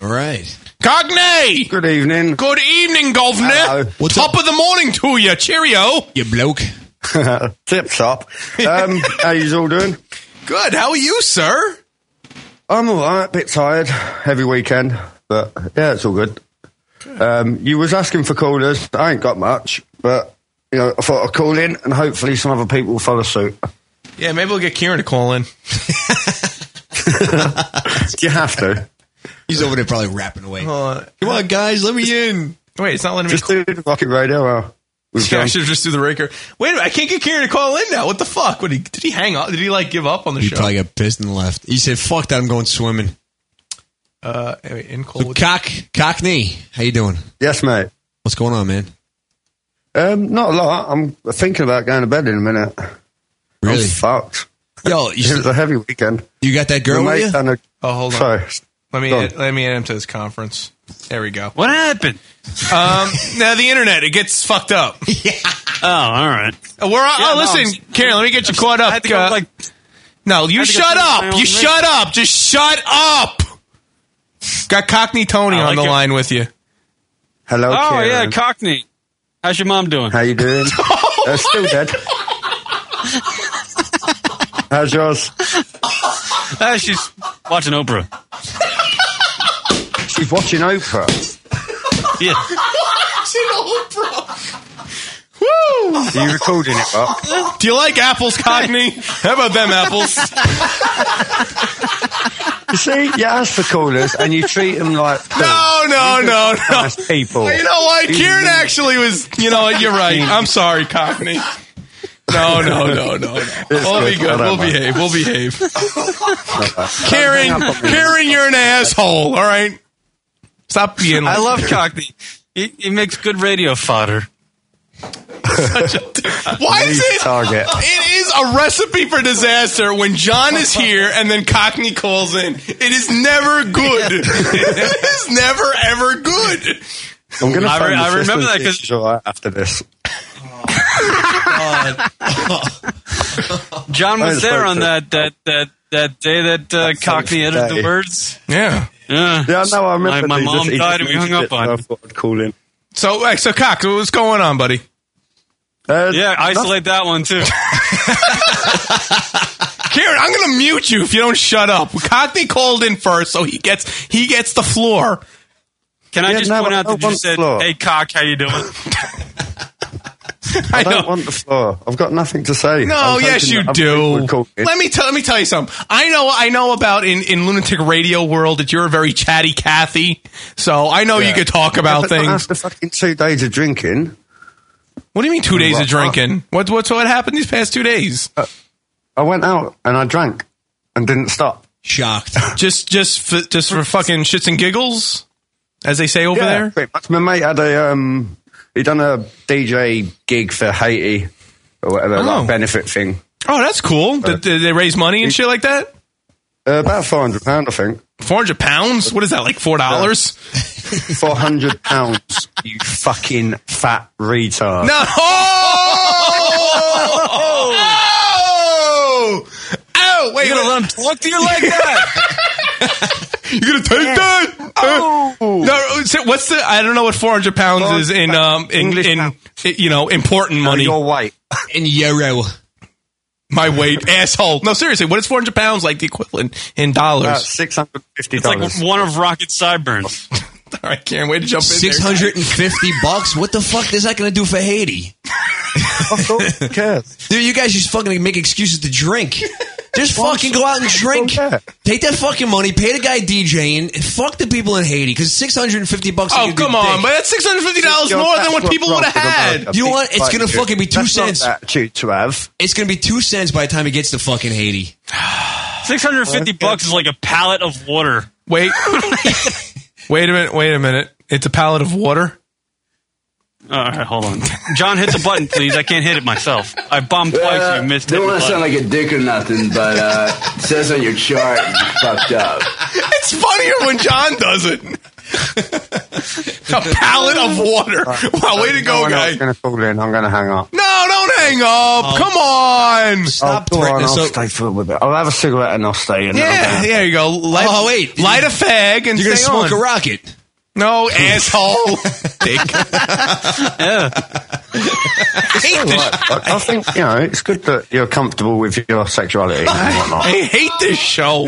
All right.
Cognay. Good
evening.
Good evening, governor. Top of the morning to you. Cheerio.
You bloke.
Tip top.
(laughs)
Um, how you all doing?
Good. How are you, sir?
I'm all right. Bit tired. Heavy weekend, but yeah, it's all good. Um, you was asking for callers. I ain't got much, but you know, I thought I'd call in and hopefully some other people will follow suit.
Yeah, maybe we'll get Kieran to call in.
you have to.
He's over there probably rapping away.
Oh, Come on, guys, let me in. Wait, it's not letting me.
Just do the rocket radio. Well, we've
Yeah, I
done.
should have just do the raker. Wait, a minute, I can't get Kieran to call in now. What the fuck? What did he, did he hang up? Did he like give up on the
He
show?
probably got pissed and left. He said, "Fuck that! I'm going swimming."
uh, anyway, in cold.
So cock Cockney, how you doing?
Yes, mate.
What's going on, man?
Um, not a lot. I'm thinking about going to bed in a minute. Really? I'm fucked.
Yo,
Oh, it was a heavy weekend.
You got that girl with you?
Oh, hold on.
Sorry.
Let me
Go on.
add, let me add him to this conference. There we go. What happened? Um, (laughs) now the internet it gets fucked up. yeah. Oh, all right. We're on-
Yeah,
oh,
no,
listen, Karen. Let me get you caught up.
to go,
Uh,
like-
no,
I
you
had to go
shut
through my
up.
own
You
ring.
shut up. Just shut up. Got Cockney Tony
I
on
like
the
it.
line with you.
Hello.
oh
Karen.
yeah, Cockney. How's your mom doing?
How you (laughs) doing? Uh, still dead. How's yours?
Ah, she's watching Oprah.
She's watching Oprah.
Yeah.
Are you recording it, Bob?
Do you like apples, Cockney? How about them apples?
You see, you ask for callers and you treat them like
No, no, no, no.
nice people.
You know what? Kieran actually was. You know what? You're right. I'm sorry, Cockney. No, no, no, no, no. We'll be good. We'll behave. We'll (laughs) behave. Karen, Karen, you're an asshole. All right. Stop being. Like
I love
that.
Cockney. He, he makes good radio fodder.
Why is
Nice
it?
target.
It is a recipe for disaster when John is here and then Cockney calls in. It is never
(laughs)
good. it is never ever good.
I'm gonna
I
phone
re-
your
I
sister
remember
and
that
see
'cause-
if she's all right after this.
Oh, (laughs) John
I
was there
spoke
on
to-
that that that that day that uh, Cockney edited the
day.
words.
Yeah.
Yeah.
Yeah, no, I remember.
My, my
these.
mom
He just
died and we hung
mentioned
up
it, so I
on.
thought I'd call in.
So, uh, so Cox, what's going on, buddy?
Uh, (laughs)
Yeah, isolate that one too.
Karen, I'm gonna mute you if you don't shut up. Cockney called in first, so he gets he gets the floor.
Can I
Yeah,
just
no,
point
I
out
don't
that you
want
said,
floor.
"Hey, cock, how you
(laughs)
doing?"
I don't want the floor. I've got nothing to say. I
No,
was
yes
hoping
you
that other people
do.
would call in.
Let me tell let me tell you something. I know I know about in, in lunatic radio world that you're a very chatty Kathy, so I know you
Yeah.
could talk
Yeah,
about (laughs)
but not
things.
After fucking two days of drinking,
What do you mean two days of
What?
drinking? What what's what happened these past two days?
I went out and I drank and didn't stop.
Shocked.
Just just for, just for fucking shits and giggles, as they say over
yeah,
there.
pretty much. My mate had a um, he done a DJ gig for Haiti or whatever,
Oh.
like benefit thing.
Oh, that's cool. Did, did they raise money and shit like that?
Uh, about four hundred pound, I think.
Four hundred pounds? What is that? Like four dollars?
Four hundred pounds, (laughs) you fucking fat
(laughs)
retard.
No. Oh! Oh! Wait.
You gonna let him
(laughs)
talk to you like that?
you gonna take that? Oh. No. so what's the? I don't know what four hundred pounds is in um in in you know important money. Your
weight
in euro. My (laughs) weight, asshole. No, seriously, what is four hundred pounds like the equivalent in dollars? (laughs)
About $650.
It's like
one of Rocket's
(laughs)
sideburns.
All right, Karen, way to jump in. there.
Six hundred and fifty bucks. What the fuck is that going to do for Haiti? Dude, you guys just fucking make excuses to drink. Just fucking go out and drink. Take that fucking money, pay the guy DJing, and fuck the people in Haiti because six hundred and fifty bucks.
Oh, come on, but that's $650 more than what people would have had.
You want? It's gonna fucking be two
That's
cents.
Not attitude to have.
It's gonna be two cents by the time he gets to fucking Haiti.
650 bucks is like a pallet of water.
Wait. (laughs) Wait a minute. Wait a minute. It's a pallet of water.
All right, hold on. John, hit the button, please. I can't hit it myself. I bombed twice.
Uh,
you missed it.
don't want to sound like a dick or nothing, but uh, it says on your chart you fucked up.
It's funnier when John does it. (laughs) a pallet of water. Wow, Oh, way to
No
go,
one else
guy.
is gonna call in. I'm gonna hang up.
No, don't hang up. Come on. Stop
Oh, Go on, I'll stay for a little bit. I'll have a cigarette and I'll stay. And
Yeah, there you go. Light,
Oh, wait.
Light a fag and
You're gonna
stay
smoke
on.
a
rocket.
(laughs) No, asshole. Dick.
(laughs) I think you know it's good that you're comfortable with your sexuality and whatnot.
(laughs) I hate this show.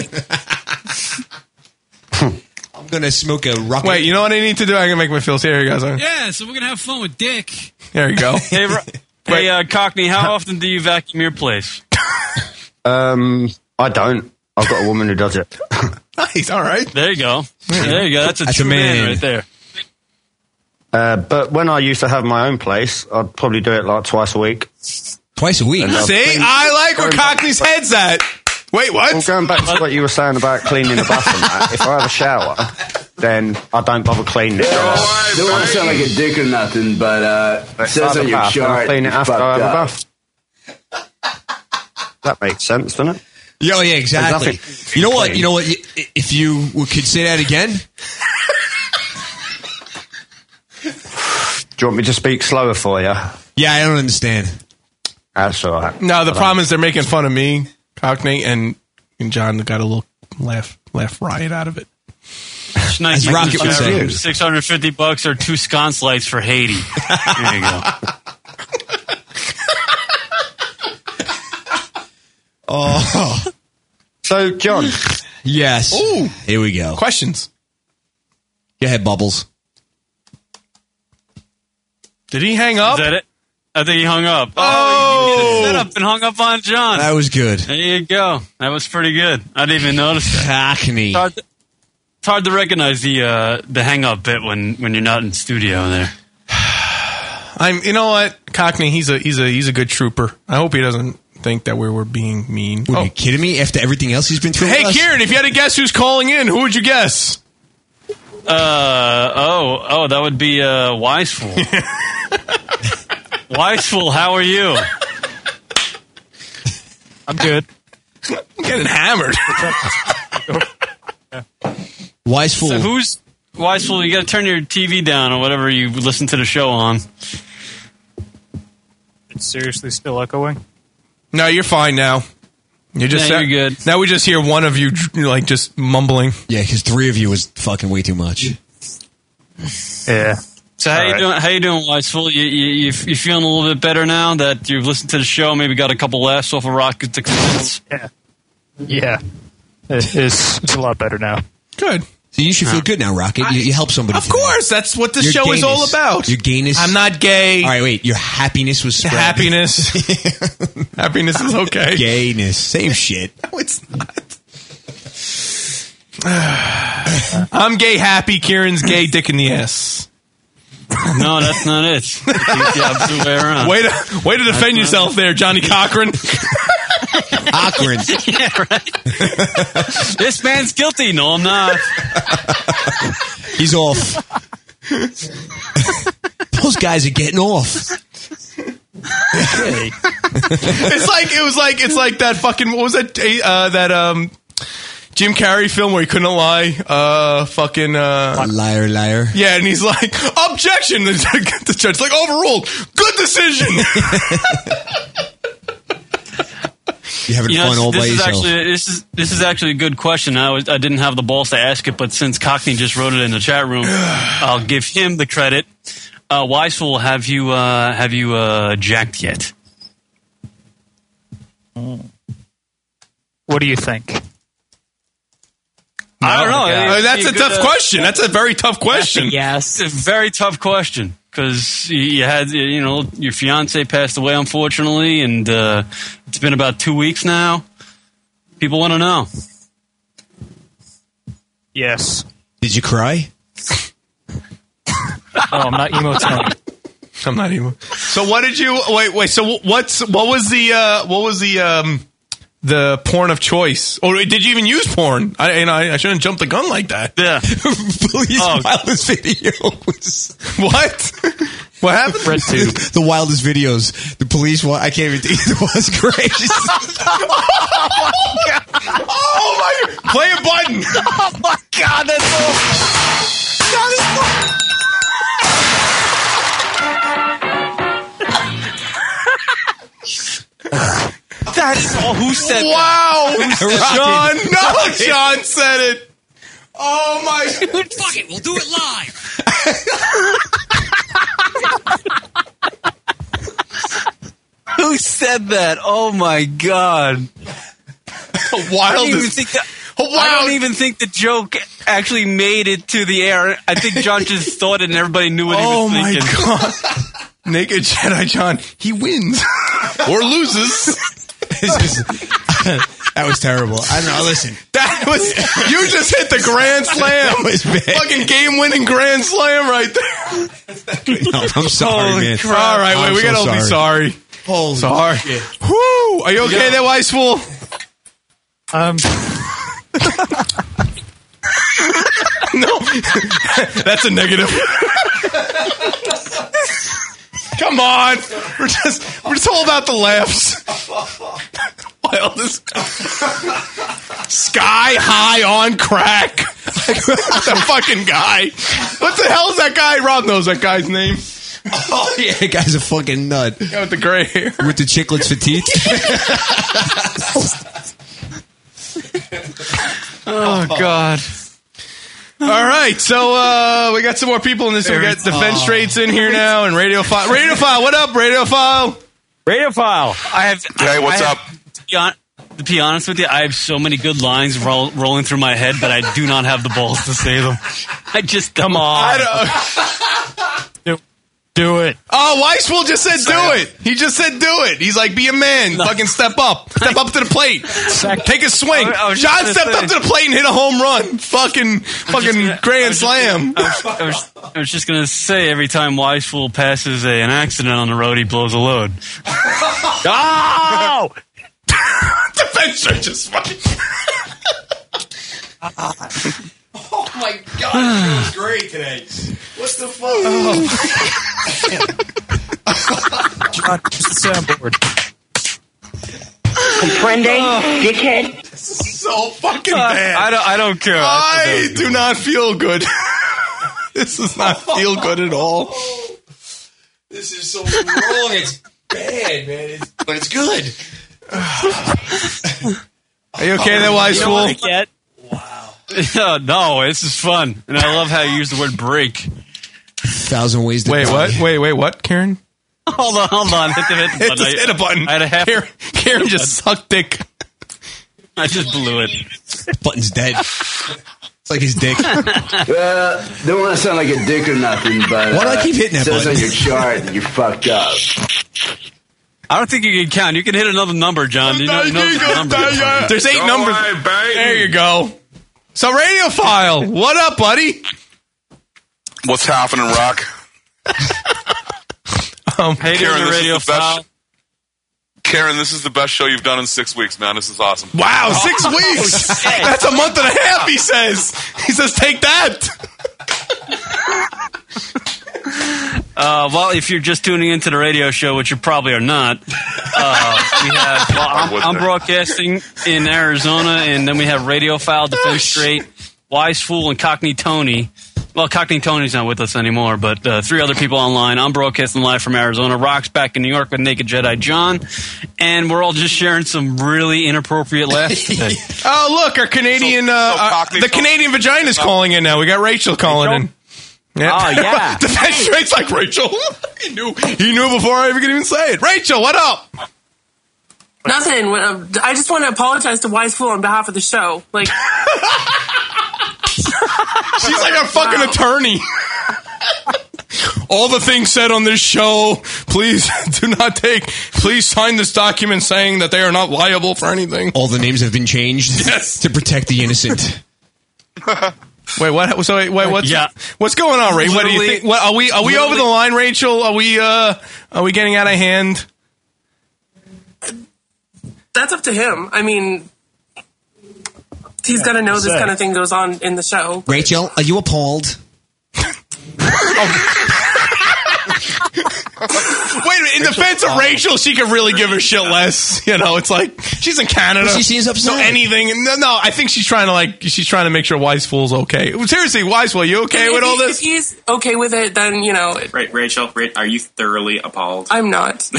I'm gonna smoke a rocket.
Wait, you (laughs) know what I need to do? I can make my feels. Here you guys are.
Yeah, so we're gonna have fun with Dick.
There you (laughs) go.
hey, Ro- hey uh, Cockney, how often do you vacuum your place?
Um, I don't. I've got a woman who does it.
Nice. All right.
There you go. There you go. That's a
That's a
true man.
man.
right there.
Uh, but when I used to have my own place, I'd probably do it like twice a week.
Twice a week.
See, I like where Cockney's head's at. Wait, what?
Well, going back to what you were saying about cleaning the bathroom, Matt, if I have a shower, then I don't bother cleaning it.
Don't want to sound like a dick or nothing, but uh, it says
I
on
have a
your
bath, and I
chart
clean
you
it after I
fucked
have a
up.
bath. That makes sense, doesn't it?
Yeah, yeah,
There's
exactly.
nothing-
You know what? You know what? You- If you would- could say that again,
Do you want me to speak slower for you?
Yeah, I don't understand.
That's all right.
No, the
But, um,
problem is they're making fun of me, Cockney, and, and John got a little laugh laugh riot out of it.
Nice
As Rocket would say.
Six hundred fifty bucks or two sconce lights for Haiti. There you go.
Oh.
So, John.
yes.
Ooh.
Here we go.
Questions.
Go ahead, Bubbles.
Did he hang up?
Is that it? I think he hung up.
Oh,
he set up and hung up on John.
That was good.
There you go. That was pretty good. I didn't even notice that.
Hackney.
It's hard to, it's hard to recognize the uh, the hang up bit when, when you're not in studio there.
I'm. You know what, Cockney? He's a he's a he's a good trooper. I hope he doesn't think that we were being mean. Oh.
Are you kidding me? After everything else he's been through,
Hey,
with us?
Kieran, if you had to guess who's calling in, who would you guess?
Uh oh oh that would be uh Wiseful. Wiseful, how are you? I'm good.
I'm getting hammered.
Wise fool.
So who's Wiseful? You got to turn your TV down or whatever you listen to the show on.
It's seriously still echoing.
No, you're fine now. You just
Yeah, you're
good. Now we just hear one of you like just mumbling.
Yeah, because three of you was fucking way too much.
Yeah.
So how you doing? How you doing, Wiseful? You, you you you feeling a little bit better now that you've listened to the show? Maybe got a couple laughs off of Rocket to Clowns?
Yeah, it, it's it's a lot better now.
Good.
So you should feel good now, Rocket. You, you help somebody.
Of course, that's what this show is all about.
Your gayness.
I'm not gay.
All right, wait. Your happiness was spread.
Happiness.
(laughs)
happiness is okay.
Gayness. Same shit.
No, it's not. I'm gay happy. Kieran's
(laughs)
gay dick in the ass.
No, that's not it. It's the opposite way around.
Way to way to
That's
defend
not
yourself
it.
there, Johnny Cochran.
Cochran.
(laughs) yeah, right. (laughs) this man's guilty. No, I'm not.
He's off. Those guys are getting off. (laughs)
it's like it was like it's like that fucking what was that uh, that um Jim Carrey film where he couldn't lie. Uh, fucking uh,
liar, liar.
Yeah, and he's like, objection. (laughs) The, the judge's like, overruled. Good decision.
You're having
You know,
fun all by
this is
yourself.
actually this is this is actually a good question. I was I didn't have the balls to ask it, but since Cockney just wrote it in the chat (sighs) room, I'll give him the credit. Uh, Weisel, have you uh, have you uh, jacked yet?
What do you think?
(laughs) I don't know.
yeah.
It'd
That's
be
a tough
good, uh,
question. That's a very tough
(laughs)
question.
Yes, it's a very tough question because you had you know your fiance passed away unfortunately, and uh, it's been about two weeks now. People want to know.
Yes.
Did you cry? (laughs)
oh, I'm not emo Tony.
I'm not emo. So what did you wait? Wait. So what's what was the uh, what was the um, the porn of choice? Or did you even use porn? I you know I, I shouldn't jump the gun like that.
Yeah.
(laughs)
Please, wildest video.
what? What happened? (laughs)
Red tube. the wildest videos. The police. Wa- I can't even. It was great.
oh my god! Oh my!
Play a (laughs) button.
oh my god! That's so. That is so-
(laughs) That's all. Oh, Who said
wow.
that?
John. No,
Rocky.
John said it.
Oh my! Fuck it, we'll do it live.
Who said that? Oh my god!
(laughs)
I don't even think that. I don't even think the joke actually made it to the air. I think John just thought it, and everybody knew what
Oh
he was
my
thinking.
god. (laughs) Naked Jedi John. He wins or loses.
(laughs) that was terrible. I don't know. Listen. (laughs)
That was you just hit the grand slam.
That was bad.
(laughs) Fucking game winning grand slam right there.
No, I'm sorry, man.
All right, wait,
I'm
we
so
gotta be sorry.
Holy
sorry.
shit.
Woo! Are you okay
Yeah.
there, Wise Fool?
Um.
(laughs) no, that's a negative. Come on, we're just we're just all about the laughs. Wildest sky high on crack. the fucking guy. What the hell is that guy? Rob knows that guy's name.
Oh yeah, that guy's a fucking nut.
Guy with the gray hair.
With the chicklets for teeth. (laughs)
Oh God. All right, so uh, we got some more people in this. We got defense traits in here now, and radio file. Radio file, what up, radio file?
Radio file. I have.
Hey, what's
I have-
up?
To be, hon- to be honest with you, I have so many good lines roll, rolling through my head, but I do not have the balls to say them. I just come on.
Do it.
(laughs) Oh, Weissful just said do it. He just said do it. He's like, be a man. Fucking step up. Step up to the plate. Take a swing.
I- I was just
John
gonna
stepped
say-
up to the plate and hit a home run. Fucking fucking grand slam.
I was, I was just gonna say every time Wise Fool passes a, an accident on the road, he blows a load.
oh!
Defense search is fucking.
(laughs) oh my god!
that was
great today. What the fuck? (laughs)
John, where's the soundboard? Oh.
Comprende, dickhead. So fucking bad.
I don't. I don't care.
I do not feel good. (laughs) this
(laughs)
does not feel good at all.
This is so wrong. It's bad, man. It's, but it's good.
Are you okay there, Wise Fool?
(laughs) Yeah, no, this is fun, and I love how you use the word break.
Thousand ways. To
Wait,
die.
what? Wait, wait, what, Karen?
Hold on, hold on. Hit, the- (laughs) hit, the
It just
button.
hit a button.
I had a half.
Karen, Karen just sucked dick.
I just blew it.
Button's dead. It's like his dick.
well, Uh, don't want to sound like a dick or nothing, but
Why do I
uh,
keep hitting that
it says
button?
on your chart that you fucked up.
I don't think you can count. You can hit another number, John. You know, you know the number.
There's 8 numbers. there you go. So, Radiophile, what up, buddy?
What's happening, Rock?
Um,
Karen, this is the best- Karen, this is the best show you've done in six weeks, man. This is awesome.
Wow,
six
six
Oh,
weeks. That's a month and a half, he says. He says, take that.
Uh, well, if you're just tuning into the radio show, which you probably are not, uh, we have. Well, I'm, I'm broadcasting in Arizona, and then we have Radio File, Defense Straight, Wise Fool, and Cockney Tony. well, Cockney Tony's not with us anymore, but uh, three other people online. I'm broadcasting live from Arizona. Rock's back in New York with Naked Jedi John, and we're all just sharing some really inappropriate laughs today.
Oh, look, our Canadian, uh, uh, the Canadian vagina's calling in now. We got Rachel calling in.
Oh, yeah.
(laughs) Defense rates like Rachel. (laughs) he knew. He knew before I ever could even say it. Rachel, what up?
Nothing. When, um, I just want to apologize to Wise Fool on behalf of the show. Like, (laughs)
She's like a fucking attorney. (laughs) All the things said on this show, please (laughs) do not take. Please sign this document saying that they are not liable for anything.
All the names have been changed to protect the innocent.
Wait, what? So wait, wait what's what's going on, Ray? What do you
Literally-
think? What, are we are we over the
literally-
line, Rachel? Are we uh are we getting out of hand?
that's up to him. I mean, he's going to know this
Say.
kind of thing goes on in the show.
Rachel, are you appalled?
Wait, a minute, in
Rachel's
defense of
awful.
Rachel, she could really give a shit less. You know, it's like she's in Canada.
But she seems upset.
So anything? No, no. I think she's trying to like she's trying to make sure Wise Fool's okay. Seriously, Wise Fool, you okay
If
with
he-
all this?
If he's okay with it, then, you know,
Right, Rachel, Ra- are you thoroughly appalled?
I'm not.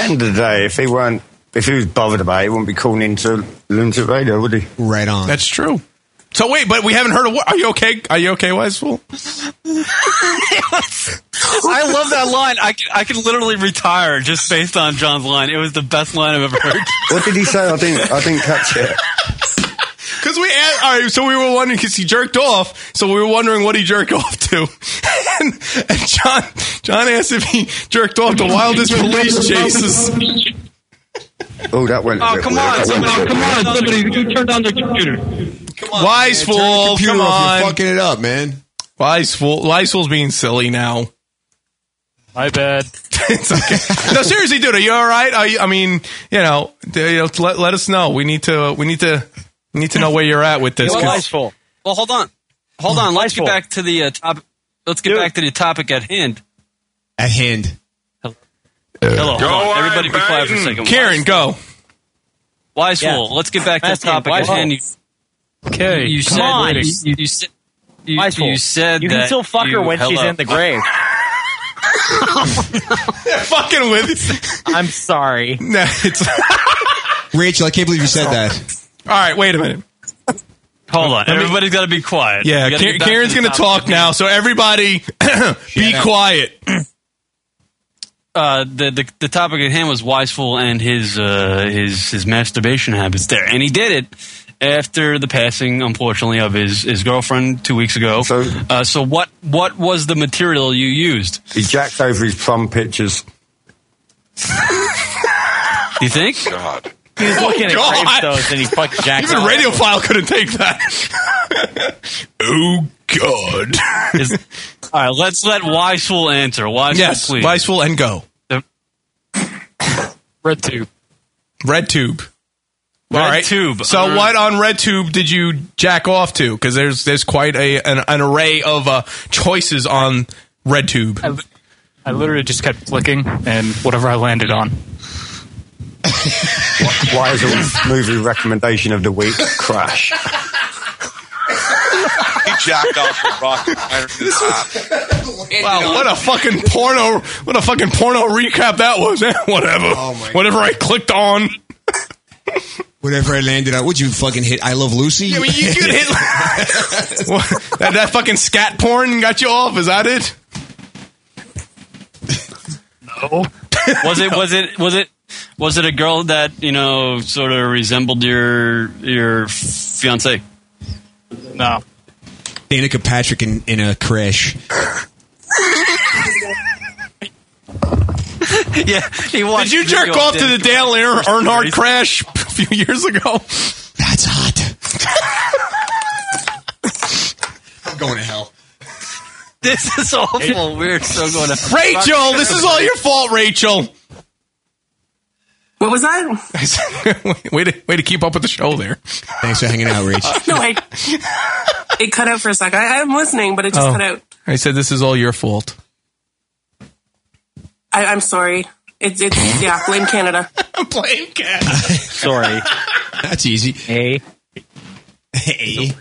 End of the day, if he weren't, if he was bothered about it, he wouldn't be calling into Lunatic Radio, would he?
Right on.
That's true. So wait, but we haven't heard of what? Are you okay? Are you okay, Wise Fool?
I love that line. I, c- I could literally retire just based on John's line. It was the best line I've ever heard.
What did he say? I didn't, I didn't catch it.
Because we asked, all right, so we were wondering because he jerked off, so we were wondering what he jerked (laughs) off to, and, and John John asked if he jerked
(laughs)
off the wildest police chases.
Oh, that went.
Oh, come on, somebody, come on, somebody,
you turned on their computer.
Wise
man, turn your
fool,
computer
come
off,
on,
you're
fucking it up, man. Wise fool, wise fool's being silly now.
My bad.
(laughs) it's okay. No, seriously, dude, are you all right? Are you, I mean, you know, d- you know, let, let us know. We need to, we need to, we need to know where you're at with this.
Well,
'cause-
let's- Well, hold on, hold on. Let's get back to the uh, topic. Let's get back to the topic at hand.
At hand.
Hello,
Go
hold on.
on,
everybody, be quiet for a
Biden.
second.
Karen,
go.
Wise
Yeah.
fool. Let's get back to the
Asking
topic
wise
at hand.
fool.
You,
Okay,
you
come
said
on.
You, you, you said you,
Wise fool.
you said
You can
that
still fuck her
you-
when she's
hello.
in the
(laughs)
grave.
They're fucking (laughs) with.
I'm sorry.
No, it's.
Rachel, I can't believe you said that.
all right, wait a minute.
Hold on,
Let me-
everybody's got to be quiet.
Yeah,
We gotta
Karen,
get back
Karen's
to the
going to
topic
talk
at
now.
hand.
So everybody, (clears throat) be
up.
quiet.
Uh, the, the the topic at hand was wise fool and his uh, his his masturbation habits there, and he did it after the passing, unfortunately, of his, his girlfriend two weeks ago. So, uh, so what what was the material you used?
He jacked over his prom pictures.
Do you think?
God. He was looking
Oh, God.
at gravestones and he fucked Jack.
Even Radiophile couldn't take that.
(laughs)
oh God!
all right, let's let wise fool answer. Wise
yes,
fool, please.
wise fool and go.
Yep.
Red tube. Red tube.
Red tube.
So
Uh,
what on Red tube did you jack off to? Because there's there's quite a an, an array of uh, choices on Red tube.
I literally just kept flicking, and whatever I landed on.
Why is it movie recommendation of the week? Crash.
He jacked off the rocket iron in his lap.
Wow, what a fucking porno! What a fucking porno recap that was. Eh, (laughs) Whatever. Whatever I clicked on.
Whatever I landed on, would you fucking hit? I love Lucy.
I mean,
(laughs)
you could (laughs) hit. What? that, that fucking scat porn got you off. Is that it?
was it was it was it was it a girl that you know sort of resembled your your fiance? No.
Danica Patrick in, in a crash.
yeah, he
Did you jerk off to the Dale Earn- Earnhardt crash (laughs) a few years ago?
That's hot. I'm going to hell.
This is awful. We're so going to
Rachel, this is all your fault, Rachel.
What was that? (laughs)
(laughs) way to way to keep up with the show there.
Thanks for hanging out, Rachel.
No,
(laughs)
I, it cut out for a second. I, I'm listening, but it just
Oh.
cut out.
I said this is all your fault.
I, I'm sorry. It's, it's, yeah, blame Canada.
blame
(laughs)
Canada.
Sorry. That's easy.
Hey.
Hey.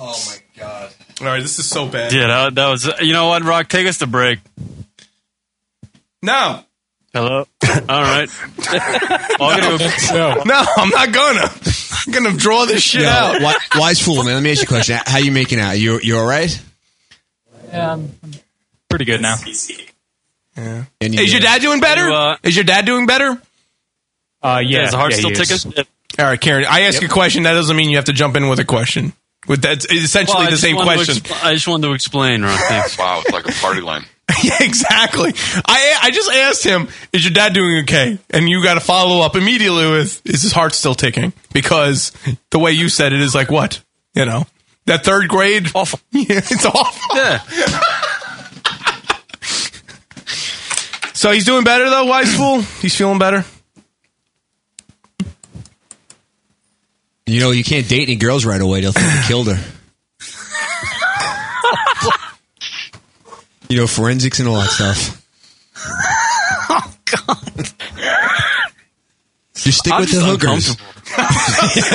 All right, this is so bad.
Yeah, that, that was. You know what, Rock? Take us to break.
No.
Hello. All right. I'll
no.
get a-
no, I'm not gonna. I'm gonna draw this shit
Yo,
out.
wi- Wise fool, man. Let me ask you a question. How you making out? You you all right?
Yeah, I'm pretty good now.
Yeah.
And you-
Is your dad doing better? Is your dad doing better?
Uh,
yeah, Is the heart yeah, still he is.
ticking? All right, Karen. I ask
Yep.
a question. That doesn't mean you have to jump in with a question. With that's it's essentially
Well, I
the
just
same
wanted to
question.
expl- I just wanted to explain, Rock.
(laughs)
Thanks.
wow, it's like a party line.
(laughs) yeah, exactly. I I just asked him, "Is your dad doing okay?" And you got to follow up immediately with, "Is his heart still ticking?" Because the way you said it is like what you know that third grade awful. (laughs) Yeah, it's awful. Yeah. so he's doing better though, wise fool. He's feeling better.
You know you can't date any girls right away. They'll think you killed her. you know forensics and all that
(laughs)
stuff.
Oh God!
You stick
I'm
with the
just
hookers.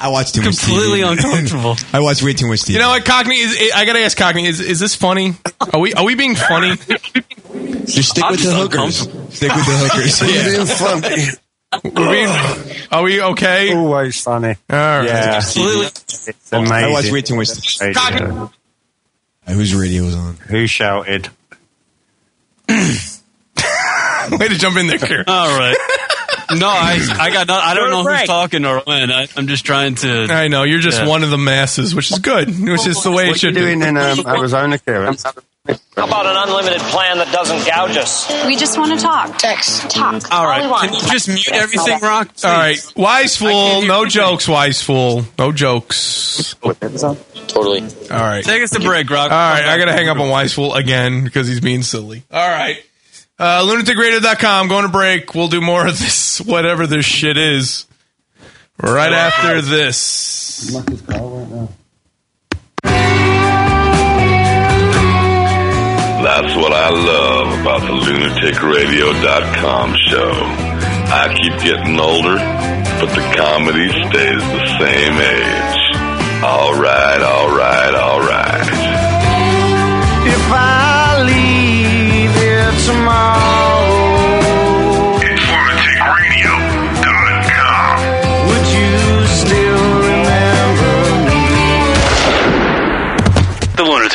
I watch too much.
Completely
TV.
uncomfortable.
(laughs) I watch way too much TV.
You know what, Cockney? Is, I gotta ask Cockney. Is is this funny? Are we are we being funny?
Just stick with the hookers. Stick with the hookers.
(laughs) We're being, are we okay?
Always funny.
All right.
Yeah. It's
(laughs)
amazing.
I watch way too much.
Radio.
Whose radio was on?
Who shouted?
(laughs) Way to jump in there,
Uh,
Karen.
All right. No, I, I got. Not, I don't know who's talking or when. I, I'm just trying to.
I know you're just
Yeah.
one of the masses, which is good. Which is the way it
What you
should
doing
be.
in um, Arizona, Kieran?
How about an unlimited plan that doesn't gouge us?
We just want to talk. Text. Talk. All
right.
we want.
Can you just mute everything, Rock?
All right, wise fool, no jokes, wise fool, no jokes. Totally. All right,
Take us to break, Rock.
All right, I gotta hang up on wise fool again because he's being silly. All right. Uh, lunaticradio.com. Going to break. We'll do more of this, whatever this shit is, right after this.
That's what I love about the lunaticradio.com show. I keep getting older, but the comedy stays the same eh? age. All right, all right, all right.
If I leave here tomorrow, informaticradio.com. Would you still remember
The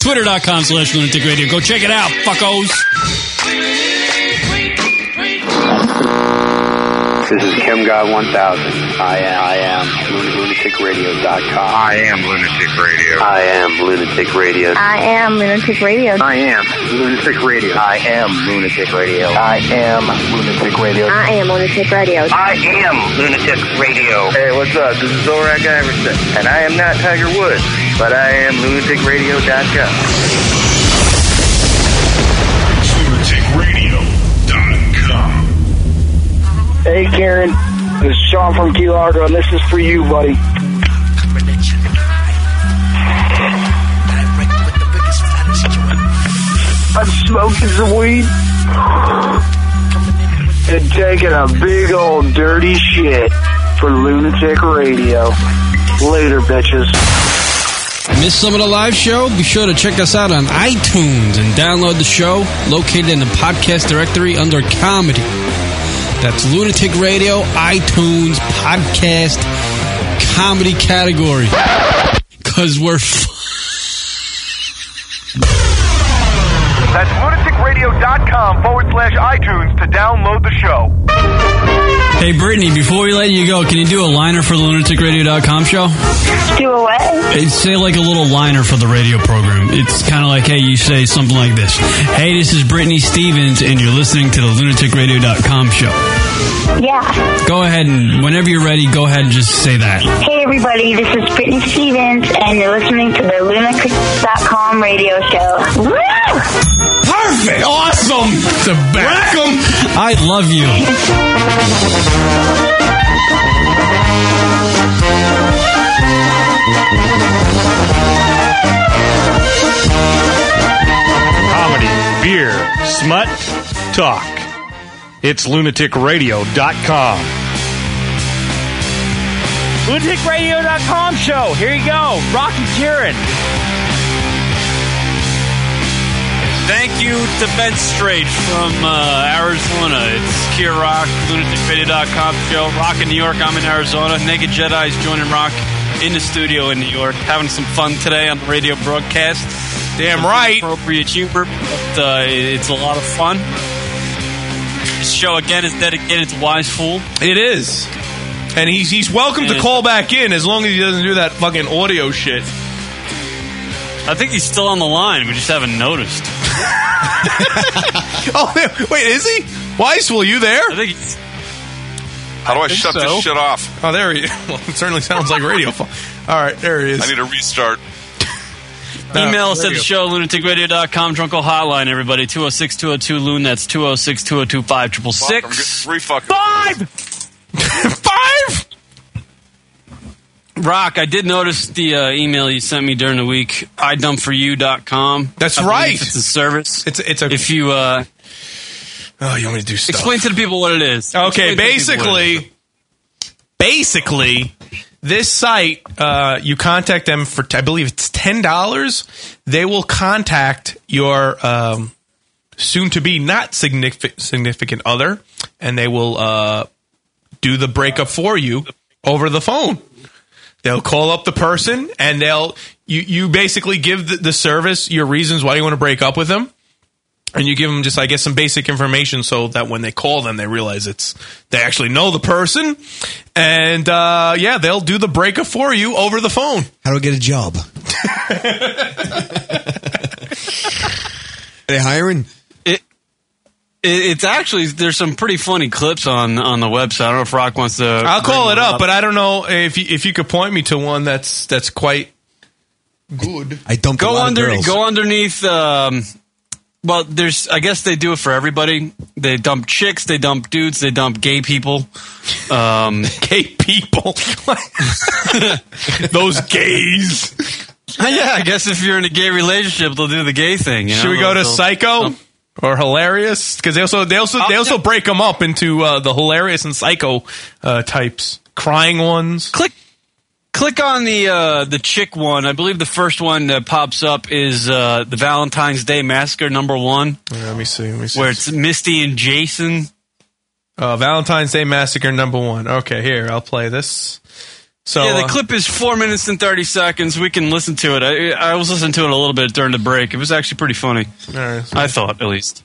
Twitter.com slash lunatic radio. Go check it out, fuckos.
This is Kim God 1000. I am, I am lunaticradio.com. I am lunatic radio. I am lunatic radio.
I am Lunatic Radio.
I am lunatic radio. I am lunatic radio. I am lunatic radio.
I am Lunatic Radio.
I am lunatic radio. Hey, what's up? This is Zorak Iverson, and I am not Tiger Woods, but I am lunaticradio.com.
lunaticradio.com?
Hey, Karen. This is Sean from Key Largo, and this is for you, buddy. I'm smoking some weed and taking a big old dirty shit for Lunatic Radio. Later, bitches.
Miss some of the live show? Be sure to check us out on iTunes and download the show located in the podcast directory under comedy. That's Lunatic Radio, iTunes, podcast, comedy category. Because we're f-
That's lunaticradio.com forward slash iTunes to download the show.
Hey, Brittany, before we let you go, can you do a liner for the lunaticradio.com show?
Do away.
Hey, say like a little liner for the radio program. It's kind of like, hey, you say something like this. Hey, this is Brittany Stevens, and you're listening to the lunaticradio.com show.
Yeah.
Go ahead and whenever you're ready, go ahead and just say that.
Hey,
Hey everybody, this is Brittany Stevens, and you're listening to the lunatic.com radio show.
Perfect. Awesome. The back.
I love you.
Comedy, beer, smut, talk. It's lunaticradio.com.
LunaticRadio.com show. Here you go. Rocky Kieran.
Thank you to Ben Straight from uh, Arizona. It's Kier Rock, lunaticradio.com show. Rock in New York. I'm in Arizona. Naked Jedi's joining Rock in the studio in New York. Having some fun today on the radio broadcast. Damn right. Appropriate humor, but uh, it's a lot of fun. This show again is dedicated to Wise Fool.
It is. And he's he's welcome to
And-
call back in as long as he doesn't do that fucking audio shit.
I think he's still on the line. We just haven't noticed.
(laughs) oh man, wait, is he? Weiss, will you there? I
think.
How do I shut this shit off?
(laughs) Oh, there he. (laughs) Well, it certainly sounds like radio. fu- All right, there he is.
I need a restart.
Email us at
radio.
the show, lunaticradio.com, Drunkle Hotline, everybody, 206 202 Loon. That's 206 202
Fuck, I'm
5666.
getting three fucking five.
(laughs) five.
Rock, I did notice the uh, email you sent me during the week, idumpforyou.com. That's
right.
It's a service.
It's, it's a.
If you. Uh,
oh, you want me to do stuff?
Explain to the people what it is.
Okay,
Explain to the people what it is.
basically, basically, this site, uh, you contact them for, I believe it's ten dollars. They will contact your um, soon-to-be not significant significant other, and they will uh, do the breakup for you over the phone. They'll call up the person, and they'll you you basically give the, the service your reasons why you want to break up with them and you give them just i guess some basic information so that when they call them they realize it's they actually know the person and uh, yeah they'll do the breakup for you over the phone
How do I get a job? (laughs) Are they hiring?
It, it, it's actually, there's some pretty funny clips on, on the website. I don't know if Rock wants to.
i'll call
bring
it
them
up but i don't know if you, if you could point me to one that's that's quite good
I dumped
go under go underneath um well there's i guess they do it for everybody they dump chicks they dump dudes they dump gay people (laughs) um
gay
(laughs)
people (laughs) those (laughs) gays
yeah i guess if you're in a gay relationship they'll do the gay thing you know?
should we go to
They'll-
psycho or hilarious because they also they also they also break them up into uh, the hilarious and psycho uh, types crying ones
click click on the uh the chick one i believe the first one that pops up is uh the valentine's day massacre number one
let me see let me see
where it's misty and jason
Uh, Valentine's Day Massacre number one. Okay, here I'll play this. So
yeah, the
uh,
clip is four minutes and thirty seconds. We can listen to it. I, I was listening to it a little bit during the break. It was actually pretty funny. I thought, at least.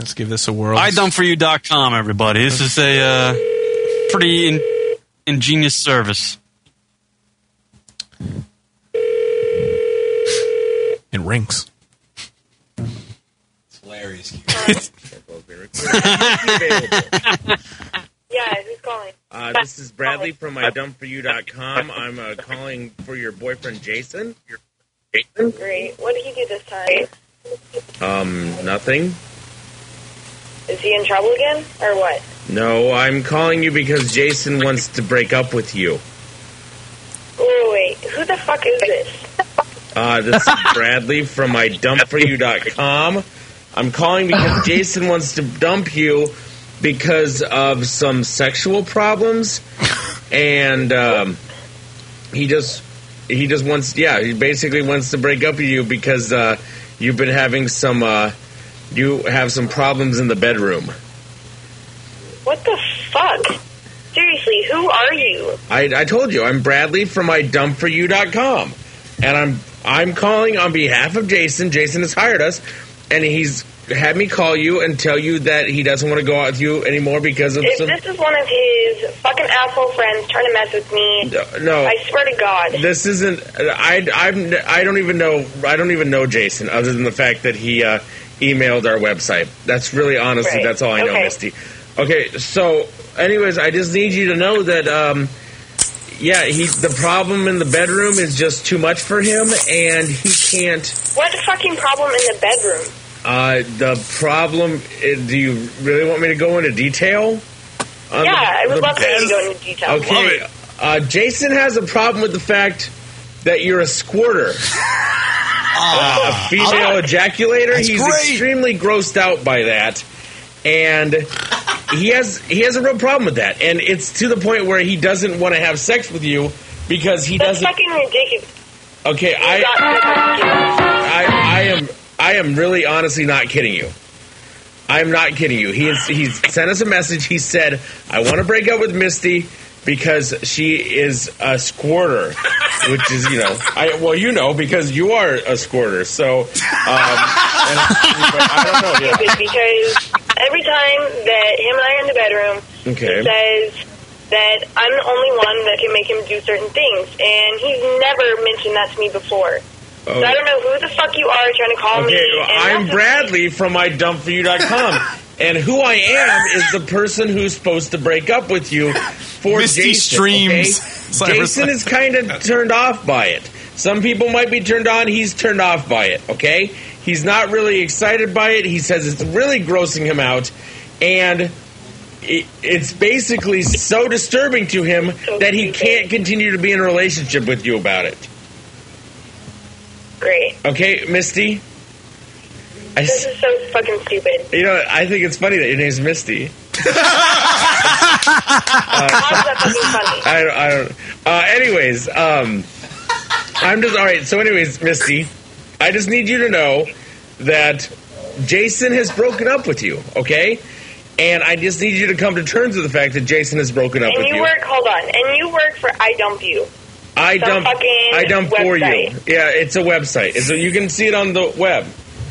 Let's give this a whirl.
idumpforyou.com, everybody. This is a uh, pretty in- ingenious service.
It rings.
It's
Yeah, who's calling?
Uh, this is Bradley from idumpforyou.com. I'm uh, calling for your boyfriend Jason. Your-
Great. What did he do this time?
Um, nothing.
Is he in trouble again, or what?
No, I'm calling you because Jason wants to break up with you.
Wait, wait, wait. Who the fuck is this?
Uh, this is Bradley from idumpforyou.com. I'm
(laughs)
calling because Jason wants to dump you because of some sexual problems, and um, he just he just wants yeah he basically wants to break up with you because uh, you've been having some uh, you have some problems in the bedroom.
What the fuck? Seriously, who are you?
I, I told you, I'm Bradley from idumpforyou.com. And I'm I'm calling on behalf of Jason. Jason has hired us, and he's had me call you and tell you that he doesn't want to go out with you anymore because of
If
some.
this is one of his fucking asshole friends trying to mess with me,
no.
I swear to God.
This isn't. I I'm I don't even know. I don't even know Jason other than the fact that he uh, emailed our website. That's really honestly.
Right.
That's all I know,
Okay.
Misty. Okay. So, anyways, I just need you to know that um,
yeah, he the problem in the bedroom is just too much for him, and he can't.
What fucking problem in the bedroom?
Uh, the problem. eh, Do you really want me to go into detail?
yeah,
on the-
I would
the
love for you to
bed?
go into detail.
Okay. Uh, Jason has a problem with the fact that you're a squirter.
Ah.
Uh, a female ejaculator.
That's
He's
great.
extremely grossed out by that. And he has he has a real problem with that. And it's to the point where he doesn't want to have sex with you because he
That's
doesn't
fucking ridiculous.
Okay, I I I am I am really honestly not kidding you. I'm not kidding you. He is, he's sent us a message. He said, "I want to break up with Misty because she is a squirter, which is you know, I well you know because you are a squirter. So um, and, I don't know.
Stupid
Yeah.
because every time that him and I are in the bedroom,
Okay.
he says that I'm the only one that can make him do certain things, and he's never mentioned that to me before.
Oh.
So I don't know who the fuck you are trying to call me.
Okay, well,
and
I'm
that's-
Bradley from idumpforyou.com. and who I am is the person who's supposed to break up with you for
Misty
Jason.
streams.
Okay?
Cyber-
Jason is kind of turned off by it. Some people might be turned on. He's turned off by it. Okay, he's not really excited by it. He says it's really grossing him out, and it, it's basically so disturbing to him that he can't continue to be in a relationship with you about it.
Great.
Okay, Misty. I
This is so fucking stupid.
You know, I think it's funny that your
(laughs)
name's Misty.
How's that fucking funny?
I don't. I don't uh, anyways, um, I'm just all right. So, anyways, Misty, I just need you to know that Jason has broken up with you. Okay, and I just need you to come to terms with the fact that Jason has broken up
And
with
you
you.
work, hold on, and you work for I Dump You.
I
some
dump.
fucking
I dump for you.
website.
Yeah, it's a website. It's a, you can see it on the web.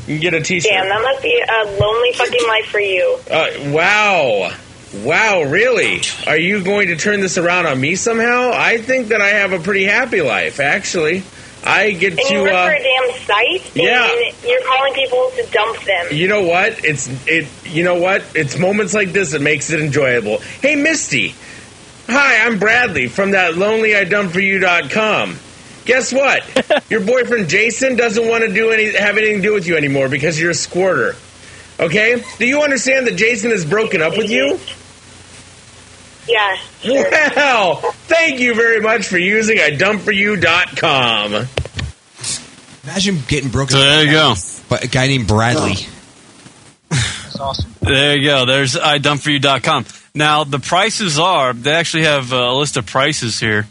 You can get a T-shirt.
Damn, that must be a lonely fucking life for you.
Uh, wow. Wow, really? Are you going to turn this around on me somehow? I think that I have a pretty happy life, actually. I
And
get
you
to,
work for
uh,
a damn site, and
yeah.
you're calling people to dump them.
you know what? It's, it, you know what? It's moments like this that makes it enjoyable. Hey, Misty. Hi, I'm Bradley from that lonelyidumpforyou.com. Guess what? Your boyfriend Jason doesn't want to do any, have anything to do with you anymore because you're a squirter. Okay? Do you understand that Jason has broken up with you?
Yeah.
Well, thank you very much for using idumpforyou.com.
Imagine getting broken. There you go. But a guy named Bradley.
There you go. There's idumpforyou.com. Now, the prices are, they actually have a list of prices here.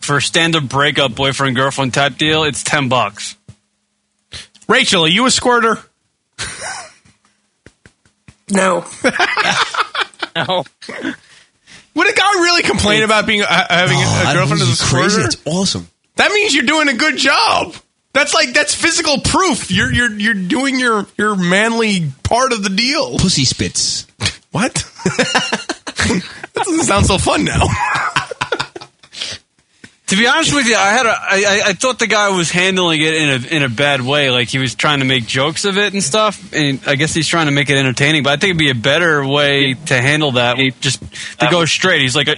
For stand up breakup boyfriend girlfriend type deal, it's 10 bucks.
Rachel, are you a squirter?
No.
no. Would a guy really complain about being uh, having
Oh,
a, a girlfriend as a
Crazy.
squirter?
It's awesome.
That means you're doing a good job. That's like that's physical proof. You're you're you're doing your your manly part of the deal.
Pussy spits.
What? (laughs) that doesn't sound so fun now.
To be honest with you, I had a I, I- I thought the guy was handling it in a in a bad way, like he was trying to make jokes of it and stuff. And I guess he's trying to make it entertaining, but I think it'd be a better way to handle that. Just to go straight. He's like,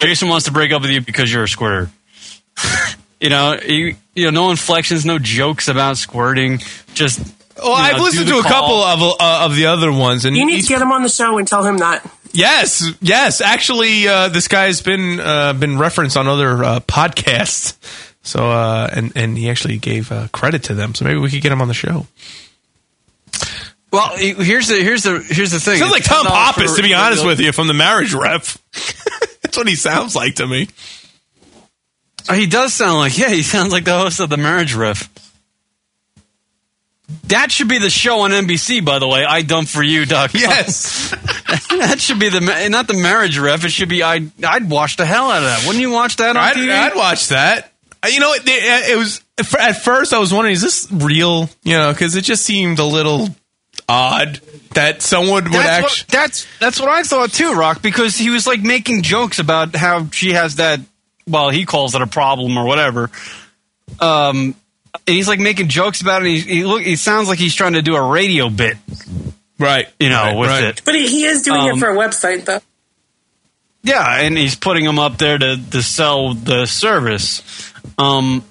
Jason wants to break up with you because you're a squirter. (laughs) you know, you, you know, no inflections, no jokes about squirting. Just
Well, Oh, I've listened to a couple of uh, of the other ones, and
You need to get him on the show and tell him that.
Yes, yes. Actually, uh, this guy's been uh, been referenced on other uh, podcasts. So uh, and and he actually gave uh, credit to them. So maybe we could get him on the show.
Well, he- here's the here's the here's the thing.
Sounds like
It's
Tom
$10
Pappas,
for-
to be honest with you, from the Marriage Rep. (laughs) That's what he sounds like to me.
He does sound like yeah. He sounds like the host of the Marriage Riff. That should be the show on NBC, by the way. I dump for you, Doc.
Yes,
(laughs) that should be the ma- not the Marriage Ref. It should be I. I'd watch the hell out of that. Wouldn't you watch that on
I'd,
TV?
I'd watch that. Uh, You know, it, it it was at first I was wondering, is this real? You know, because it just seemed a little odd that someone would
that's
actually.
what, that's that's what I thought too, Rock, because he was like making jokes about how she has that. Well, he calls it a problem or whatever. Um, and he's like making jokes about it. And he, he look, he sounds like he's trying to do a radio bit,
right?
You know, with it.
But he, he is doing
Um,
it for a website, though.
Yeah, and he's putting them up there to, to sell the service. Um,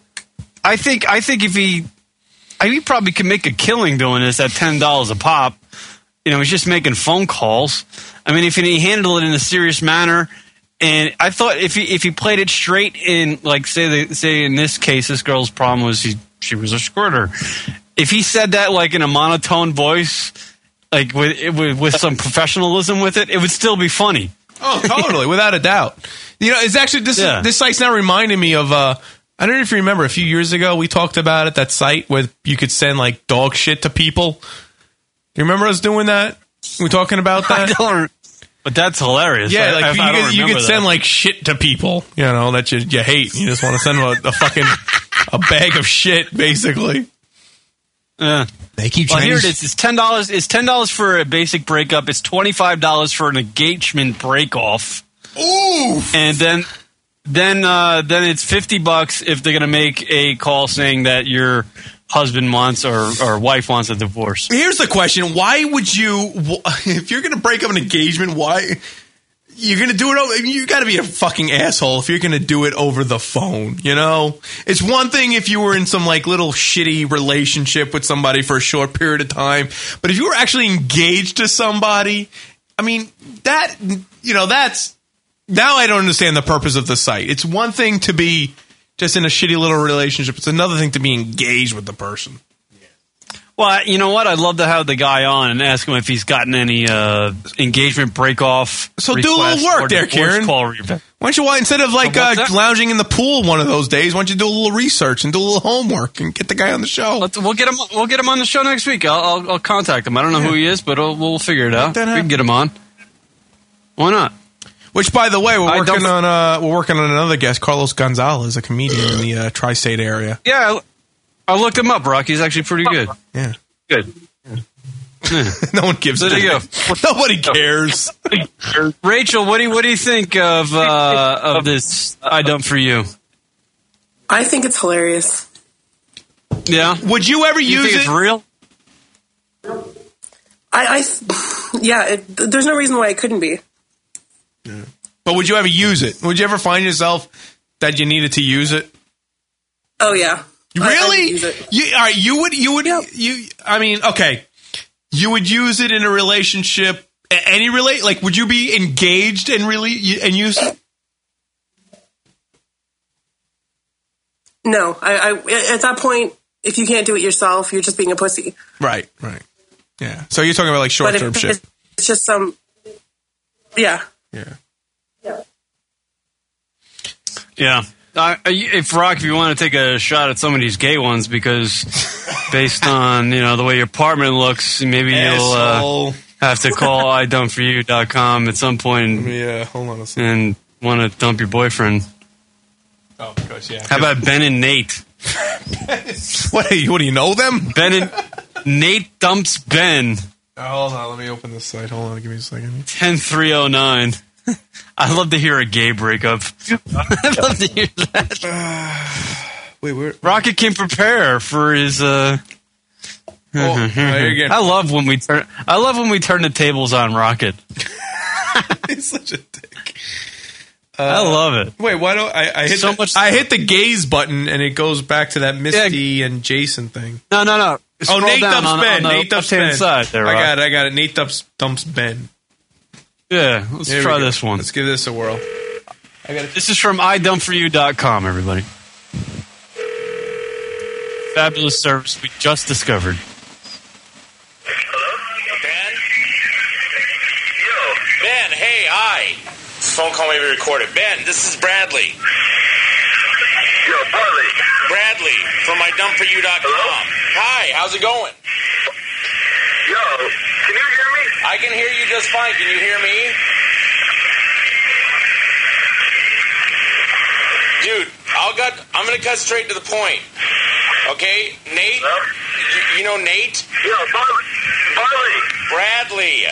I think I think if he, I, he probably could make a killing doing this at ten dollars a pop. You know, he's just making phone calls. I mean, if he handled it in a serious manner, and I thought if he if he played it straight in, like say the, say in this case, this girl's problem was she she was a squirter. If he said that like in a monotone voice, like with with, with some professionalism with it, it would still be funny.
(laughs) Oh, totally, without a doubt. You know, it's actually this.
Yeah.
This site's now reminding me of. Uh, I don't know if you remember a few years ago we talked about it. That site where you could send like dog shit to people. You remember us doing that? We talking about
(laughs)
that?
but that's hilarious.
Yeah,
I-
like
I- I
you,
don't
could, you
remember
could
that.
send like shit to people, you know, that you, you hate. You just want to send them a, a fucking a bag of shit, basically.
Yeah.
They keep
Well,
trying
here it
to-
is. It's ten dollars. It's ten dollars for a basic breakup. It's twenty five dollars for an engagement break off. Ooh. And then, then, uh, then it's fifty bucks if they're gonna make a call saying that your husband wants or or wife wants a divorce.
Here's the question: Why would you, wh- (laughs) if you're going to break up an engagement, why you're going to do it over? I mean, you got to be a fucking asshole if you're going to do it over the phone. You know, it's one thing if you were in some like little shitty relationship with somebody for a short period of time, but if you were actually engaged to somebody, I mean, that you know, that's now I don't understand the purpose of the site. It's one thing to be just in a shitty little relationship; it's another thing to be engaged with the person.
Well, you know what? I'd love to have the guy on and ask him if he's gotten any uh, engagement break off.
So do a little work there, Karen.
Call
Why don't you? Why instead of
Oh,
like uh, lounging in the pool one of those days, why don't you do a little research and do a little homework and get the guy on the show?
Let's, we'll get him. We'll get him on the show next week. I'll, I'll, I'll contact him. I don't know who he is, but I'll, we'll figure it out. We can get him on. Why not?
Which, by the way, we're
I
working
don't-
on. Uh, we're working on another guest, Carlos Gonzalez, a comedian in the uh, tri-state area.
Yeah, I, I looked him up. Rock. He's actually pretty good.
Yeah.
Good.
(laughs) no one gives.
There
a
you go.
(laughs) Nobody cares.
Rachel, what do you, what do you think of uh, of this? I dump for you.
I think it's hilarious.
Yeah.
Would you ever
use
think
it?
It's real.
I, I (laughs) yeah, it, there's no reason why it couldn't be.
But would you ever use it? Would you ever find yourself that you needed to use it?
Oh yeah.
Really? You, all right, you would you would you I mean, okay. You would use it in a relationship a- any relate like would you be engaged and really you- and use it?
No, I, I at that point, if you can't do it yourself, you're just being a pussy.
Right, right. Yeah. So you're talking about like short term
but if
shit.
it's, it's just some, yeah.
Yeah.
Yeah. Uh, if Rock, if you want to take a shot at some of these gay ones, (laughs) because based on you know the way your apartment looks, maybe you'll
Asshole.
uh, have to call idumpforyou.com at some point.
Yeah, hold on a second.
and want to dump your boyfriend.
Oh, of course, yeah.
How about Ben and Nate?
what? What do you know them?
Ben and Nate dumps Ben
Oh, hold on, let me open this site. Hold on, give me a second.
ten three oh nine. I'd love to hear a gay breakup. I'd love to hear that.
Wait, where?
Rocket can prepare for his. Uh,
oh,
(laughs)
there you go.
I love when we turn. I love when we turn the tables on Rocket.
He's such a dick.
I love it.
Wait, why don't I, I hit
So
the,
much-
I hit the gaze button and it goes back to that Misty and Jason thing.
No, no, no.
oh,
Scroll
Nate
down
dumps
on-
Ben.
on the
Nate dumps Ben.
left-hand side there,
I
Rock.
got it. I got it. Nate dumps dumps Ben.
Yeah, let's
There we
try
go.
this one.
Let's give this a whirl. I got
This is from idumpforyou.com, everybody. Fabulous service we just discovered.
Ben, hey, hi. This phone call may be recorded. Ben, this is Bradley. Yo, Bradley. Bradley from idumpforyou.com. Hi, how's it going? Yo, can you hear me? I can hear you just fine. Can you hear me? Dude, I'll got, I'm going to cut straight to the point. Okay, Nate? You, you know Nate? Yo, Bradley. Bradley.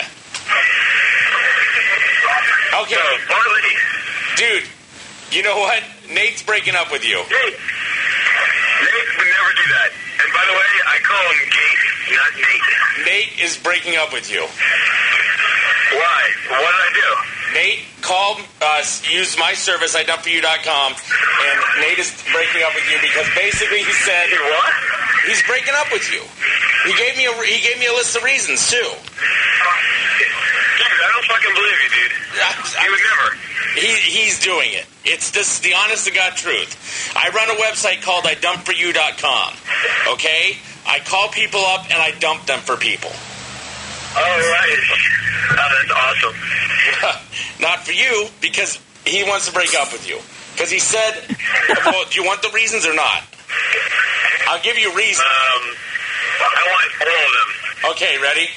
Okay. Dude, you know what? Nate's breaking up with you. Nate. Nate would never do that. And by the way, I call him Nate, not Nate. Nate is breaking up with you. Why? What did I do? Nate called us, used my service, idumpforyou.com, and Nate is breaking up with you because basically he said, what? He's breaking up with you. He gave me a he gave me a list of reasons too.
I don't fucking believe you, dude.
He
would never.
He, he's doing it. It's just the honest to God truth. I run a website called idumpforyou.com. Okay? I call people up and I dump them for people.
All right. Oh, that's awesome.
(laughs) Not for you, because he wants to break up with you. Because he said, well, do you want the reasons or not? I'll give you reasons. Um, I want all of them. Okay, ready?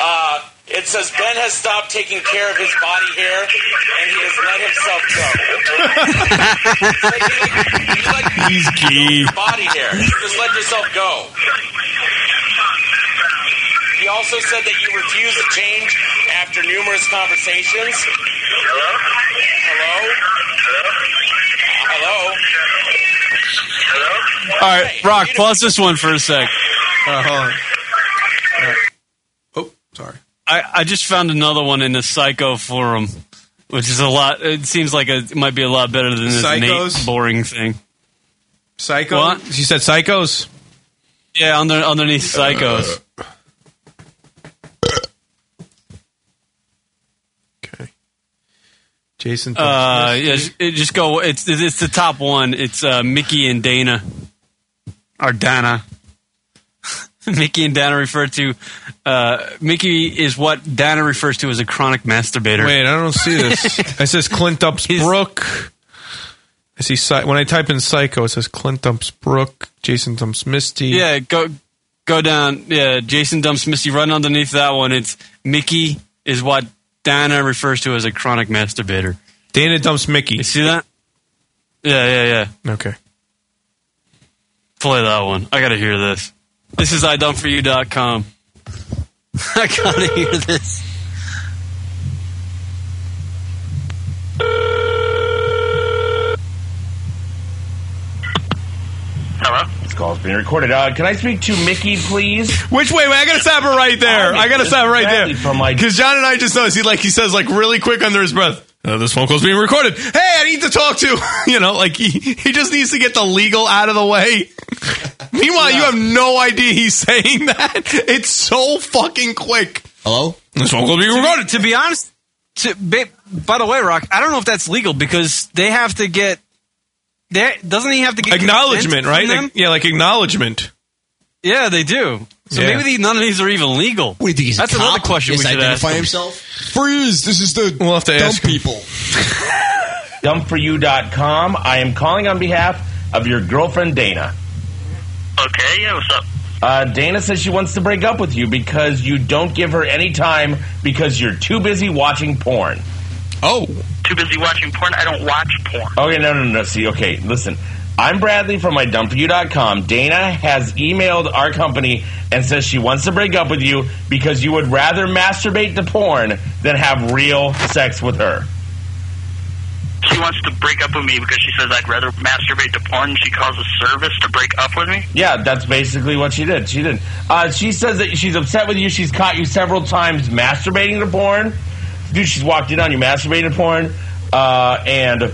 Uh, it says Ben has stopped taking care of his body hair, and he has let himself (laughs) go.
He's
Your body hair. You just let yourself go. He also said that you refuse to change after numerous conversations. Hello? Hello? Hello?
All right, Rock, pause this one for a sec. Uh, hold on.
Oh, sorry.
I, I just found another one in the Psycho forum, which is a lot. It seems like a, it might be a lot better than this
Psychos?
Nate boring thing.
Psycho. You said psychos.
Yeah, under, underneath psychos.
Jason.
Uh, yeah, just, it- just go. It's it's the top one. It's uh, Mickey and Dana, or Dana. (laughs) Mickey and Dana refer to. Uh, Mickey is what Dana refers to as a chronic masturbator.
Wait, I don't see (laughs) this. it says Clint Dumps Brook. I see psy- when I type in psycho, it says Clint Dumps Brook, Jason Dumps Misty.
Yeah, go go down. Yeah, Jason dumps Misty right underneath that one. It's Mickey is what Dana refers to as a chronic masturbator.
Dana dumps Mickey.
You see that? Yeah, yeah, yeah.
Okay.
Play that one. I gotta hear this. This is idumpforyou.com. (laughs) I gotta hear this.
Hello?
This call's being recorded. Uh, can I speak to Mickey, please?
Which way? Wait, I gotta stop it right there. I gotta stop it right there. Because John and I just noticed he like he says like really quick under his breath. "Uh, this phone call's being recorded. Hey, I need to (laughs) talk to you know like he he just needs to get the legal out of the (laughs) way. Meanwhile, you have no idea he's (laughs) saying that. It's so fucking quick.
Hello.
This phone call being recorded.
To be honest, to, ba- by the way, Rock, I don't know if that's legal because they have to get. they- Doesn't he have to get consent
Acknowledgement,
from
right?
them?
Like- yeah, like acknowledgement.
Yeah, they do. So
Yeah.
maybe the, none of these are even legal. Wait,
he's a
That's another
cop?
question
Yes,
we should ask.
identify
them.
himself. Freeze! This is the
we'll have to
dumb
ask him.
people.
Dumpforyou.com. I am calling on behalf of your girlfriend, Dana.
Okay, yeah, what's up?
Uh, Dana says she wants to break up with you because you don't give her any time because you're too busy watching porn.
Oh.
Too busy watching porn? I don't watch porn.
Okay, no, no, no. See, okay, listen. I'm Bradley from MyDumpForYou.com. Dana has emailed our company and says she wants to break up with you because you would rather masturbate to porn than have real sex with her.
She wants to break up with me because she says I'd rather masturbate to porn. She calls a service to break up with me.
Yeah, that's basically what she did. She did. Uh, she says that she's upset with you. She's caught you several times masturbating to porn. Dude, she's walked in on you masturbating to porn. Uh, and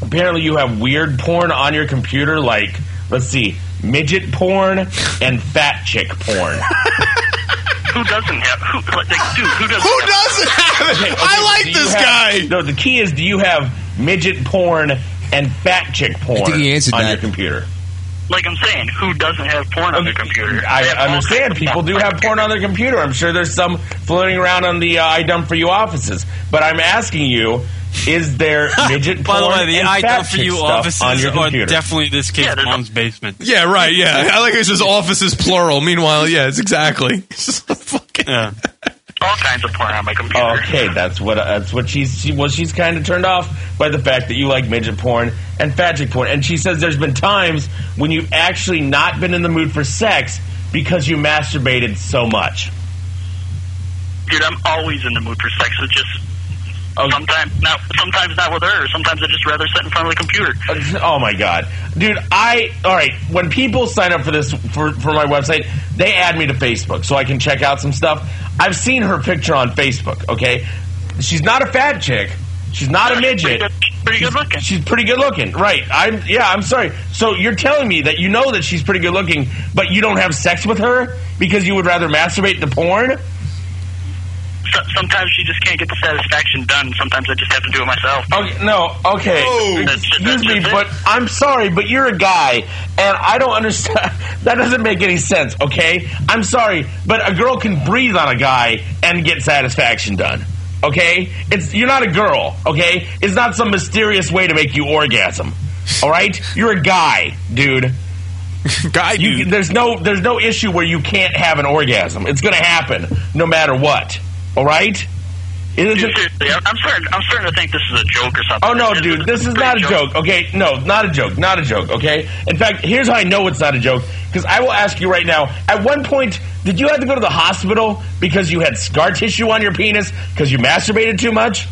apparently you have weird porn on your computer, like, let's see, midget porn and fat chick porn.
Who doesn't have who like dude, who doesn't
Who
have
doesn't have it? I like
Do you
this
have-
guy.
No, the key is do you have midget porn and fat chick porn
think he answered
on
that.
your computer?
like I'm saying, who doesn't have porn on their computer?
I
have all
understand
kinds of
people do
porn.
have porn on their computer. I'm sure there's some floating around on the uh, I dump for you offices. But I'm asking you, is there
(laughs)
midget
By
porn
the way, the
and
I
fat
done for
chick
you
stuff
offices
on your
are
computer?
definitely this kid's mom's basement.
(laughs) Yeah, right. Yeah, I like it says office is plural. Meanwhile, yeah, it's exactly. (laughs)
Yeah.
all kinds of porn on my computer.
Okay, that's what uh, that's what she's she well she's kind of turned off by the fact that you like midget porn and fat chick porn, and she says there's been times when you've actually not been in the mood for sex because you masturbated so much.
Dude, I'm always in the mood for sex. It's just sometimes not sometimes not with her. Sometimes I just rather sit in front of the computer.
(laughs) Oh my god, dude! I all right. When people sign up for this for for my website, they add me to Facebook so I can check out some stuff. I've seen her picture on Facebook. Okay, She's not a fat chick. She's not a midget. Pretty good looking. She's pretty good looking, right? I'm yeah. I'm sorry. So you're telling me that you know that she's pretty good looking, but you don't have sex with her because you would rather masturbate to porn?
So, sometimes you just can't get the satisfaction done. Sometimes I just have to do it myself.
Okay, no, okay. Excuse me, but I'm sorry, but you're a guy, and I don't understand. (laughs) That doesn't make any sense, okay? I'm sorry, but a girl can breathe on a guy and get satisfaction done, okay? It's You're not a girl, okay? It's not some mysterious way to make you orgasm, all right? You're a guy, dude.
Guy,
you, dude. There's no, there's no issue where you can't have an orgasm. It's going to happen no matter what, all right? It
Dude,
isn't-
seriously, I'm I'm starting. I'm starting to think this is a joke or something.
Oh no, dude, this is not a joke. Okay, no, not a joke, not a joke. Okay. In fact, here's how I know it's not a joke because I will ask you right now. At one point, did you have to go to the hospital because you had scar tissue on your penis because you masturbated too much?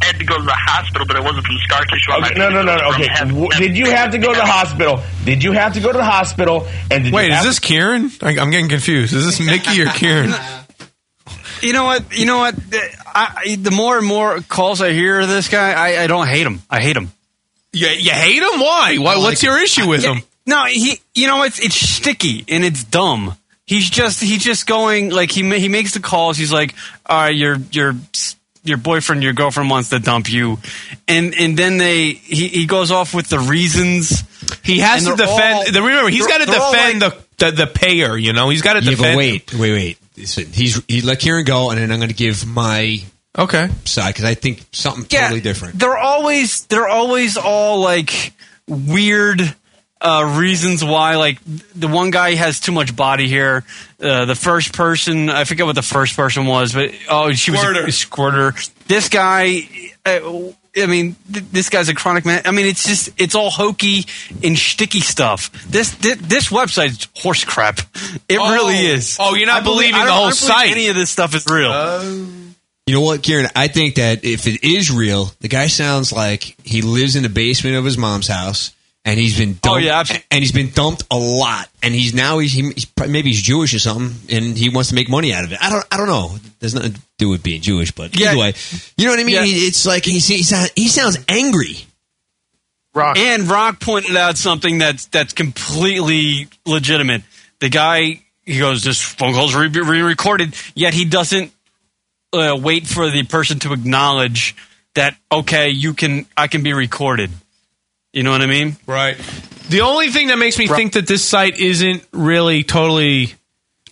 I had to go to the hospital, but it wasn't from scar tissue. on my
Okay, no,
penis,
no, no.
it was
no,
from
Okay,
having-
W- did you have to go to the hospital? Did you have to go to the hospital? And did
Wait,
you
is
have
this Kieran? I, I'm getting confused. Is (laughs) this Mickey or Kieran?
(laughs) You know what? You know what? I, I- the more and more calls I hear of this guy, I, I don't hate him. I hate him.
You, you hate him? Why? Why? what's your issue (laughs) with him?
No, he. You know it's it's sticky and it's dumb. He's just he's just going like he ma- he makes the calls. He's like, all right, your your your boyfriend, your girlfriend wants to dump you, and and then they he, he goes off with the reasons.
He has to
And they're all-
defend. remember, he's
they're-
got to
they're all
defend the, the the payer. You know, he's got to
Yeah,
defend.
but wait, wait, wait. So He's he let Kieran go, and then I'm going to give my
okay
side because I think something totally different.
They're always they're always all like weird uh, reasons why. Like the one guy has too much body hair. Uh, the first person I forget what the first person was, but oh, she was a- a squirter. This guy. Uh, I mean, th- this guy's a chronic man. I mean, it's just it's all hokey and sticky stuff. This this, this website's horse crap. It really is.
Oh, you're not
I believe-
believing
I
the
don't- I
whole
don't believe
site. Oh.
Any of this stuff is real.
You know what, Kieran? I think that if it is real, the guy sounds like he lives in the basement of his mom's house, and he's been dumped,
Oh, yeah, I've-
and he's been dumped a lot, and he's now he's, he, he's probably- maybe he's Jewish or something, and he wants to make money out of it. I don't I don't know. There's nothing to do with being Jewish, but
Yeah.
either way, you know what I mean. He- It's like he's, he's, he sounds angry.
And Rock pointed out something that's that's completely legitimate. The guy he goes, "This phone call's re- re-recorded," yet he doesn't uh, wait for the person to acknowledge that. Okay, you can, I can be recorded. You know what I mean?
Right. The only thing that makes me think that this site isn't really totally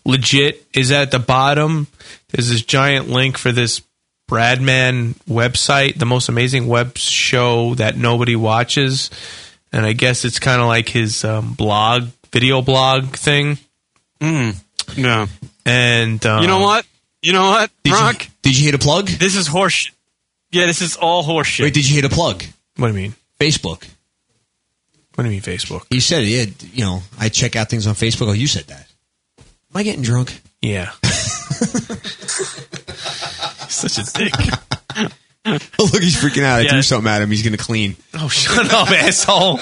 legit is at the bottom. There's this giant link for this Bradman website, the most amazing web show that nobody watches, and I guess it's kind of like his um, blog, video blog thing.
Mm. Yeah.
And um,
you know what? You know what? Rock.
did you hit a plug?
This is horseshit. Yeah, this is all horseshit.
Wait, did you hit a plug?
What do you mean?
Facebook.
What do you mean Facebook?
You said it. Yeah, you know, I check out things on Facebook. Oh, you said that. Am I getting drunk? (laughs)
Yeah. Such a dick.
oh, look, he's freaking out. I threw something at him. He's going to clean. (laughs)
Oh, (laughs) shut up, asshole.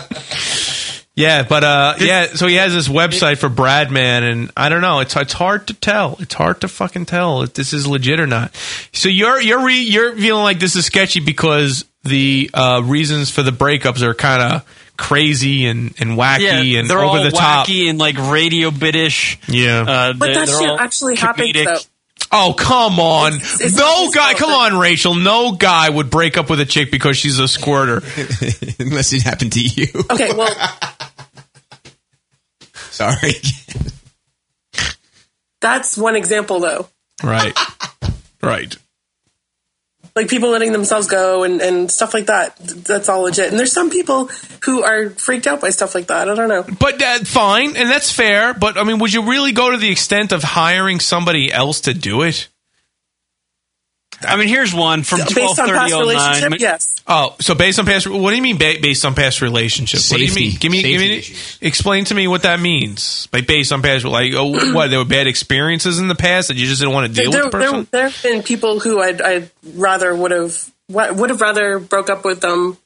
Yeah, but uh, yeah. So he has this website for Bradman, and I don't know. It's it's hard to tell. It's hard to fucking tell if this is legit or not. So you're you're re, you're feeling like this is sketchy because the uh, reasons for the breakups are kind of crazy and and wacky
yeah,
and
they're
over
all
the
wacky
top.
and like radio bitish.
Yeah,
uh,
But
they're-
that
they're
shit
all
actually happens,
comedic.
though.
Oh come on!
it's not
no
his
guy,
fault
come on, Rachel. No guy would break up with a chick because she's a squirter,
unless it happened to you. (laughs)
Okay, well,
(laughs)
Sorry.
that's one example, though.
(laughs)
Right. right.
Like people letting themselves go and, and stuff like that. Th- That's all legit. And there's some people who are freaked out by stuff like that. I don't know.
But uh, fine, and that's fair. But I mean, would you really go to the extent of hiring somebody else to do it?
I mean, here's one from oh
Based on past relationship, yes.
Oh, so based on past. What do you mean ba- based on past relationships? What do you
Safety-
mean? Give me, give
safety
me. Explain to me what that means. Like based on past, like oh, (clears throat) what there were bad experiences in the past that you just didn't want to
There,
deal with. The
there,
person?
there have been people who I'd, I'd rather would have would have rather broke up with them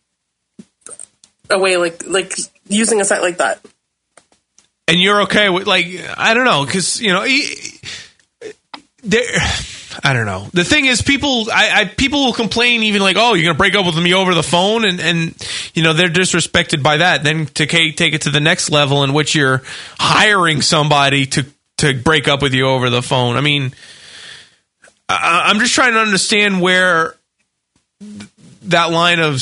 away like like using a site like that.
and you're okay with like I don't know because you know e- there. I don't know. The thing is, people, I, I people will complain even like, "Oh, you're gonna break up with me over the phone," and and you know they're disrespected by that. Then to ca- take it to the next level, in which you're hiring somebody to to break up with you over the phone. I mean, I, I'm just trying to understand where that line of,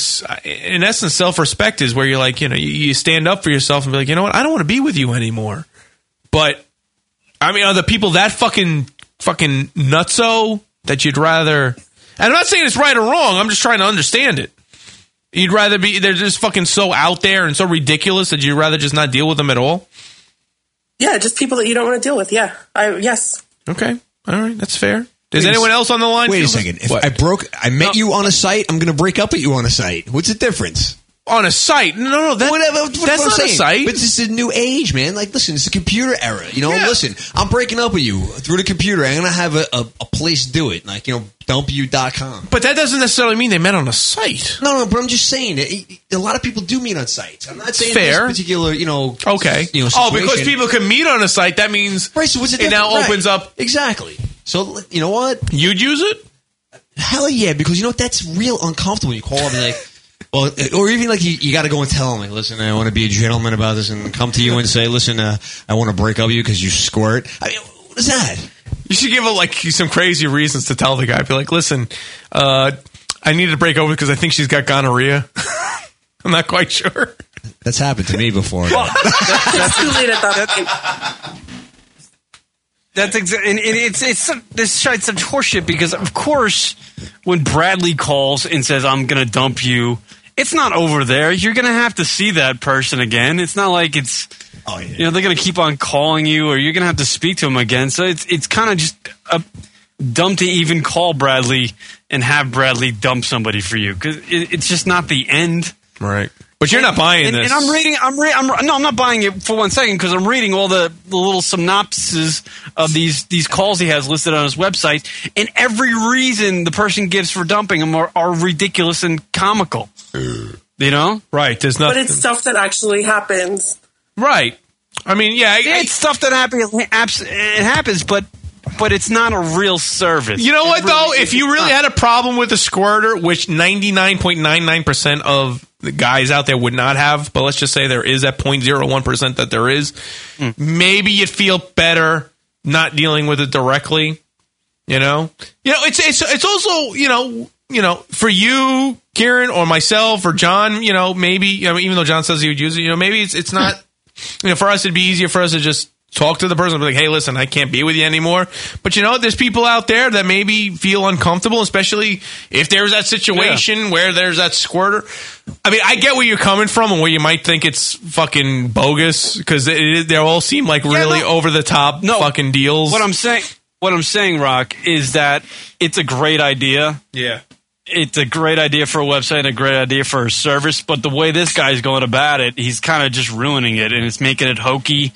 in essence, self respect is where you're like, you know, you, you stand up for yourself and be like, you know what, I don't want to be with you anymore. But I mean, are the people that fucking fucking nutso that you'd rather? And I'm not saying it's right or wrong. I'm just trying to understand it. You'd rather be they're just fucking so out there and so ridiculous that you'd rather just not deal with them at all.
Yeah, just people that you don't want to deal with. Yeah, I yes.
Okay, all right, that's fair.
Wait
Does
a
anyone
s-
else on the line?
Wait a
feel-
second. If I broke, I met you on a site. I'm going to break up at you on a site. What's the difference?
On a site? No, no, that,
Whatever, that's what
that's
I'm
not a
saying.
site.
But this is a new age, man. Like, listen, it's a computer era. You know, listen, I'm breaking up with you through the computer. I'm going to have a, a, a place to do it. Like, you know, dumpyou.com.
But that doesn't necessarily mean they met on a site.
No, no, but I'm just saying that e- a lot of people do meet on sites. I'm not saying
Fair.
this particular, you know,
Okay.
you know,
oh, because
situation.
people can meet on a site. That means
right. So what's
it now
difference? Right.
opens up
exactly. So you know what?
You'd use it?
Hell yeah, because you know what? That's real uncomfortable. You call up and like, (laughs) well, eh, or even like you, you got to go and tell them like, listen, I want to be a gentleman about this and come to you and say, listen, uh, I want to break up with you because you squirt. I mean, what is that?
You should give it like some crazy reasons to tell the guy. Be like, listen, uh, I need to break over because I think she's got gonorrhea. (laughs) I'm not quite sure.
That's happened to me before.
it's too late at that point.
That's exactly, and, and it's it's some, this shit's such horseshit because of course when Bradley calls and says I'm gonna dump you, it's not over there. You're gonna have to see that person again. It's not like it's you know they're gonna keep on calling you or you're gonna have to speak to them again. So it's it's kind of just a, dumb to even call Bradley and have Bradley dump somebody for you because it, it's just not the end.
Right. But you're not buying
and,
this.
And I'm reading. I'm, re- I'm no, I'm not buying it for one second because I'm reading all the, the little synopses of these these calls he has listed on his website, and every reason the person gives for dumping him are, are ridiculous and comical. You know,
right? There's
But it's stuff that actually happens.
Right. I mean, yeah,
it's stuff that happens. It happens, but but it's not a real service.
You know
It
what though?
really-
If you really had a problem with a squirter, which 99.99% of the guys out there would not have, but let's just say there is that 0.01% that there is, maybe you'd feel better not dealing with it directly, you know? You know, it's it's it's also, you know, you know, for you, Kieran, or myself, or John, you know, maybe you know, even though John says he would use it, you know, maybe it's it's not (laughs) you know, for us, it'd be easier for us to just talk to the person, be like, "Hey, listen, I can't be with you anymore." But you know, there's people out there that maybe feel uncomfortable, especially if there's that situation where there's that squirter. I mean, I get where you're coming from and where you might think it's fucking bogus because they all seem like really over the top fucking deals.
What I'm saying, what I'm saying, Rock, is that it's a great idea.
Yeah.
It's a great idea for a website, and a great idea for a service, but the way this guy's going about it, he's kind of just ruining it, and it's making it hokey,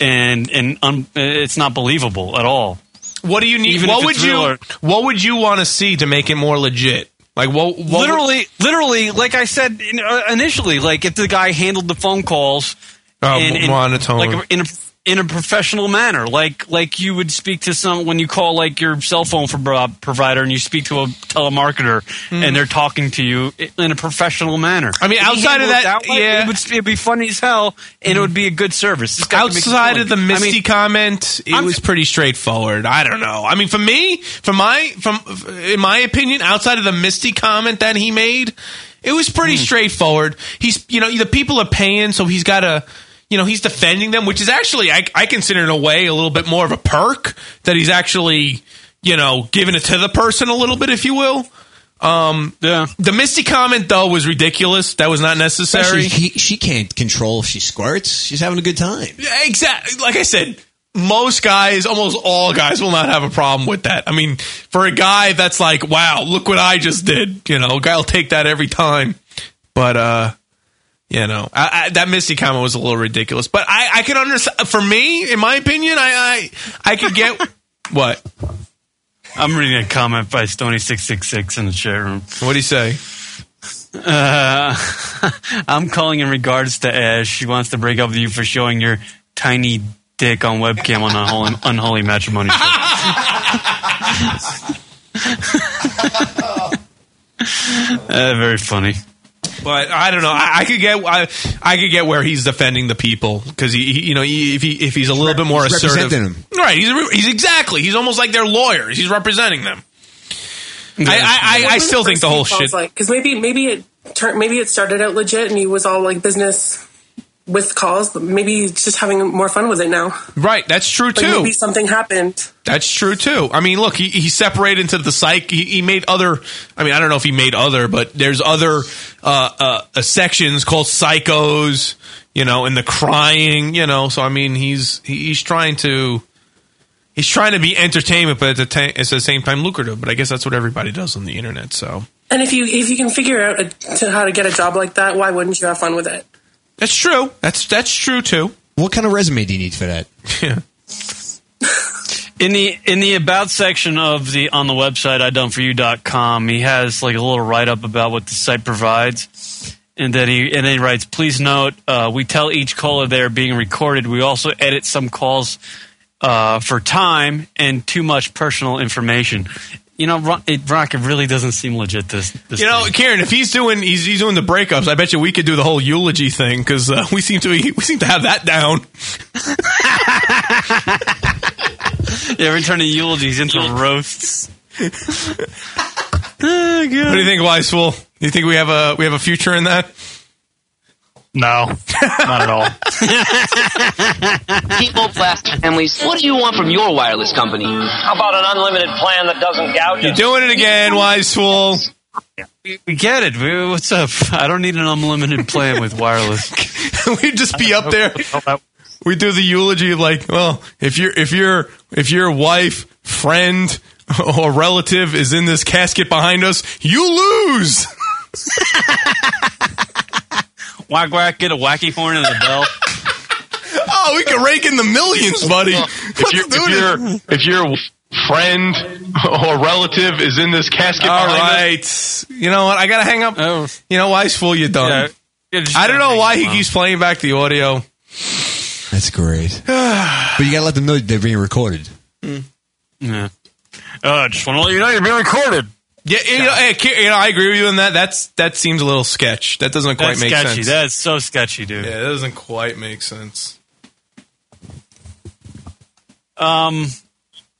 and and un, it's not believable at all.
What do you need?
Even
what
if
would
it's
you?
real or-
what would you want to see to make it more legit? Like what? what would-
literally, literally, like I said in- uh, initially, like if the guy handled the phone calls
Oh, monotone.
like in a in a professional manner, like like you would speak to some when you call like your cell phone for uh, provider and you speak to a telemarketer
Mhm.
and they're talking to you i- in a professional manner.
I mean,
If he
outside of
handled
that-
it way,
yeah. Hmm.
it would it'd be funny as hell and it would be a good service. This guy can make a
outside
killing.
of the
I mean,
Misty comment, it was pretty straightforward. I don't know. I mean, for me, for my, from in my opinion, outside of the Misty comment that he made, it was pretty
Hmm.
straightforward. He's, you know, the people are paying, so he's got to. You know he's defending them, which is actually I, I consider in a way a little bit more of a perk that he's actually you know giving it to the person a little bit, if you will. Um,
yeah.
The Misty comment though was ridiculous. That was not necessary.
Especially he, she can't control if she squirts. She's having a good time.
Exactly. Like I said, most guys, almost all guys, will not have a problem with that. I mean, for a guy that's like, "Wow, look what I just did," you know, a guy'll take that every time. But uh, you know, I, I, that Misty comment was a little ridiculous. But I, I can understand. For me, in my opinion, I, I, I could get what.
I'm reading a comment by Stony six six six in the chat room.
What do you say?
Uh, (laughs) I'm calling in regards to Ash. She wants to break up with you for showing your tiny dick on webcam on unholy, unholy matrimony. show. (laughs) Uh, very funny.
But I don't know. I, I could get I, I could get where he's defending the people because he, he- you know he, if he if he's a little bit more
He's
assertive,
representing them.
right? He's re- he's exactly he's almost like their lawyers. He's representing them. I I, I, I still think the whole shit.
because maybe maybe it tur- maybe it started out legit and he was all like business with calls. But maybe he's just having more fun with it now.
Right, that's true
Like
too.
maybe something happened.
That's true too. I mean, look, he, he separated into the psych. He, he made other. I mean, I don't know if he made other, but there's other uh, uh, uh, sections called psychos, you know, and the crying, you know. So I mean, he's he, he's trying to he's trying to be entertainment, but at the, ta- at the same time lucrative. But I guess that's what everybody does on the internet. So
And if you if you can figure out a, to how to get a job like that, why wouldn't you have fun with it?
that's true. That's that's true too.
What kind of resume do you need for that?
Yeah.
In the in the about section of the on the website idoneforyou.com, he has like a little write up about what the site provides. And then he and then he writes, please note, uh, we tell each caller they are being recorded. We also edit some calls uh, for time and too much personal information. You know, Ron, it, Rock, it really doesn't seem legit. This, this
You know, Karen, if he's doing he's, he's doing the breakups, I bet you we could do the whole eulogy thing because uh, we seem to be, we seem to have that down.
yeah, we're turning eulogies into
(laughs)
roasts. Oh, God.
What do you think, Wise Fool? Do you think we have a we have a future in that?
No, not at all.
(laughs) People, plastic families, what do you want from your wireless company? How about an unlimited plan that doesn't gouge
You're doing it again, Wise (laughs) Fool.
We get it. We- What's up? I don't need an unlimited plan with wireless.
We'd just be up there. We do the eulogy of like, well, if your if your if your wife, friend, or relative is in this casket behind us, you lose.
Whack whack, get a wacky horn and a (laughs) bell.
Oh, we can rake in the millions, buddy. if your if your if your friend or relative is in this casket, all right. You know what? I gotta hang up.
(laughs)
You know, wise fool, you done. I don't know why he keeps playing back the audio.
That's great. (sighs) but you gotta let them know they're being recorded.
Yeah. Uh, just want to let you know you're being recorded.
Yeah, you know, hey, Ki- you know, I agree with you on that. That's that seems a little sketch. That doesn't quite
That's
make
sketchy.
sense.
That's so sketchy, dude.
yeah, that doesn't quite make sense.
Um,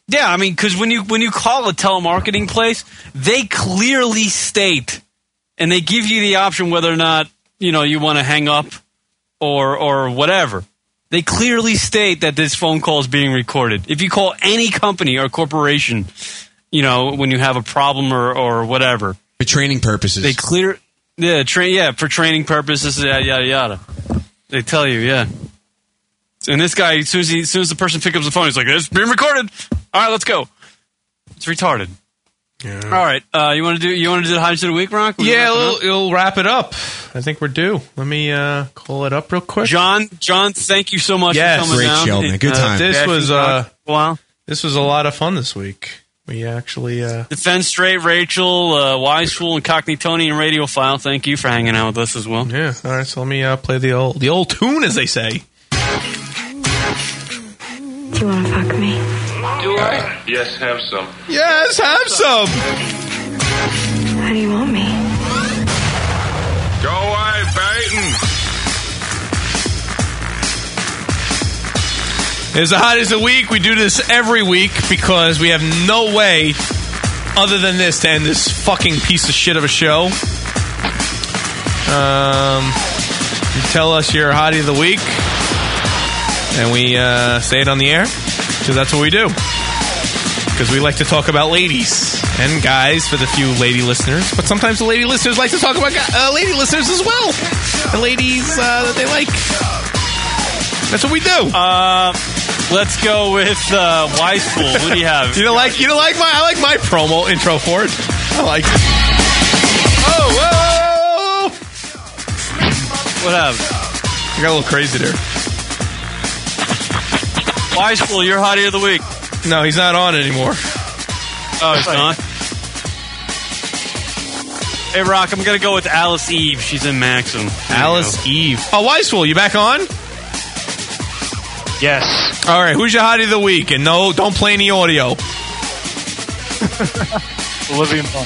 yeah, I mean, because when you when you call a telemarketing place, they clearly state and they give you the option whether or not you know you want to hang up or or whatever. They clearly state that this phone call is being recorded. If you call any company or corporation, you know when you have a problem or or whatever,
For training purposes.
they clear yeah tra- yeah for training purposes yada yada yada. They tell you yeah. And this guy, as soon as, he, as soon as the person picks up the phone, he's like, "It's being recorded. All right, let's go." It's retarded. All right, uh, you want to do you want to do the highlights of the week, Rock? We
yeah,
wrapping
we'll,
up?
we'll wrap it up. I think we're due. Let me uh, call it up real quick.
John, John, thank you so much
Yes.
for coming
Great
down.
show, man. Good time. This was, uh,
wow.
This was a lot of fun this week. We actually uh,
Defense Straight, Rachel, uh, Wise Fool, and Cockney Tony and Radio File. Thank you for hanging out with us as well.
yeah. All right, so let me uh, play the old the old tune, as they say.
Do you want to fuck me?
Do I? Uh, Yes, have some.
Yes, have some.
How do you want me?
Go away, Baton.
It's the hot as a week. We do this every week because we have no way other than this to end this fucking piece of shit of a show. Um, you tell us your hottie of the week, and we uh, say it on the air because that's what we do. Because we like to talk about ladies and guys for the few lady listeners, but sometimes the lady listeners like to talk about guy- uh, lady listeners as well, the ladies uh, that they like. That's what we do.
Uh, let's go with uh, Wise Fool. What do you have?
You don't like you don't like my I like my promo intro for it. I like it. Oh, whoa!
What up?
I got a little crazy there.
Wise Fool, your hottie of the week.
No, he's not on anymore.
Oh, it's not. Hey, Rock, I'm gonna go with Alice Eve. She's in Maxim.
Alice Eve. Oh, Weisfool, you back on?
Yes.
All right. Who's your hottie of the week? And no, don't play any audio.
Olivia Munn.